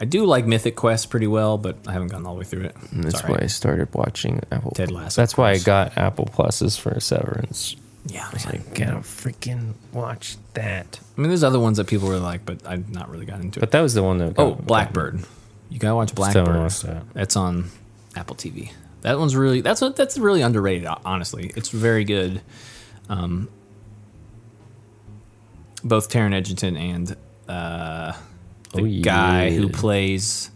A: I do like Mythic Quest pretty well, but I haven't gotten all the way through it. It's
B: Mm, That's
A: all right.
B: why I started watching Apple.
A: Ted Lasso,
B: That's why I
A: of course.
B: got Apple Pluses for Severance.
A: Yeah,
B: I was
A: man.
B: like, gotta freaking watch that.
A: I mean, there's other ones that people really like, but I've not really got into it.
B: But that was the one that.
A: Oh,
B: got-
A: Blackbird. You gotta watch
B: haven't
A: Blackbird.
B: watched that.
A: That's on Apple TV. That one's really that's what that's really underrated. ho- Honestly, it's very good. Um, both Taron Egerton and
B: Oh,
A: the guy who
B: yeah.
A: plays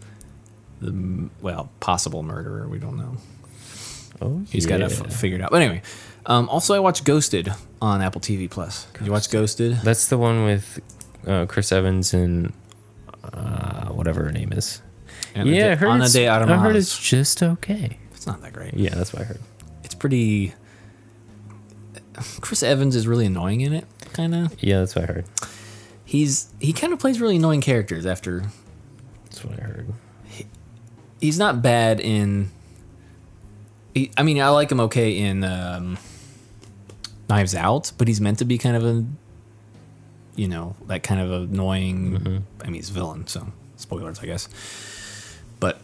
A: the m- well possible murderer. We don't know.
B: Oh,
A: He's got to
B: yeah.
A: f- figure it out. But anyway, um, also I watched Ghosted on Apple TV Plus. Did you watch Ghosted?
B: That's the one with uh, Chris Evans and uh, whatever her name is.
A: Ana
B: yeah,
A: de-
B: I heard,
A: Ana
B: it's,
A: de
B: I heard it's
A: Armas.
B: just okay.
A: It's not that great.
B: Yeah, that's what I heard.
A: It's pretty. Chris Evans is really annoying in it, kind of.
B: Yeah, that's what I heard.
A: he's he kind of plays really annoying characters after
B: That's what I heard.
A: he's not bad in he, i mean i like him okay in um, knives out but he's meant to be kind of a you know that kind of annoying i mean he's a villain so spoilers i guess but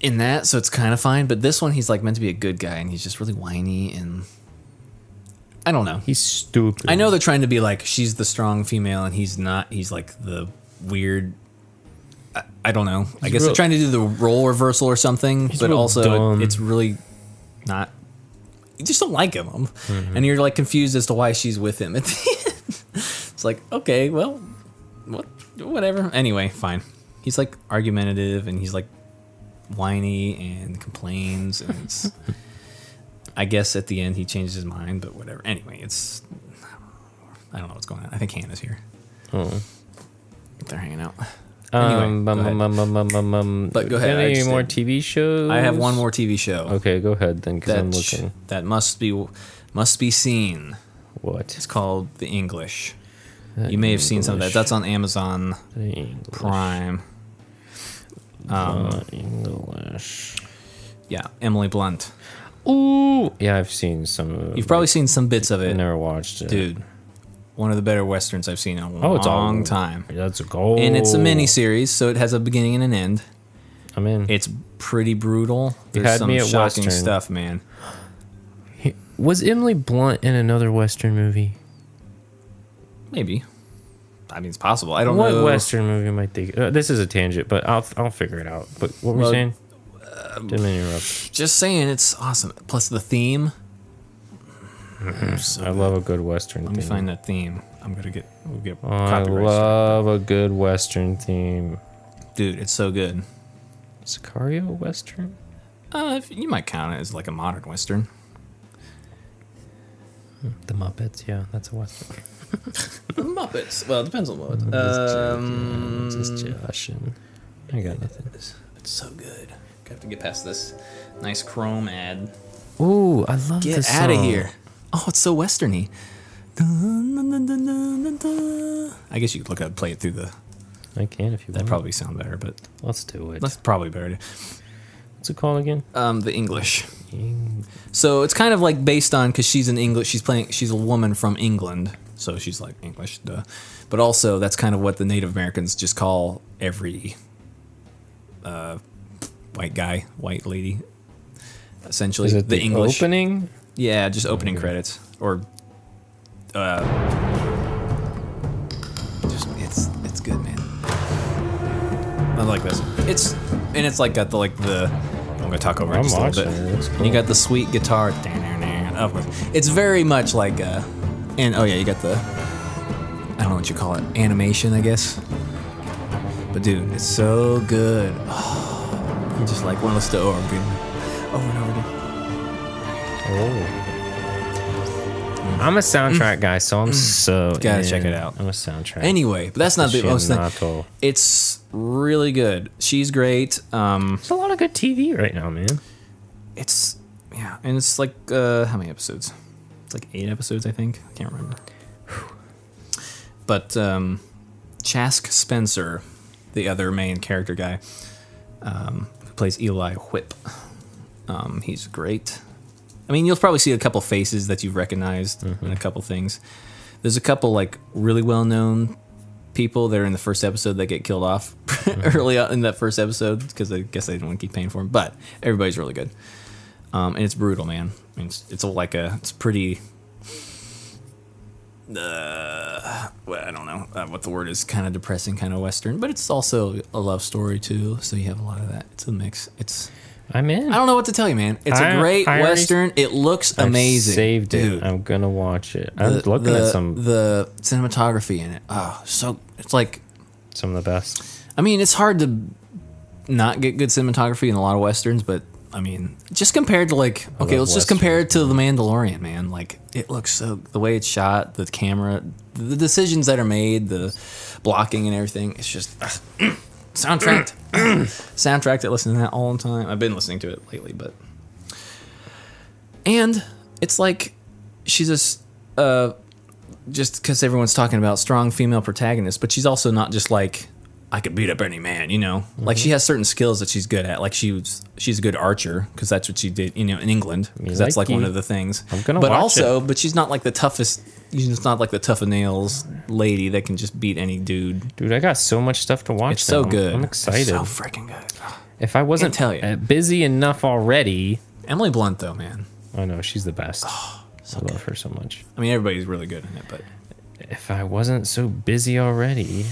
A: in that so it's kind of fine but this one he's like meant to be a good guy and he's just really whiny and i don't know
B: He's stupid.
A: I know they're trying to be like she's the strong female and he's not. He's like the weird. I, I don't know. I guess
B: real-
A: they're trying to do the role reversal or something, but
B: real
A: also it-
B: dumb.
A: it's really not. You just don't like him,
B: Mm-hmm.
A: and you're like confused as to why she's with him at the *laughs* end. It's like okay, well, what, whatever. Anyway, fine. He's like argumentative and he's like whiny and complains and
B: *laughs*
A: it's. I guess at the end he changes his mind, but whatever. Anyway, it's I don't know what's going on. I think Hannah's here.
B: Oh.
A: They're hanging out.
B: Um,
A: Anyway, go
B: bum, bum,
A: ahead.
B: bum, bum, bum, bum, bum.
A: But go ahead, I
B: Any
A: just
B: more
A: didn't-
B: TV shows?
A: I have one more TV show
B: Okay, go ahead then, because I'm
A: that sh-
B: looking.
A: that must be must be seen. It's
B: What?
A: called The English. you may have seen some of that.
B: English.
A: That's on Amazon
B: English.
A: Prime.
B: Uh, English.
A: Yeah, Emily Blunt.
B: Ooh. Yeah, I've seen some of it.
A: You've probably seen some bits of
B: I
A: it,
B: never watched it.
A: dude. One of the better westerns I've seen in a long
B: Oh, it's all-
A: time.
B: That's a goal.
A: And it's a mini series, so it has a beginning and an end.
B: I'm in.
A: It's pretty brutal.
B: You
A: There's
B: had
A: some
B: me at
A: shocking
B: Western.
A: stuff, man.
B: Was Emily Blunt in another Western movie?
A: Maybe. I mean, it's possible. I don't
B: What
A: know.
B: Western movie might they? Uh, this is a tangent, but I'll I'll figure it out. But what were you
A: Well,
B: saying? Didn't interrupt.
A: Just saying, it's awesome. Plus the theme.
B: Mm-hmm. I love a good Western
A: Let me
B: theme.
A: find that theme. I'm gonna get we'll get
B: Oh, I
A: copyright.
B: love a good Western theme.
A: Dude, it's so good.
B: Sicario Western?
A: Uh, if- you might count it as like a modern western.
B: The Muppets, yeah, that's a Western.
A: The Muppets. Well, it depends on what. Um,
B: It's just Josh and I got nothing.
A: it's so good. I have to get past this nice Chrome ad.
B: Ooh, I love
A: Get
B: this
A: out of
B: song.
A: here. Oh, it's so westerny. Dun, dun, dun, dun, dun, dun, dun. I guess you could look up, play it through the.
B: I can if you
A: That
B: want.
A: probably sound better, but
B: Let's do it.
A: that's probably better.
B: What's it called again?
A: Um, the English. So it's kind of like based on because she's an English. She's playing. She's a woman from England, so she's like English. Duh. But also, that's kind of what the Native Americans just call every uh, white guy, white lady. Essentially,
B: Is it
A: the,
B: the,
A: English.
B: opening?
A: Yeah, just opening credits or uh, just it's it's good, man. I like this. It's and it's like got the like the I'm gonna talk over it
B: I'm
A: just a little bit.
B: watching it, it's
A: And you
B: cool.
A: got the sweet guitar. Of course, it's very much like uh, and oh yeah, you got the I don't know what you call it animation, I guess. But dude, it's so good. *sighs* you just like one of those to over and over, over and over again.
B: Oh. Mm. I'm a soundtrack guy, so I'm so
A: Gotta check
B: in.
A: it out.
B: I'm a soundtrack.
A: Anyway, but that's not the most thing.
B: Aficionado.
A: It's really good. She's great. Um,
B: There's a lot of good TV right now, man.
A: it's yeah, and it's like uh, how many episodes? It's like eight episodes, I think. I can't remember. But um, Chask Spencer, the other main character guy, um, who plays Eli Whip, um, he's great. I mean, you'll probably see a couple faces that you've recognized and a couple things. There's a couple like really well known people that are in the first episode that get killed off *laughs* early on in that first episode because I guess they didn't want to keep paying for him. But everybody's really good, um, and it's brutal, man. I mean, it's, it's a, like a it's pretty. Uh, well, I don't know uh, what the word is. Kind of depressing, kind of western, but it's also a love story too. So you have a lot of that. It's a mix. It's
B: I'm in.
A: I don't know what to tell you, man. It's a
B: I-
A: great
B: I already-
A: western. it looks
B: I
A: amazing.
B: saved it.
A: dude
B: I'm gonna watch it. I'm
A: the-
B: looking
A: the-
B: at some
A: the cinematography in it. Oh, so it's like
B: some of the best.
A: I mean, it's hard to not get good cinematography in a lot of westerns, but I mean, just compared to like okay,
B: love
A: let's just compare it to The Mandalorian, man. Like it looks so the way it's shot, the camera, the decisions that are made, the blocking and everything. It's just ugh, *clears throat* soundtracked. soundtracked. I listen to that all the time. I've been listening to it lately, but and it's like she's just uh just because everyone's talking about strong female protagonists but she's also not just like i could beat up any man you know like
B: Mm-hmm.
A: she has certain skills that she's good at like she was she's a good archer because that's what she did you know in england 'cause that's like
B: Mikey.
A: one of the things
B: I'm gonna
A: but
B: watch
A: also but she's not like the toughest she's just not like the tough of nails lady that can just beat any dude
B: Dude, I got so much stuff to watch.
A: it's so
B: now.
A: good
B: I'm excited.
A: so freaking good
B: if I wasn't
A: tell ya.
B: uh, busy enough already,
A: emily blunt though man
B: I know she's the best.
A: Oh,
B: I love her so much.
A: i mean everybody's really good in it but
B: If I wasn't so busy already,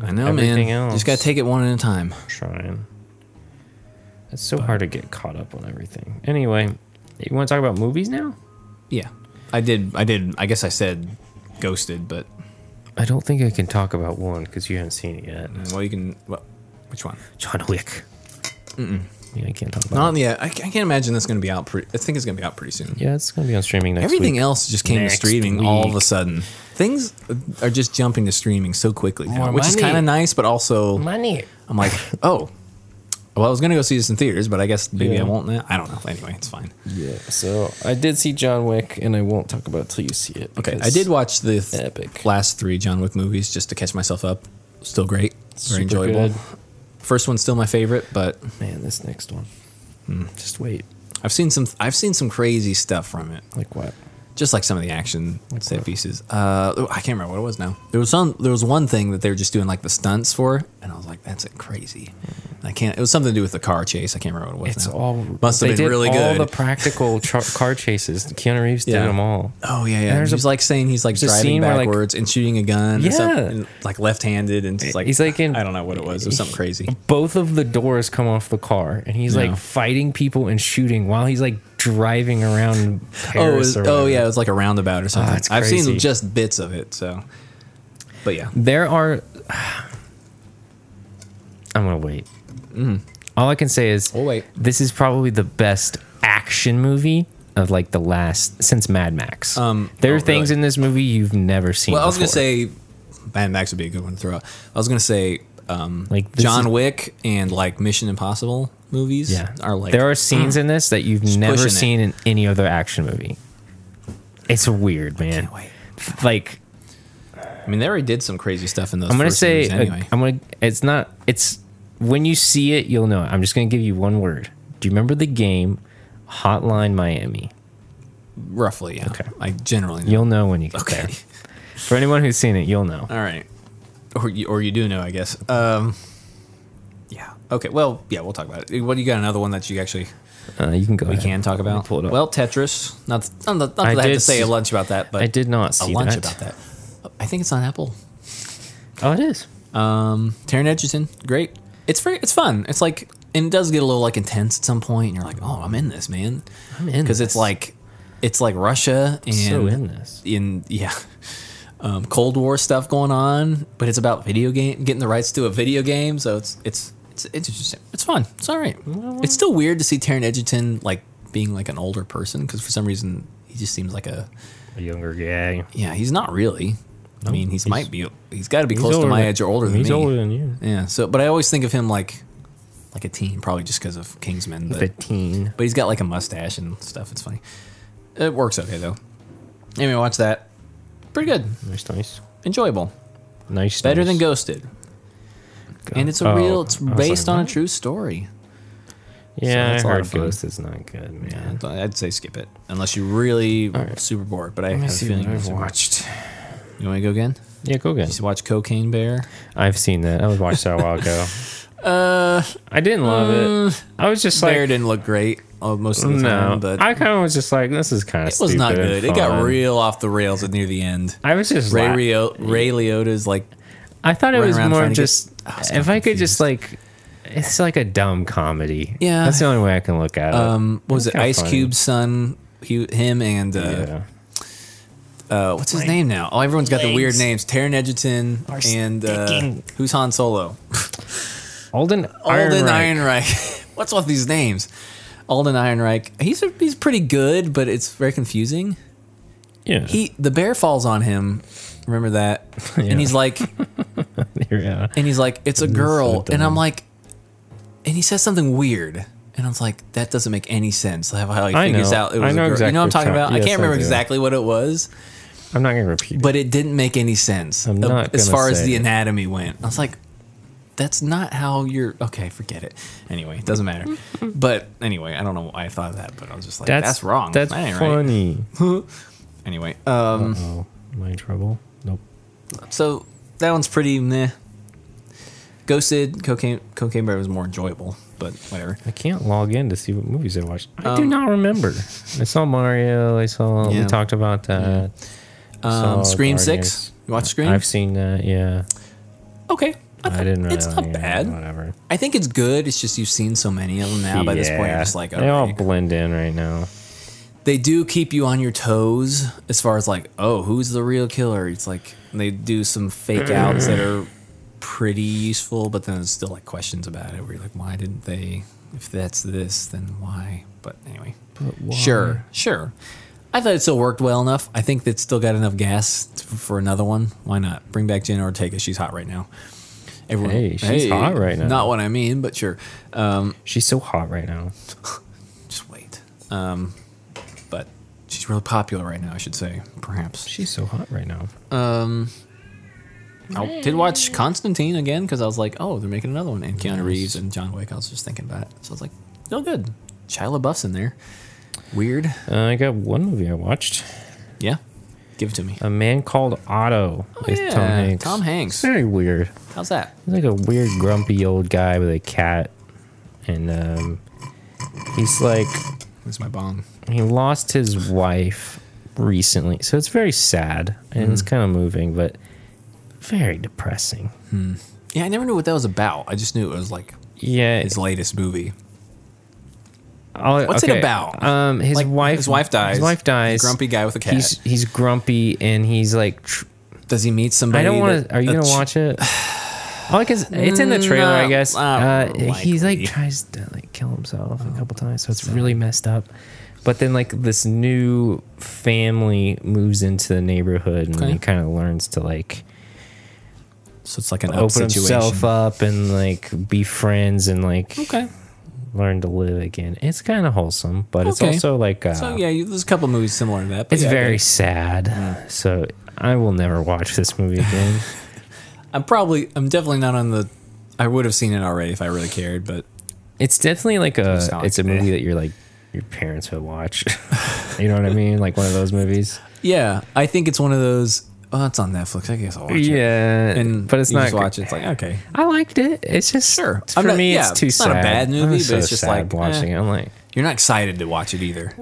A: i know
B: Everything
A: man You just
B: else.
A: gotta take it one at a time
B: trying. It's so hard to get caught up on everything. Anyway, you want to talk about movies now?
A: Yeah, I did. I did. I guess I said ghosted, but
B: I don't think I can talk about one because you haven't seen it yet.
A: well, you can. Well, which one?
B: John Wick. Mm-mm. Yeah, I can't talk about.
A: Not
B: it.
A: yeah. I, I can't imagine that's going to be out. Pretty. I think it's going to be out pretty soon.
B: Yeah, it's gonna be on streaming next
A: Everything
B: week.
A: else just came
B: Next
A: to streaming all of a
B: week.
A: sudden. Things are just jumping to streaming so quickly now,
B: More
A: which is
B: money.
A: kind of nice, but also
B: Money.
A: I'm like, oh, well, I was going to go see this in theaters, but I guess maybe
B: Yeah.
A: I won't now. I don't know. Anyway, it's fine.
B: Yeah. So I did see John Wick, and I won't talk about it till you see it.
A: Okay, I
B: because
A: did watch the th-
B: epic.
A: last three John Wick movies just to catch myself up. Still great,
B: Super
A: very enjoyable.
B: good.
A: First one's still my favorite, but
B: Man, this next one. Just wait.
A: I've seen some. I've seen some crazy stuff from it,
B: Like what?
A: just like some of the action set
B: what?
A: pieces. Uh, oh, I can't remember what it was now. There was some. There was one thing that they were just doing like the stunts for, and I was like, "That's crazy." I can't. It was something to do with the car chase. I can't remember what it was.
B: Hmm. It's
A: now.
B: all
A: must have
B: they
A: been
B: did
A: really
B: all
A: good.
B: the practical *laughs* tra- car chases. Keanu Reeves did
A: Yeah.
B: them all.
A: oh yeah, yeah.
B: there's
A: There's
B: a-
A: he's like saying he's like
B: a
A: driving
B: scene where, like-
A: backwards and shooting a gun. and stuff,
B: Yeah.
A: and, like left-handed and just like
B: He's like in-
A: I don't know what it was. It was something
B: *laughs*
A: crazy.
B: Both of the doors come off the car, and he's
A: Yeah.
B: like fighting people and shooting while he's like driving around
A: Oh, it
B: Paris.
A: was,
B: or
A: oh
B: whatever.
A: yeah, it was like a roundabout or something.
B: it's
A: I've
B: crazy.
A: seen just bits of it. So, but yeah,
B: There are. *sighs* I'm gonna wait. All I can say is,
A: Mm-hmm. We'll wait.
B: This is probably the best action movie of like the last since Mad Max.
A: Um,
B: there are
A: oh,
B: things
A: really?
B: in this movie you've never seen.
A: Well, I was gonna
B: before.
A: say Mad Max would be a good one to throw out. I was gonna say um,
B: Like, this
A: John
B: is-
A: Wick and like Mission Impossible movies
B: yeah,
A: are like
B: there
A: *clears throat*
B: are scenes in this that you've never
A: pushing it.
B: seen in any other action movie. It's weird, man.
A: Can't wait.
B: Like
A: I mean, they already did some crazy stuff in those.
B: I'm gonna
A: first
B: say,
A: movies anyway.
B: I, am gonna. It's not. It's when you see it, you'll know. it. I'm just gonna give you one word. Do you remember the game Hotline Miami?
A: roughly. Yeah.
B: Okay.
A: I generally know.
B: You'll know when you get
A: okay. *laughs* Uh,
B: there. For anyone who's seen it, you'll know.
A: All right. Or you, or you do know, I guess. Um, yeah. Okay. Well, yeah, we'll talk about it. What do you got? Another one that you actually
B: Uh, you can go.
A: we can talk about.
B: pull it up.
A: Well, Tetris. Not th- not, that- not
B: I
A: that I, had
B: did
A: to say a
B: see-
A: lunch about that, but
B: I did not
A: a
B: see
A: lunch
B: that.
A: about that. I think it's on Apple.
B: Oh, it is.
A: Taryn Edgerton, great. It's free. It's fun. It's like, and it does get a little like intense at some point, and you're like, oh, I'm in this, man,
B: I'm in
A: because it's
B: this.
A: like, it's like Russia and
B: so in this.
A: in yeah, *laughs* um, Cold War stuff going on, but it's about video game getting the rights to a video game, so it's it's it's it's interesting. It's fun. It's all right. It's still weird to see Taryn Edgerton like being like an older person because for some reason he just seems like a
B: A younger guy.
A: yeah. He's not really. I mean, he's,
B: he's-
A: might be. He's got to be close to my age or older than
B: he's
A: me.
B: older than you.
A: Yeah. So, but I always think of him like like a teen, probably just because of Kingsman. But,
B: Fifteen.
A: but he's got like a mustache and stuff. It's funny. It works okay though. Anyway, watch that. Pretty good,
B: Nice, nice,
A: enjoyable,
B: nice.
A: better
B: nice.
A: than Ghosted, and it's a
B: Oh,
A: real. It's
B: I was
A: based
B: like,
A: on a
B: what?
A: true story. so
B: Yeah,
A: that's a
B: I
A: lot
B: heard
A: of fun.
B: Ghost is not good, man.
A: So uh, I'd say skip it unless you're really
B: Alright.
A: super bored. But I
B: Let me
A: have a
B: see
A: feeling
B: what
A: you're
B: I've
A: super-
B: watched.
A: You want to go again?
B: Yeah, go again.
A: You should watch Cocaine Bear. *laughs*
B: I've seen that. I was watched that a while ago.
A: Uh,
B: I didn't love
A: mm,
B: it. I was just
A: Bear
B: like,
A: didn't look great uh, most of the
B: no.
A: time, but
B: I kind of was just like, this is kind of
A: it was not good. It got real off the rails at near the end.
B: I was just
A: Ray,
B: la-
A: Rio- Ray Liotta's like,
B: I thought it
A: Run
B: was
A: around
B: more
A: trying to get-
B: just
A: I was
B: if I could just like it's like a dumb comedy.
A: Yeah.
B: that's the only way I can look at it.
A: um, what was it?
B: kinda
A: Ice
B: funny.
A: Cube's son, he, him, and uh,
B: yeah.
A: uh, what's his name now? Oh, everyone's got the weird names. Taron Egerton and uh, who's Han Solo?
B: Alden
A: Alden
B: Ehrenreich.
A: Ehrenreich. *laughs* what's with these names? Alden Ehrenreich. He's he's pretty good, but it's very confusing.
B: Yeah,
A: He the bear falls on him. Remember that? And he's like,
B: *laughs* yeah.
A: and he's like, it's a girl,
B: dumb.
A: and I'm like, and he says something weird, and I was like, that doesn't make any sense. How he
B: I
A: figures
B: know.
A: out it
B: I
A: was
B: know
A: a girl. you
B: exactly
A: know what I'm
B: what
A: talking
B: you're
A: about?
B: talking-
A: I
B: yes, I
A: can't remember
B: do.
A: exactly what it was,
B: I'm not gonna repeat. it.
A: but it didn't make any sense
B: I'm
A: uh,
B: not
A: as
B: gonna
A: far as
B: say
A: the
B: it.
A: anatomy went. I was like, that's not how you're. Okay, forget it. Anyway, it doesn't matter. but anyway, I don't know why I thought of that, but I was just like, that's, wrong.
B: That's
A: That ain't right.
B: funny.
A: Anyway, um,
B: Oh, am I in trouble? Nope.
A: so that one's pretty meh. Ghosted, cocaine, cocaine bear was more enjoyable, but whatever.
B: I can't log in to see what movies I watched. I do not remember. I saw Mario. I saw.
A: Um, Yeah.
B: We talked about that.
A: Um,
B: Saw
A: Scream
B: Guardians.
A: Six. You watch Scream?
B: Oh, I've seen that. Yeah,
A: okay.
B: I didn't. Really
A: it's
B: like
A: not
B: it,
A: bad.
B: Whatever.
A: I think it's good. It's just you've seen so many of them now. By this point, you're
B: Yeah.
A: just like,
B: they all
A: alright.
B: blend in right now.
A: they do keep you on your toes as far as like, oh, who's the real killer? It's like they do some fake outs that are pretty useful, but then there's still like questions about it where you're like, why didn't they? If that's this, then why? But anyway, sure, sure. I thought it still worked well enough. I think it's still got enough gas t- for another one. Why not bring back Jenna Ortega? She's hot right now. Everyone,
B: Hey, she's hot right now.
A: Not what I mean, but sure. Um,
B: She's so hot right now.
A: just wait. Um, but she's really popular right now, I should say. Perhaps.
B: She's so hot right now.
A: I did watch Constantine again because I was like, oh, they're making another one, and Keanu Reeves and John Wick. I was just thinking about it, so I was like, no good. Shia LaBeouf's in there. Weird.
B: Uh, I got one movie I watched.
A: Yeah. Give it to me.
B: A Man Called Otto with
A: Oh, yeah,
B: Tom Hanks.
A: Tom Hanks.
B: It's very weird.
A: How's that?
B: He's like a weird, grumpy old guy with a cat, and um, he's like
A: Where's my bong?
B: he lost his wife recently, so it's very sad and
A: Mm-hmm.
B: it's kind of moving, but very depressing.
A: Yeah, I never knew what that was about. I just knew it was like
B: Yeah,
A: his latest movie.
B: I'll-
A: What's it
B: okay,
A: about?
B: Um, his
A: Like,
B: wife.
A: his wife dies.
B: His wife dies.
A: Grumpy guy with a cat.
B: He's he's grumpy and he's like. Tr-
A: Does he meet somebody?
B: I don't want
A: that-
B: to. Are you
A: that
B: gonna
A: sh- *sighs*
B: watch it? Oh, because it's in the trailer, I
A: No,
B: guess. Uh,
A: not
B: he's like
A: likely.
B: tries to like kill himself a couple times, so it's really messed up. But then like this new family moves into the neighborhood, and
A: Okay.
B: he kind of learns to like
A: So it's like an up
B: open
A: situation.
B: himself up and like be friends and like
A: Okay.
B: learn to live again. It's kind of wholesome, but it's
A: Okay.
B: also like uh,
A: So yeah, you, there's a couple movies similar to that. But
B: it's
A: yeah, I
B: very
A: get it.
B: sad. So I will never watch this
A: *laughs*
B: movie again.
A: I'm probably, I'm definitely not on the. I would have seen it already if I really cared, but
B: It's definitely like a
A: sound
B: it's a
A: like-
B: movie that you're like your parents would
A: *laughs*
B: watch. you know what I mean? Like one of those movies.
A: yeah, I think it's one of those. Oh, it's on Netflix. I guess I'll watch it.
B: Yeah,
A: And
B: but it's
A: you
B: not.
A: just watch it. It's like okay,
B: I liked it. It's just
A: Sure.
B: For
A: I'm not-
B: me,
A: yeah,
B: it's too
A: it's
B: sad.
A: not a bad movie,
B: I'm
A: but
B: so
A: it's just
B: sad
A: like, eh.
B: watching it. I'm like,
A: you're not excited to watch it either.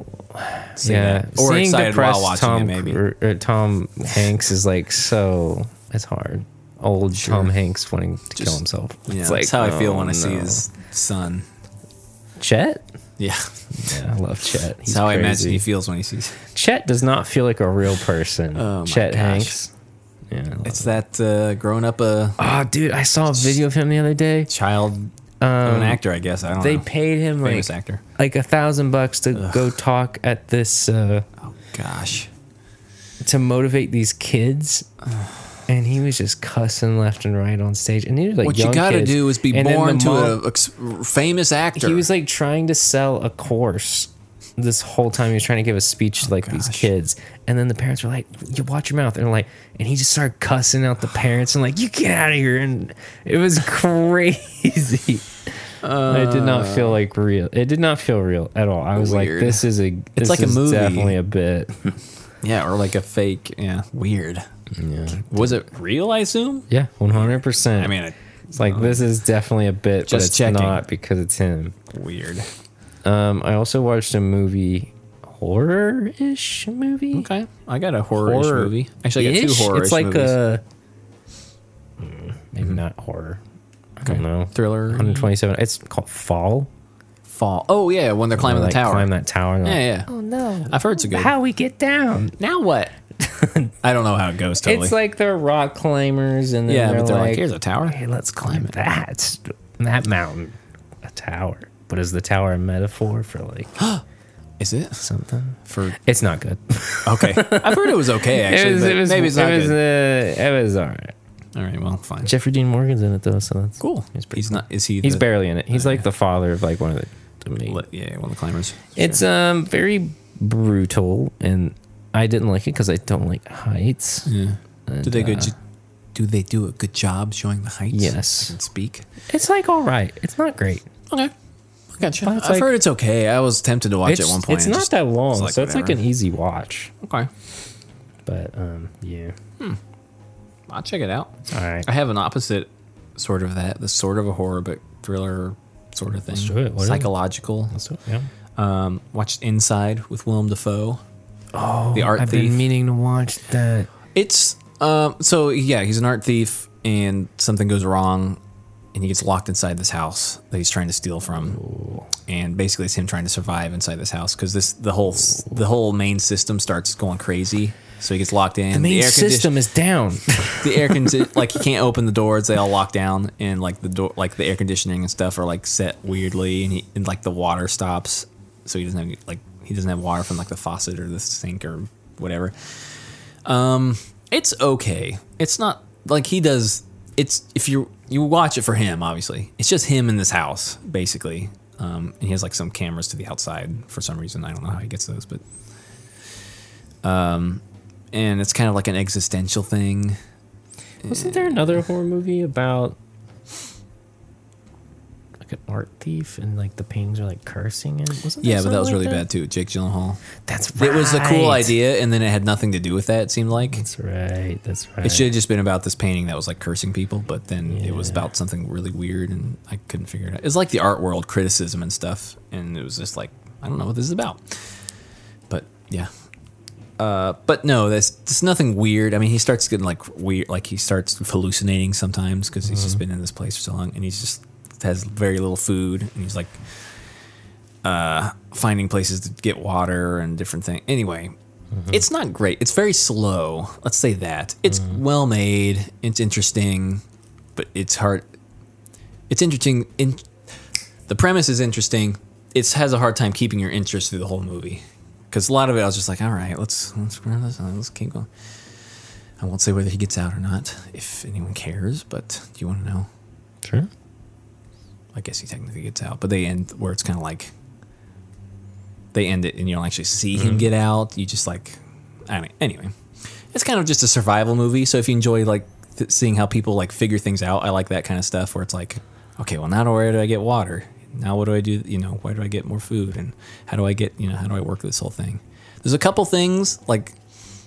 A: Say
B: yeah,
A: that. or
B: seeing
A: excited
B: depressed
A: while watching
B: Tom
A: it maybe.
B: Cru- or Tom Hanks is like so. It's hard. Old Tom Hanks wanting to kill
A: Just-
B: himself.
A: Yeah,
B: it's like,
A: that's how I feel
B: oh,
A: when I see
B: no.
A: his son. *laughs*
B: Chet.
A: Yeah,
B: Yeah, I love Chet. He's
A: that's how I imagine
B: crazy.
A: he feels when he sees.
B: Chet does not feel like a real person.
A: Oh my
B: Chet
A: gosh.
B: Hanks. Yeah. I love
A: It's that uh, grown up uh,
B: Oh, dude, I saw a video of him the other day.
A: child of an actor, I guess. I don't
B: Um, They
A: know.
B: paid him like
A: Famous actor.
B: like a thousand bucks to go talk at this uh,
A: Oh, Gosh,
B: to motivate these kids, and he was just cussing left and right on stage. And he was like,
A: what you
B: young
A: got to
B: kids.
A: do is be
B: And then
A: born
B: the
A: to
B: mom-
A: a ex- famous actor.
B: He was like trying to sell a course this whole time. He was trying to give a speech to like these
A: Oh, gosh.
B: kids, and then the parents were like, "You watch your mouth," and like, and he just started cussing out the parents and like, "You get out of here!" And it was *laughs* crazy. it did not feel like real. It did not feel real at all. I was
A: Weird.
B: like, "This is a. This
A: like a
B: is
A: movie.
B: Definitely a bit.
A: Yeah, or like a fake. Yeah, weird. Yeah. Was it real? I assume.
B: Yeah, one hundred percent.
A: I mean, it
B: It's like this is definitely a bit, but
A: Just
B: it's
A: checking.
B: not because it's him.
A: Weird.
B: Um, I also watched a movie, horror-ish movie.
A: Okay, I got a horror-ish movie. Actually, I got two
B: Ish?
A: horror.
B: It's like uh,
A: movies. Mm-hmm.
B: a maybe not horror. I don't know.
A: thriller
B: 127. It's called Fall.
A: fall. Oh yeah, when they're climbing
B: Like,
A: the tower.
B: Climb that tower. and
A: yeah,
B: like,
A: yeah.
B: Oh no.
A: I've heard it's a good.
B: How we get down?
A: Now what? I don't know how it goes *laughs* totally.
B: It's like they're rock climbers, and then
A: yeah,
B: they're
A: but they're like,
B: like
A: here's a tower.
B: *laughs* Hey, let's climb that that mountain, a tower. But is the tower a metaphor for
A: *gasps*
B: like
A: Is it
B: something?
A: for?
B: It's not good.
A: Okay, I've heard it was
B: *laughs*
A: okay *laughs* actually. but maybe it's not
B: it was,
A: good.
B: uh, it was all right.
A: All right, well, fine.
B: Jeffrey Dean Morgan's in it though, so that's
A: Cool.
B: He's pretty.
A: He's not. Is he?
B: He's
A: the,
B: barely in it. He's like the father of like one of the. the main-
A: Li- Yeah, one of the climbers.
B: It's um very brutal, and I didn't like it because I don't like heights.
A: Yeah.
B: And,
A: Do they
B: uh,
A: good? Do they do a good job showing the heights?
B: Yes.
A: And speak.
B: It's like all right. It's not great.
A: Okay. I gotcha.
B: But
A: I've
B: it's like-
A: heard it's okay. I was tempted to watch
B: it's
A: it at one point.
B: it's
A: and
B: not
A: just-
B: that long,
A: it's like
B: so it's like
A: whatever.
B: an easy watch.
A: Okay.
B: But um, yeah.
A: I'll check it out.
B: All right.
A: I have an opposite sort of that. The sort of a horror but thriller sort of thing.
B: do it. What is it?
A: Psychological.
B: So, yeah.
A: Um, watched Inside with Willem Dafoe.
B: Oh,
A: The art
B: I've
A: thief.
B: been meaning to watch that.
A: It's um so yeah, he's an art thief and something goes wrong and he gets locked inside this house that he's trying to steal from. And basically it's him trying to survive inside this house cuz this the whole s- the whole main system starts going crazy. So he gets locked in.
B: The main
A: air condi-
B: system is down.
A: the air condi- like he can't open the doors they all lock down and like the door like the air conditioning and stuff are like set weirdly and, he, and like the water stops so he doesn't have any- like he doesn't have water from like the faucet or the sink or whatever um it's okay it's not like he does it's if you you watch it for him obviously it's just him in this house basically um and he has like some cameras to the outside for some reason i don't know how he gets those but um and it's kind of like an existential thing
B: Wasn't there another horror movie about like an art thief and like the paintings are like cursing and wasn't there
A: Yeah, but that was
B: something
A: really
B: like
A: bad too. Jake Gyllenhaal.
B: That's
A: It was a cool
B: right.
A: idea, and then it had nothing to do with that. It seemed like
B: That's right. That's right.
A: it should have just been about this painting that was like cursing people, but then it was
B: Yeah.
A: about something really weird, and I couldn't figure it out. It was like the art world criticism and stuff, and it was just like I don't know what this is about. But yeah, uh, but no, that's there's nothing weird. I mean, he starts getting like weird, like he starts hallucinating sometimes because he's just been in this place for so long, and he's just has very little food, and he's like uh, finding places to get water and different things. Anyway, it's not great. It's very slow. Let's say that. It's well made. It's interesting, but it's hard. It's interesting. In, the premise is interesting. It has a hard time keeping your interest through the whole movie because a lot of it I was just like, all right, let's let's run this. on. Let's keep going. I won't say whether he gets out or not if anyone cares, but do you want to know?
B: Sure.
A: I guess he technically gets out, but they end where it's kind of like they end it and you don't actually see him get out. You just like, I mean, anyway, it's kind of just a survival movie. So if you enjoy like th- seeing how people like figure things out, I like that kind of stuff where it's like, okay, well now where do I get water? Now what do I do? You know, where do I get more food? And how do I get? You know, how do I work this whole thing? There's a couple things like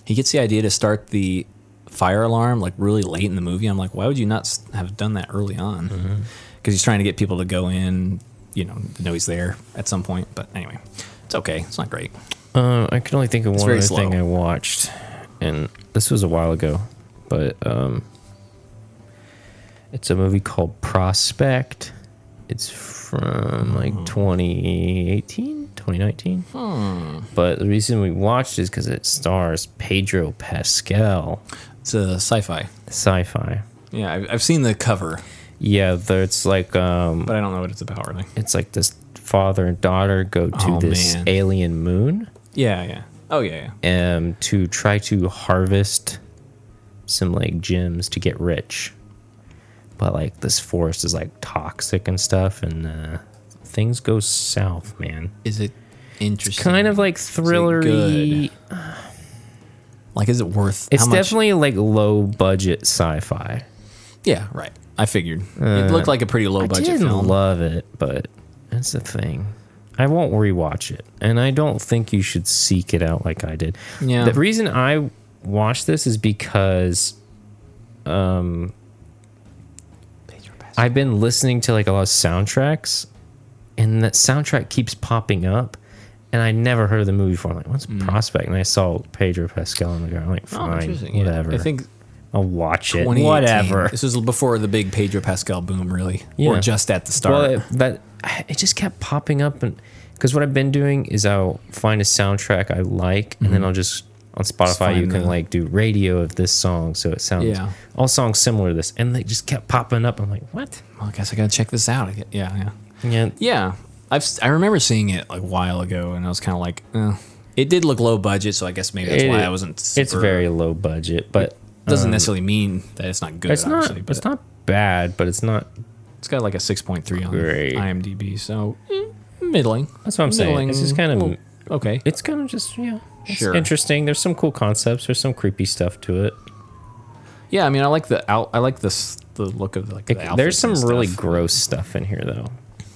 A: he gets the idea to start the fire alarm like really late in the movie. I'm like, why would you not s- have done that early on? Because he's trying to get people to go in, you know, to know he's there at some point. But anyway, it's okay. It's not great.
B: Um, I can only think of one
A: very
B: other thing
A: slow.
B: I watched, and this was a while ago, but um, it's a movie called Prospect. It's from like
A: Hmm.
B: 2018, 2019.
A: Hmm.
B: But the reason we watched is because it stars Pedro Pascal,
A: It's a sci-fi.
B: sci-fi.
A: Yeah, I've, I've seen the cover,
B: Yeah, there- it's like um,
A: but I don't know what it's about really.
B: it's like this father and daughter go to
A: Oh,
B: this
A: man.
B: alien moon.
A: Yeah, yeah. Oh yeah, yeah.
B: um, to try to harvest some like gems to get rich. But like this forest is like toxic and stuff, and uh, things go south, man.
A: Is it interesting?
B: Kind of like thrillery.
A: good? like, is it worth?
B: It's
A: how much-
B: definitely like low budget sci-fi.
A: Yeah, right. I figured it looked like a pretty low
B: Uh, I
A: budget
B: didn't
A: film.
B: love it, but that's the thing. I won't rewatch it, and I don't think you should seek it out like I did.
A: Yeah.
B: The reason I watched this is because um, I've been listening to like a lot of soundtracks, and that soundtrack keeps popping up, and I never heard of the movie before. I'm like, what's
A: Mm.
B: Prospect? And I saw Pedro Pascal in the ground. I'm like, fine,
A: Oh, Yeah.
B: whatever.
A: I think
B: I'll watch it.
A: 2018.
B: Whatever.
A: This was before the big Pedro Pascal boom, really,
B: Yeah.
A: or just at the start.
B: Well, it, that it just kept popping up, and because what I've been doing is I'll find a soundtrack I like, and then I'll just on Spotify you
A: Mm-hmm. find
B: can
A: the-
B: like do radio of this song, so it sounds
A: Yeah.
B: all songs similar to this, and they just kept popping up. I'm like, what?
A: Well, I guess I gotta check this out. I get- Yeah, yeah,
B: Yeah,
A: yeah. I've s- I remember seeing it like a while ago, and I was kind of like, eh. it did look low budget, so I guess maybe that's
B: It-
A: why I wasn't. Super,
B: it's very low budget, but
A: doesn't
B: um,
A: necessarily mean that it's not good.
B: It's not.
A: obviously, but
B: It's not bad, but it's not.
A: It's got like a six point three on
B: Great.
A: IMDb, so mm, middling.
B: That's what I'm saying.
A: Middling,
B: It's just kind of.
A: well, okay.
B: It's kind of just yeah. It's
A: Sure.
B: interesting. There's some cool concepts. There's some creepy stuff to it.
A: Yeah, I mean, I like the out. I like this the look of like the
B: It- there's
A: outfits
B: some
A: and
B: really
A: stuff.
B: gross stuff in here though.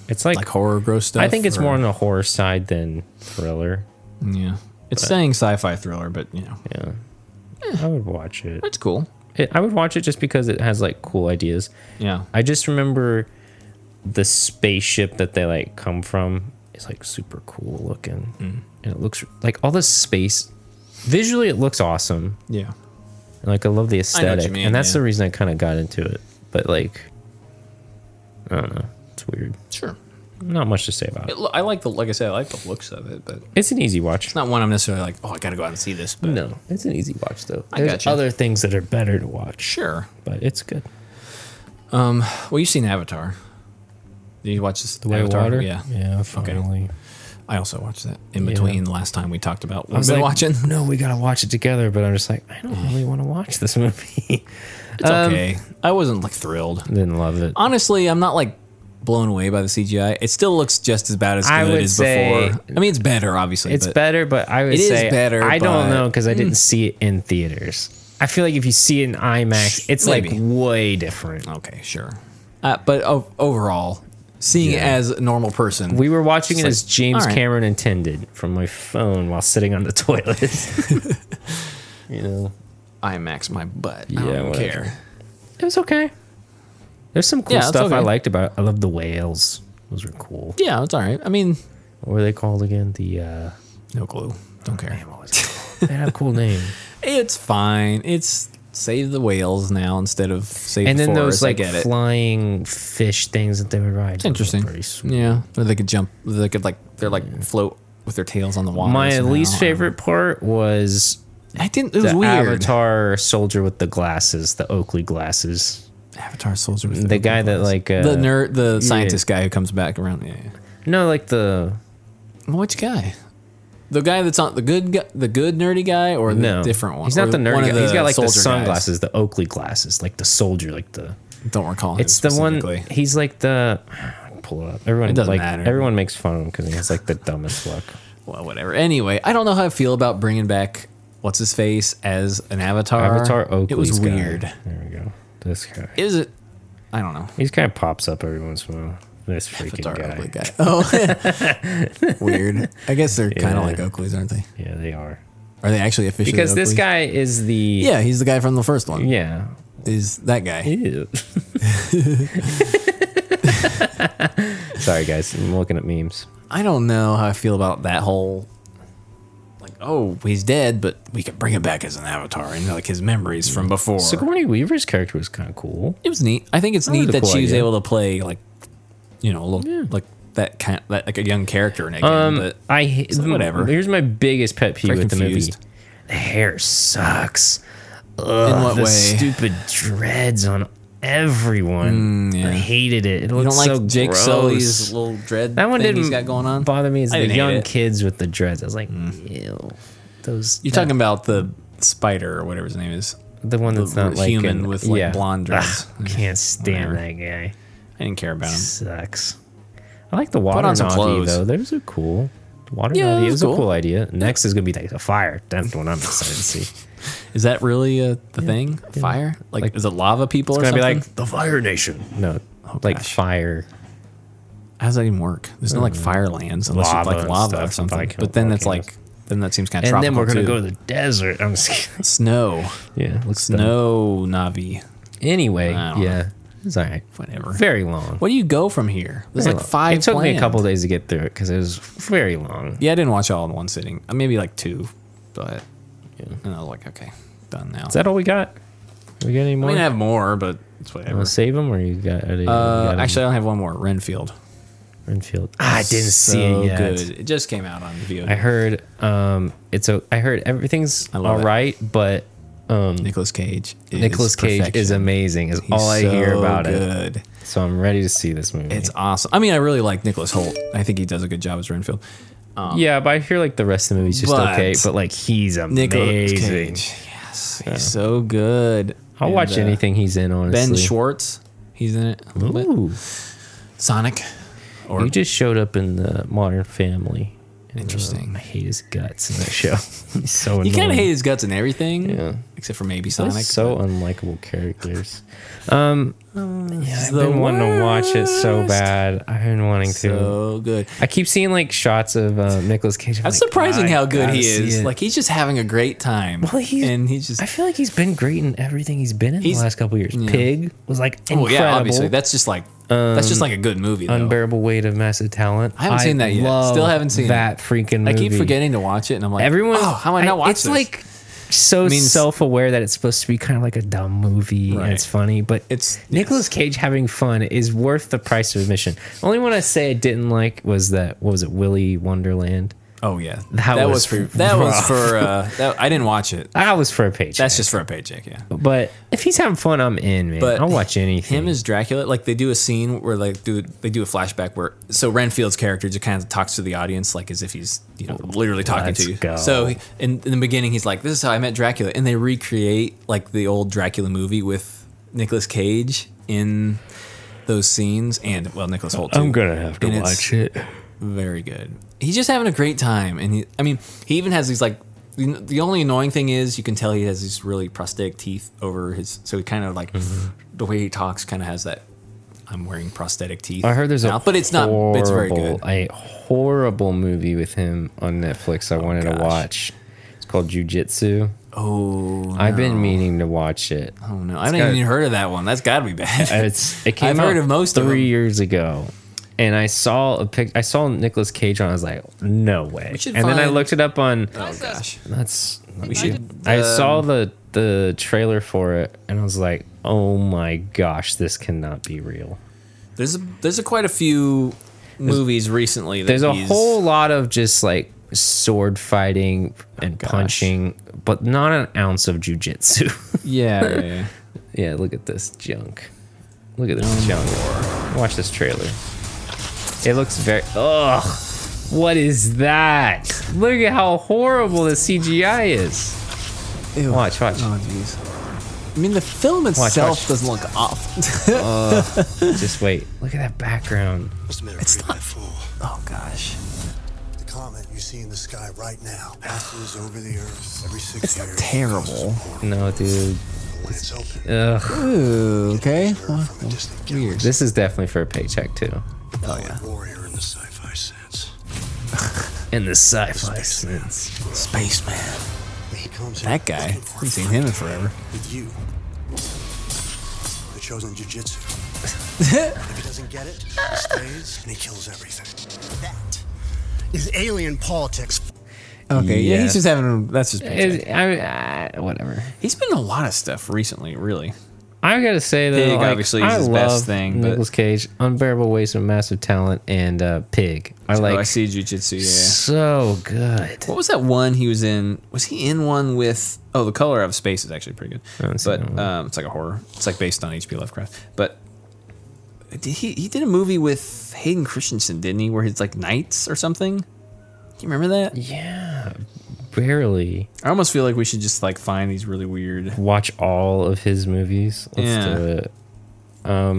B: It's like,
A: like horror gross stuff.
B: I think it's
A: or-
B: more on the horror side than thriller.
A: yeah. It's saying sci-fi thriller, but you know,
B: Yeah. I would watch it.
A: it's cool.
B: it. I would watch it just because it has like cool ideas.
A: Yeah.
B: I just remember the spaceship that they like come from is like super cool looking.
A: Mm.
B: And it looks like all this space visually it looks awesome.
A: Yeah.
B: And, Like I love the
A: know what you
B: aesthetic.
A: mean,
B: and that's
A: yeah.
B: the reason I kind of got into it. But like I don't know. It's weird.
A: Sure.
B: Not much to say about
A: It,
B: it.
A: lo- I like the like I said, I like the looks of it, but it's
B: It's an easy watch.
A: not one I'm necessarily like. Oh, I gotta go out and see this. But
B: No, it's an easy watch though.
A: I
B: There's
A: gotcha.
B: other things that are better to watch,
A: sure.
B: but it's good.
A: Well, you've seen Avatar. Did you watch this? The Avatar? Yeah.
B: yeah.
A: finally. I also watched that in
B: Yeah.
A: between the last time we talked about what
B: I was
A: we've been
B: like,
A: watching. *laughs* Mm.
B: No, we gotta watch it together. But I'm just like, I don't really want to watch this movie. *laughs*
A: It's
B: um,
A: okay. I wasn't like thrilled.
B: Didn't love it.
A: honestly, I'm not like blown away by the CGI. It still looks just as bad as good
B: I would
A: as
B: say-
A: before. I mean, it's better, obviously.
B: It's
A: but
B: better, but I would
A: It is
B: say
A: better,
B: I
A: but- mm.
B: don't know because I didn't see it in theaters. I feel like if you see it in IMAX, it's like
A: Maybe. Oh.
B: way different.
A: Okay, sure. Uh, but o- overall, seeing it as a normal person,
B: We were watching it
A: like,
B: as James
A: all right.
B: Cameron intended from my phone while sitting on the *laughs* toilet. you know,
A: IMAX my butt. I
B: Yeah,
A: don't
B: whatever.
A: care.
B: it was okay. There's some cool
A: Yeah, it's
B: stuff I
A: okay.
B: liked about. It. I love the whales; those were cool.
A: Yeah, it's all right. I mean,
B: What were they called again? The uh,
A: no clue. Don't care.
B: what was it called? they had
A: *laughs*
B: a cool name.
A: It's fine. It's save the whales now instead of save
B: And
A: the
B: then
A: forest.
B: those like
A: I get it.
B: flying fish things that they would ride.
A: It's interesting.
B: Pretty sweet.
A: Yeah, or they could jump. They could like they're like float with their tails on the water.
B: My
A: somehow.
B: least favorite part was
A: I didn't. It was
B: the
A: weird.
B: Avatar soldier with the glasses, the Oakley glasses.
A: Avatar soldier. With
B: The guy that like uh,
A: the nerd, the scientist guy who comes back around. Yeah, yeah.
B: No, like the
A: Which guy? The guy that's on the good, gu- the good nerdy guy, or the
B: no
A: different one?
B: He's not
A: Or
B: the nerd
A: one of
B: guy. He's got like the
A: soldier guys?
B: sunglasses, the Oakley glasses, like the soldier, like the.
A: Don't recall.
B: It's the one. He's like the. *sighs* Pull it up. Everyone
A: It doesn't
B: like
A: matter.
B: everyone makes fun of him because he has like the dumbest look.
A: Well, whatever. Anyway, I don't know how I feel about bringing back what's his face as an avatar.
B: Avatar Oakley.
A: It was weird.
B: There we go. This guy.
A: Is it? I don't know.
B: He kind of pops up every once in a while. This freaking
A: Avatar
B: guy.
A: Oakley guy. Oh, *laughs* weird. I guess they're kind
B: Yeah.
A: of like Oakleys, aren't they?
B: Yeah, they are.
A: Are they actually officially?
B: Because this
A: Oakleys?
B: guy is the.
A: Yeah, he's the guy from the first one.
B: Yeah.
A: Is that guy?
B: Ew. *laughs* Sorry, guys. I'm looking at memes.
A: I don't know how I feel about that whole like oh he's dead but we can bring him back as an avatar and like his memories from before.
B: Sigourney Weaver's character was kind of cool.
A: it was neat. I think it's
B: That was
A: neat
B: a
A: that
B: cool
A: she was
B: idea.
A: able to play like you know a little like that kind that like a young character in it.
B: Um,
A: but
B: I h-
A: so whatever.
B: Here's my biggest pet peeve
A: Very
B: with
A: confused.
B: the movie. The hair sucks.
A: in what
B: the
A: way?
B: stupid dreads on everyone. I hated it. It
A: Mm, you
B: looked
A: don't like
B: so
A: Jake
B: gross.
A: Sully's little dread
B: that one
A: thing
B: didn't
A: he's got going on.
B: bother me. It's
A: I
B: the
A: didn't hate
B: young
A: it. Mm.
B: kids with the dreads. I was like, ew. Those.
A: You're
B: that-
A: talking about the spider or whatever his name is.
B: the one that's
A: the
B: not like
A: human
B: an-
A: with, like, blonde dreads.
B: Ugh, can't stand that guy.
A: I didn't care about him.
B: Sucks. I like the water
A: on some
B: Navi
A: clothes.
B: though. Those are cool. The Water
A: Yeah,
B: Navi
A: that's
B: is a
A: cool.
B: cool idea. Next is gonna be like the fire. That's what I'm excited to see.
A: Is that really uh, the thing? Fire? Like,
B: Like-
A: is it lava people or
B: It's gonna
A: something? Oh,
B: be like the Fire Nation. No, like
A: gosh.
B: fire.
A: How does that even work? There's no like fire lands unless
B: Uh, Lava
A: it's like
B: and
A: lava
B: stuff
A: or
B: and
A: something.
B: volcanoes.
A: But then that's like then that seems kind of
B: And
A: tropical.
B: then we're gonna
A: too.
B: go to the
A: *laughs*
B: desert. I'm just kidding.
A: snow,
B: Yeah, looks
A: snow Navi.
B: Anyway,
A: I don't
B: yeah. It's all right.
A: Whatever.
B: Very long.
A: Where do you go from here? There's
B: Very
A: like
B: long.
A: five.
B: It took me a
A: planned.
B: couple days to get through it because it was very long.
A: Yeah, I didn't watch it all in one sitting. Uh, Maybe like two, but and I was like, okay, done now.
B: Is that all we got? We got any
A: I
B: more?
A: mean, I have more, but it's
B: You
A: whatever.
B: wanna save them or you got? Are they, you got
A: Uh,
B: 'em?
A: actually, I don't have one more. Renfield.
B: Renfield. Ah, I didn't see
A: So
B: it yet.
A: Good. It just came out on VOD.
B: I heard um, it's a. I heard everything's
A: I love
B: all
A: it.
B: right, but
A: Nicolas Cage. Is
B: Nicolas Cage is
A: perfection.
B: amazing. Is
A: He's
B: all I hear
A: so
B: about it.
A: good.
B: So I'm ready to see this movie.
A: It's awesome. I mean, I really like Nicholas Holt. I think he does a good job as Renfield.
B: yeah, but I feel like the rest of the movie's just
A: But-
B: okay. But like he's
A: Nicholas
B: amazing.
A: Cage. Yes, he's so good.
B: I'll
A: And,
B: watch
A: uh,
B: anything he's in. Honestly,
A: Ben Schwartz. He's in it. a little bit.
B: Ooh,
A: Sonic. Or
B: he just showed up in the Modern Family.
A: interesting.
B: I hate his *laughs* guts in that show. he's so annoying.
A: You kind of hate his guts and everything,
B: Yeah.
A: except for maybe
B: They're
A: Sonic.
B: so
A: but-
B: unlikable characters. Um, yeah, I've
A: the
B: been wanting to watch it so
A: worst.
B: bad. I've been wanting to.
A: so good.
B: I keep seeing like shots of uh, Nicolas Cage. I'm
A: That's
B: like,
A: surprising
B: "I
A: how good
B: gotta
A: he
B: see
A: is.
B: it."
A: Like he's just having a great time.
B: Well, he's-
A: and he's just
B: I feel like he's been great in everything he's been in the
A: He's-
B: last couple years.
A: yeah.
B: Pig was like incredible.
A: well, yeah, obviously that's just like that's just like a good movie. Though.
B: Unbearable weight of massive talent.
A: I haven't seen that yet.
B: love
A: Still haven't seen it.
B: that freaking. Movie.
A: I keep forgetting to watch it, and I'm like,
B: Everyone,
A: oh, how am I not watching?
B: It's like so
A: means-
B: self-aware that it's supposed to be kind of like a dumb movie
A: Right.
B: and it's funny, but
A: It's-
B: Nicolas Cage having fun is worth the price of admission. Only one I say I didn't like was that what was it Willy Wonderland?
A: oh yeah,
B: That
A: that was
B: was *laughs*
A: for that was
B: rough.
A: for uh, that, I didn't watch it.
B: That was for a paycheck.
A: That's just for a paycheck, yeah.
B: but if he's having fun, I'm in, man.
A: But
B: I'll watch anything.
A: Him as Dracula, like they do a scene where like do they do a flashback where so Renfield's character just kind of talks to the audience like as if he's you know literally talking
B: Let's
A: to you.
B: go.
A: So he- in, in the beginning, he's like, "This is how I met Dracula," and they recreate like the old Dracula movie with Nicolas Cage in those scenes and well Nicholas Holt. Too.
B: have
A: And it's-
B: it.
A: very good. He's just having a great time, and he, I mean, he even has these like. you know, The only annoying thing is you can tell he has these really prosthetic teeth over his, so he kind of like
B: Mm-hmm.
A: the way he talks kind of has that. I'm wearing prosthetic teeth.
B: I heard there's a
A: now," but it's not.
B: horrible,
A: It's very good.
B: A horrible movie with him on Netflix. I wanted to
A: Oh, gosh.
B: watch. It's called Jujitsu.
A: Oh,
B: I've been meaning to watch it.
A: I don't know. I haven't
B: got-
A: even heard of that one. That's got to be
B: *laughs*
A: bad.
B: It's it came
A: I've
B: out
A: heard of most of
B: three
A: 'em.
B: years ago, and I saw a pic. I saw Nicolas Cage on. I was like, no way.
A: should
B: And then I
A: find-
B: looked it up on.
A: *laughs* oh gosh,
B: That's we
A: should, um,
B: I saw the the trailer for it, and I was like, oh my gosh, this cannot be real.
A: there's a, there's a quite a few movies recently. That
B: There's a
A: he's-
B: whole lot of just like sword fighting
A: Oh
B: and punching, but not an ounce of jujitsu.
A: *laughs*
B: *laughs*
A: yeah, yeah, yeah.
B: yeah, look at this junk. Look at this junk. Watch this trailer. It looks very. Ugh. What is that? Look at how horrible the CGI is. Watch, watch.
A: Oh, I mean, the film itself
B: Oh, watch.
A: doesn't look off. *laughs*
B: Just wait. Look at that background.
I: It's not. Fool.
A: Oh gosh,
I: The comet you see in the sky right now passes over the Earth every six
A: It's not
I: years.
A: terrible.
B: No, dude.
I: When it's open,
B: Ugh.
A: Ooh, okay.
I: from a distant galaxy,
B: This is definitely for a paycheck too.
A: Oh yeah,
I: warrior in the sci-fi sense.
B: In the sci-fi sense.
A: spaceman.
I: He comes in
A: That guy.
I: looking for
A: Haven't seen him in forever.
I: with you. The chosen
A: *laughs*
I: jujitsu. if he doesn't get it, he stays and he kills everything. That is alien politics.
A: Okay, yeah,
B: Yeah.
A: he's just having. That's just.
B: Is- I, I, whatever.
A: He's been in a lot of stuff recently, really.
B: I gotta say though,
A: Pig,
B: like,
A: obviously, is
B: I
A: his
B: love
A: best thing, but-
B: Nicolas Cage, unbearable waste of massive talent, and uh, Pig. I like.
A: oh, I see jujitsu. Yeah.
B: So good.
A: What was that one he was in? Was he in one with? Oh, the color of space is actually pretty good.
B: haven't seen that
A: But
B: one.
A: um, it's like a horror. It's like based on H.P. Lovecraft. But did he he did a movie with Hayden Christensen, didn't he? Where he's like knights or something. Do you remember that?
B: Yeah. Barely
A: I almost feel like we should just like find these really weird.
B: watch all of his movies. Let's
A: Yeah.
B: do it.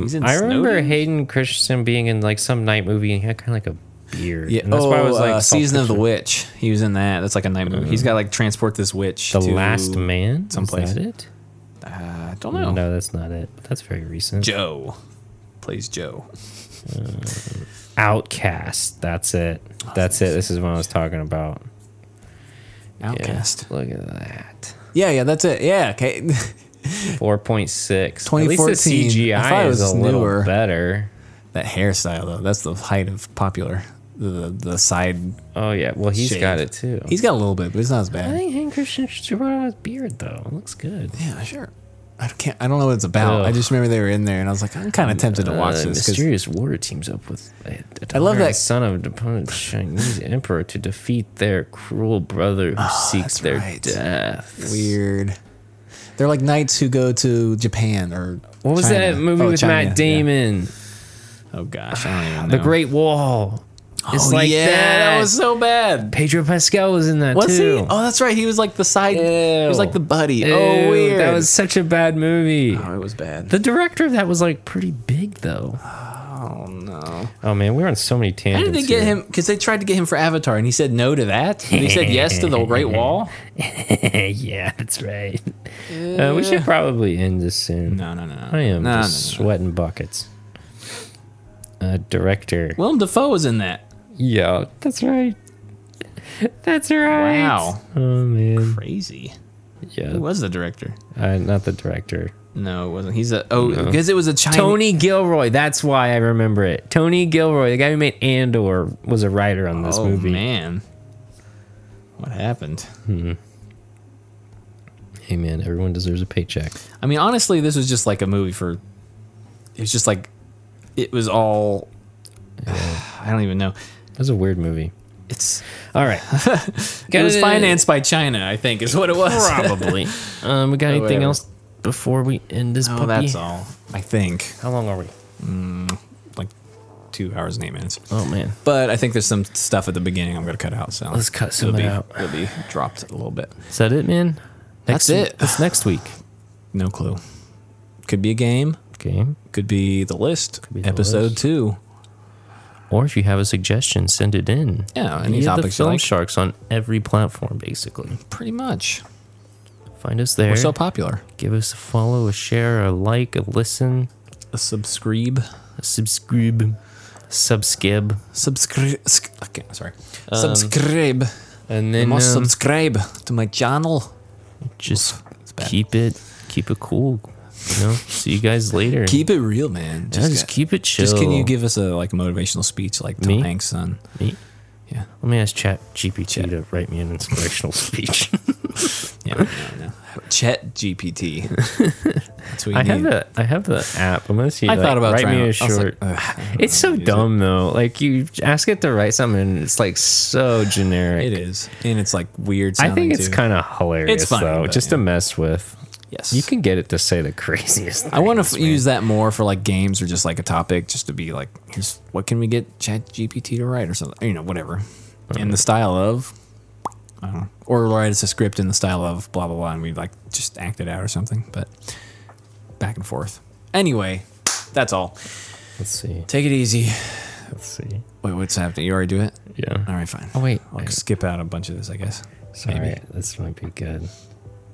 A: He's in
B: Um, I remember
A: Snowden?
B: Hayden Christensen being in like some night movie and he had kind of like a beard.
A: Yeah.
B: And that's why I was like,
A: uh,
B: saw a
A: Season of the
B: picture.
A: Witch. He was in that. That's like a night movie. He's got like transport this witch.
B: The
A: to-
B: Last Man.
A: someplace.
B: Is that it?
A: I don't know.
B: No, that's not it. That's very recent.
A: Joe plays Joe.
B: Outcast. That's it. That's it. This is what I was talking about.
A: Outcast.
B: Look at that.
A: Yeah, yeah, that's it. Yeah, okay. *laughs*
B: Four point six. At least the
A: 2014. I thought
B: CGI
A: it
B: is
A: was
B: a little
A: newer.
B: better.
A: That hairstyle though, that's the height of popular. The the side.
B: Oh yeah, well he's
A: Shade.
B: got it too.
A: He's got a little bit, but it's not as
B: I
A: bad.
B: think Hank Christian Stewart had his beard though. It looks good.
A: Yeah, sure. I can't. I don't know what it's about. I
B: Ugh.
A: just remember they were in there, and I was like, I'm kind of tempted to watch
B: Uh,
A: this. 'cause-
B: mysterious warrior teams up with a,
A: I love that-
B: son of the opponent Chinese *laughs* emperor to defeat their cruel brother who
A: that's
B: seeks their
A: right.
B: death.
A: Weird. They're like knights who go to Japan or
B: What was
A: China.
B: that movie
A: Oh,
B: with
A: China, yeah.
B: Matt Damon?
A: Oh gosh, I don't even know.
B: The Great Wall. It's
A: oh,
B: like
A: yeah,
B: that.
A: that. was so bad.
B: Pedro Pascal was in that
A: Was
B: too.
A: he? Oh, that's right. He was like the side. He was
B: Ew.
A: like the buddy.
B: Ew,
A: oh, weird.
B: That was such a bad movie.
A: Oh, it was bad.
B: The director of that was like pretty big though.
A: oh no.
B: Oh man, we're on so many
A: How
B: tangents.
A: did they get
B: here.
A: him? Because they tried to get him for Avatar, and he said no to that. And he said yes to the *laughs* Great Wall.
B: *laughs* yeah, that's right. Uh, we should probably end this soon.
A: No, no, no. no.
B: I am
A: No,
B: just
A: no, no,
B: sweating buckets. Uh, director.
A: no. Willem Dafoe was in that.
B: Yeah, that's right. That's right.
A: Wow,
B: Oh man.
A: crazy.
B: Yeah,
A: Who was the director?
B: uh, not the director.
A: No, it wasn't. He's a oh because it was a Chinese.
B: Tony Gilroy. That's why I remember it. Tony Gilroy, the guy who made Andor, was a writer on this
A: oh
B: movie.
A: man, what happened?
B: Hey man, everyone deserves a paycheck.
A: I mean, honestly, this was just like a movie for. It was just like, it was all. *sighs* I don't even know.
B: That was a weird movie.
A: It's
B: All *laughs* right.
A: it was financed by China, I think, is what it was. *laughs*
B: Probably. *laughs* um, we got anything
A: whatever.
B: else before we end this?
A: Oh,
B: puppy?
A: that's all. I think Mm,
B: How long are we?
A: like two hours and eight minutes.
B: Oh man,
A: But I think there's some stuff at the beginning I'm gonna cut out. So
B: let's cut some
A: it'll
B: of
A: be
B: it out.
A: it'll be dropped a little bit.
B: Is that it, man?
A: That's
B: Next week-
A: it. *sighs*
B: That's next week.
A: No clue. Could be a game.
B: Game.
A: Could be the list.
B: be the
A: episode
B: list.
A: two.
B: Or if you have a suggestion, send it in.
A: Yeah, any
B: Via the
A: topics you
B: Film
A: like.
B: Sharks on every platform, basically.
A: Pretty much.
B: Find us there.
A: We're so popular.
B: Give us a follow, a share, a like, a listen,
A: A subscribe.
B: a subscribe, subskib,
A: subscribe. Okay, sorry. subscribe.
B: Um, and
A: You
B: then
A: must
B: um,
A: subscribe to my channel.
B: just
A: bad.
B: keep it, keep it cool. You know. See you guys later.
A: Keep it real, man.
B: Yeah,
A: Just,
B: just,
A: ca-
B: keep it chill.
A: Just can you give us a like motivational speech like Tom
B: Me?
A: Hanks' son?
B: me?
A: Yeah.
B: Let me ask Chat GPT to write me an inspirational *laughs* speech. *laughs*
A: Yeah. no, no, no. Chet GPT. That's what you
B: I
A: need.
B: have the I have the app. I'm gonna see.
A: I
B: like,
A: thought about
B: write
A: trying
B: me
A: it.
B: a
A: I was like,
B: short.
A: ugh, I don't
B: it's so
A: wanna use it.
B: dumb though. Like you ask it to write something, and it's like so generic.
A: It is, and it's like weird.
B: I think
A: sounding,
B: it's
A: too.
B: kind of hilarious
A: It's funny,
B: though,
A: but,
B: just to
A: yeah.
B: mess with.
A: yes.
B: You can get it to say the *laughs* craziest.
A: I want
B: things,
A: to
B: man.
A: use that more for like games or just like a topic, just to be like, here's what can we get Chat GPT to write or something, you know, whatever, in the style of, I don't know, or write us a script in the style of blah blah blah, and we like just act it out or something, but back and forth. Anyway, that's all.
B: Let's see.
A: Take it easy.
B: Let's see.
A: Wait, what's happening? You already do it?
B: Yeah.
A: All right, fine.
B: Oh wait.
A: I'll
B: I-
A: skip out a bunch of this, I guess.
B: sorry.
A: maybe.
B: This might be good.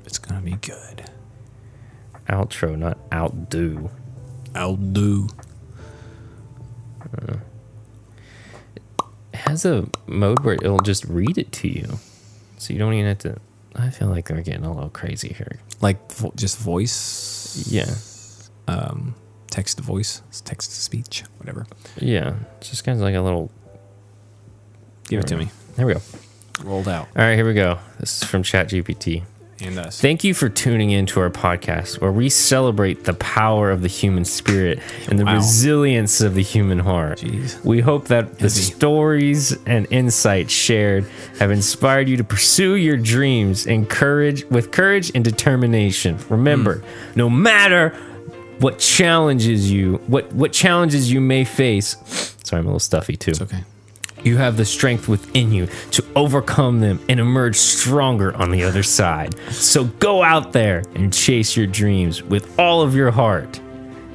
A: It's gonna be good.
B: Outro, not outdo.
A: I'll do.
B: It has a mode where it'll just read it to you, so you don't even have to. I feel like we're getting a little crazy here.
A: Like vo- just voice,
B: Yeah.
A: text to voice, text to speech, whatever.
B: Yeah. It's just kind of like a little.
A: Give it to me.
B: There we go.
A: Rolled out.
B: All right, here we go. This is from ChatGPT.
A: and us.
B: Thank you for tuning in to our podcast where we celebrate the power of the human spirit and the
A: Wow.
B: resilience of the human heart.
A: Jeez.
B: We hope that the stories and insights shared have inspired you to pursue your dreams and courage with courage and determination. Remember,
A: Hmm.
B: no matter what challenges you what what challenges you may face, sorry, I'm a little stuffy too.
A: okay.
B: You have the strength within you to overcome them and emerge stronger on the other side. So go out there and chase your dreams with all of your heart.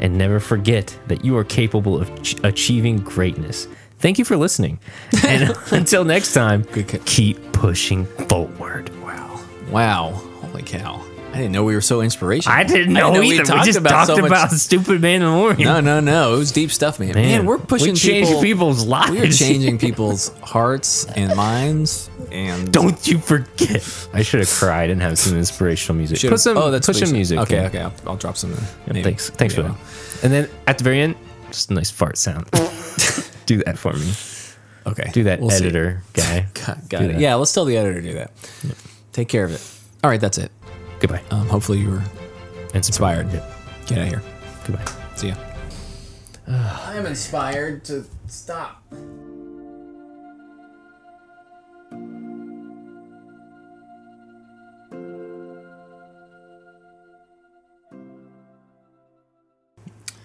B: And never forget that you are capable of ch- achieving greatness. Thank you for
A: *laughs*
B: listening. And until next time,
A: Good ca-
B: keep pushing forward.
A: Wow. Wow. Holy cow. I didn't know we were so inspirational.
B: I didn't know
A: we
B: either. We,
A: talked
B: just
A: about
B: talked
A: so much-
B: about stupid Mandalorian.
A: *laughs* No, no, no. It was deep stuff, man. Man, we're pushing
B: we change
A: people-
B: people's lives.
A: We're changing people's hearts and minds. And
B: Don't you forget. I should have cried and have some inspirational music.
A: Should've-
B: Put some,
A: oh, that's
B: put
A: what
B: some
A: you-
B: music.
A: Okay,
B: in.
A: okay. I'll, I'll drop some. in.
B: Yeah,
A: Maybe.
B: Thanks, thanks
A: Yeah.
B: for that. And then at the very end, just a nice fart *laughs* sound. do that for me.
A: Okay,
B: Do that,
A: We'll see.
B: editor guy.
A: Got,
B: Do
A: got it.
B: that.
A: Yeah, let's tell the editor to do that. Take care of it. All right, that's it.
B: Goodbye.
A: Um, hopefully you were inspired.
B: Yep.
A: Get out of here.
B: Goodbye.
A: See ya. I'm inspired to stop.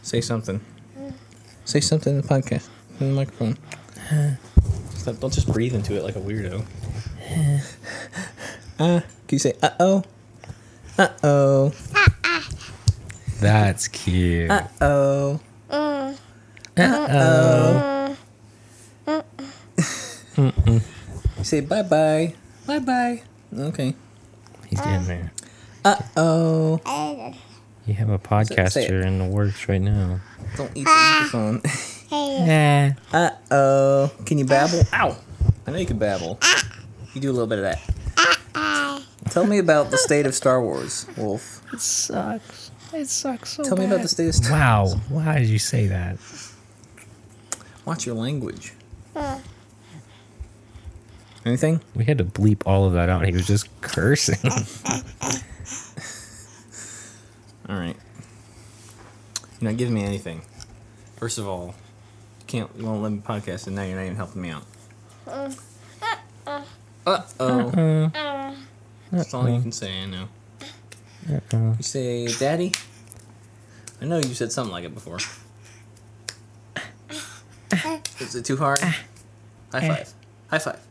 A: Say something. Say something in the podcast. In the microphone. Stop- Don't just breathe into it like a weirdo. Uh, can you say uh oh? Uh oh.
B: That's cute.
A: Oh. Uh oh. Say bye bye. Bye bye. Okay.
B: He's in there.
A: Oh.
B: You have a podcaster
A: say it.
B: *laughs* in the works right now.
A: Don't eat the microphone. *laughs*
B: Yeah.
A: Oh. Ah. Can you babble? Ow. Ah. I know you can babble. You do a little bit of that. Tell me about the state of Star Wars, Wolf.
B: It sucks. It sucks so
A: Tell me about the state of Star
B: Wow. Why did you say that?
A: Watch your language. Ah. Anything?
B: We had to bleep all of that out. He was just cursing.
A: All right. You're not giving me anything. First of all, you can't you won't let me podcast, and now you're not even helping me out. Uh oh. That's all you can say. I know. You say, "Daddy." I know you said something like it before. Is it too hard? High five. High five.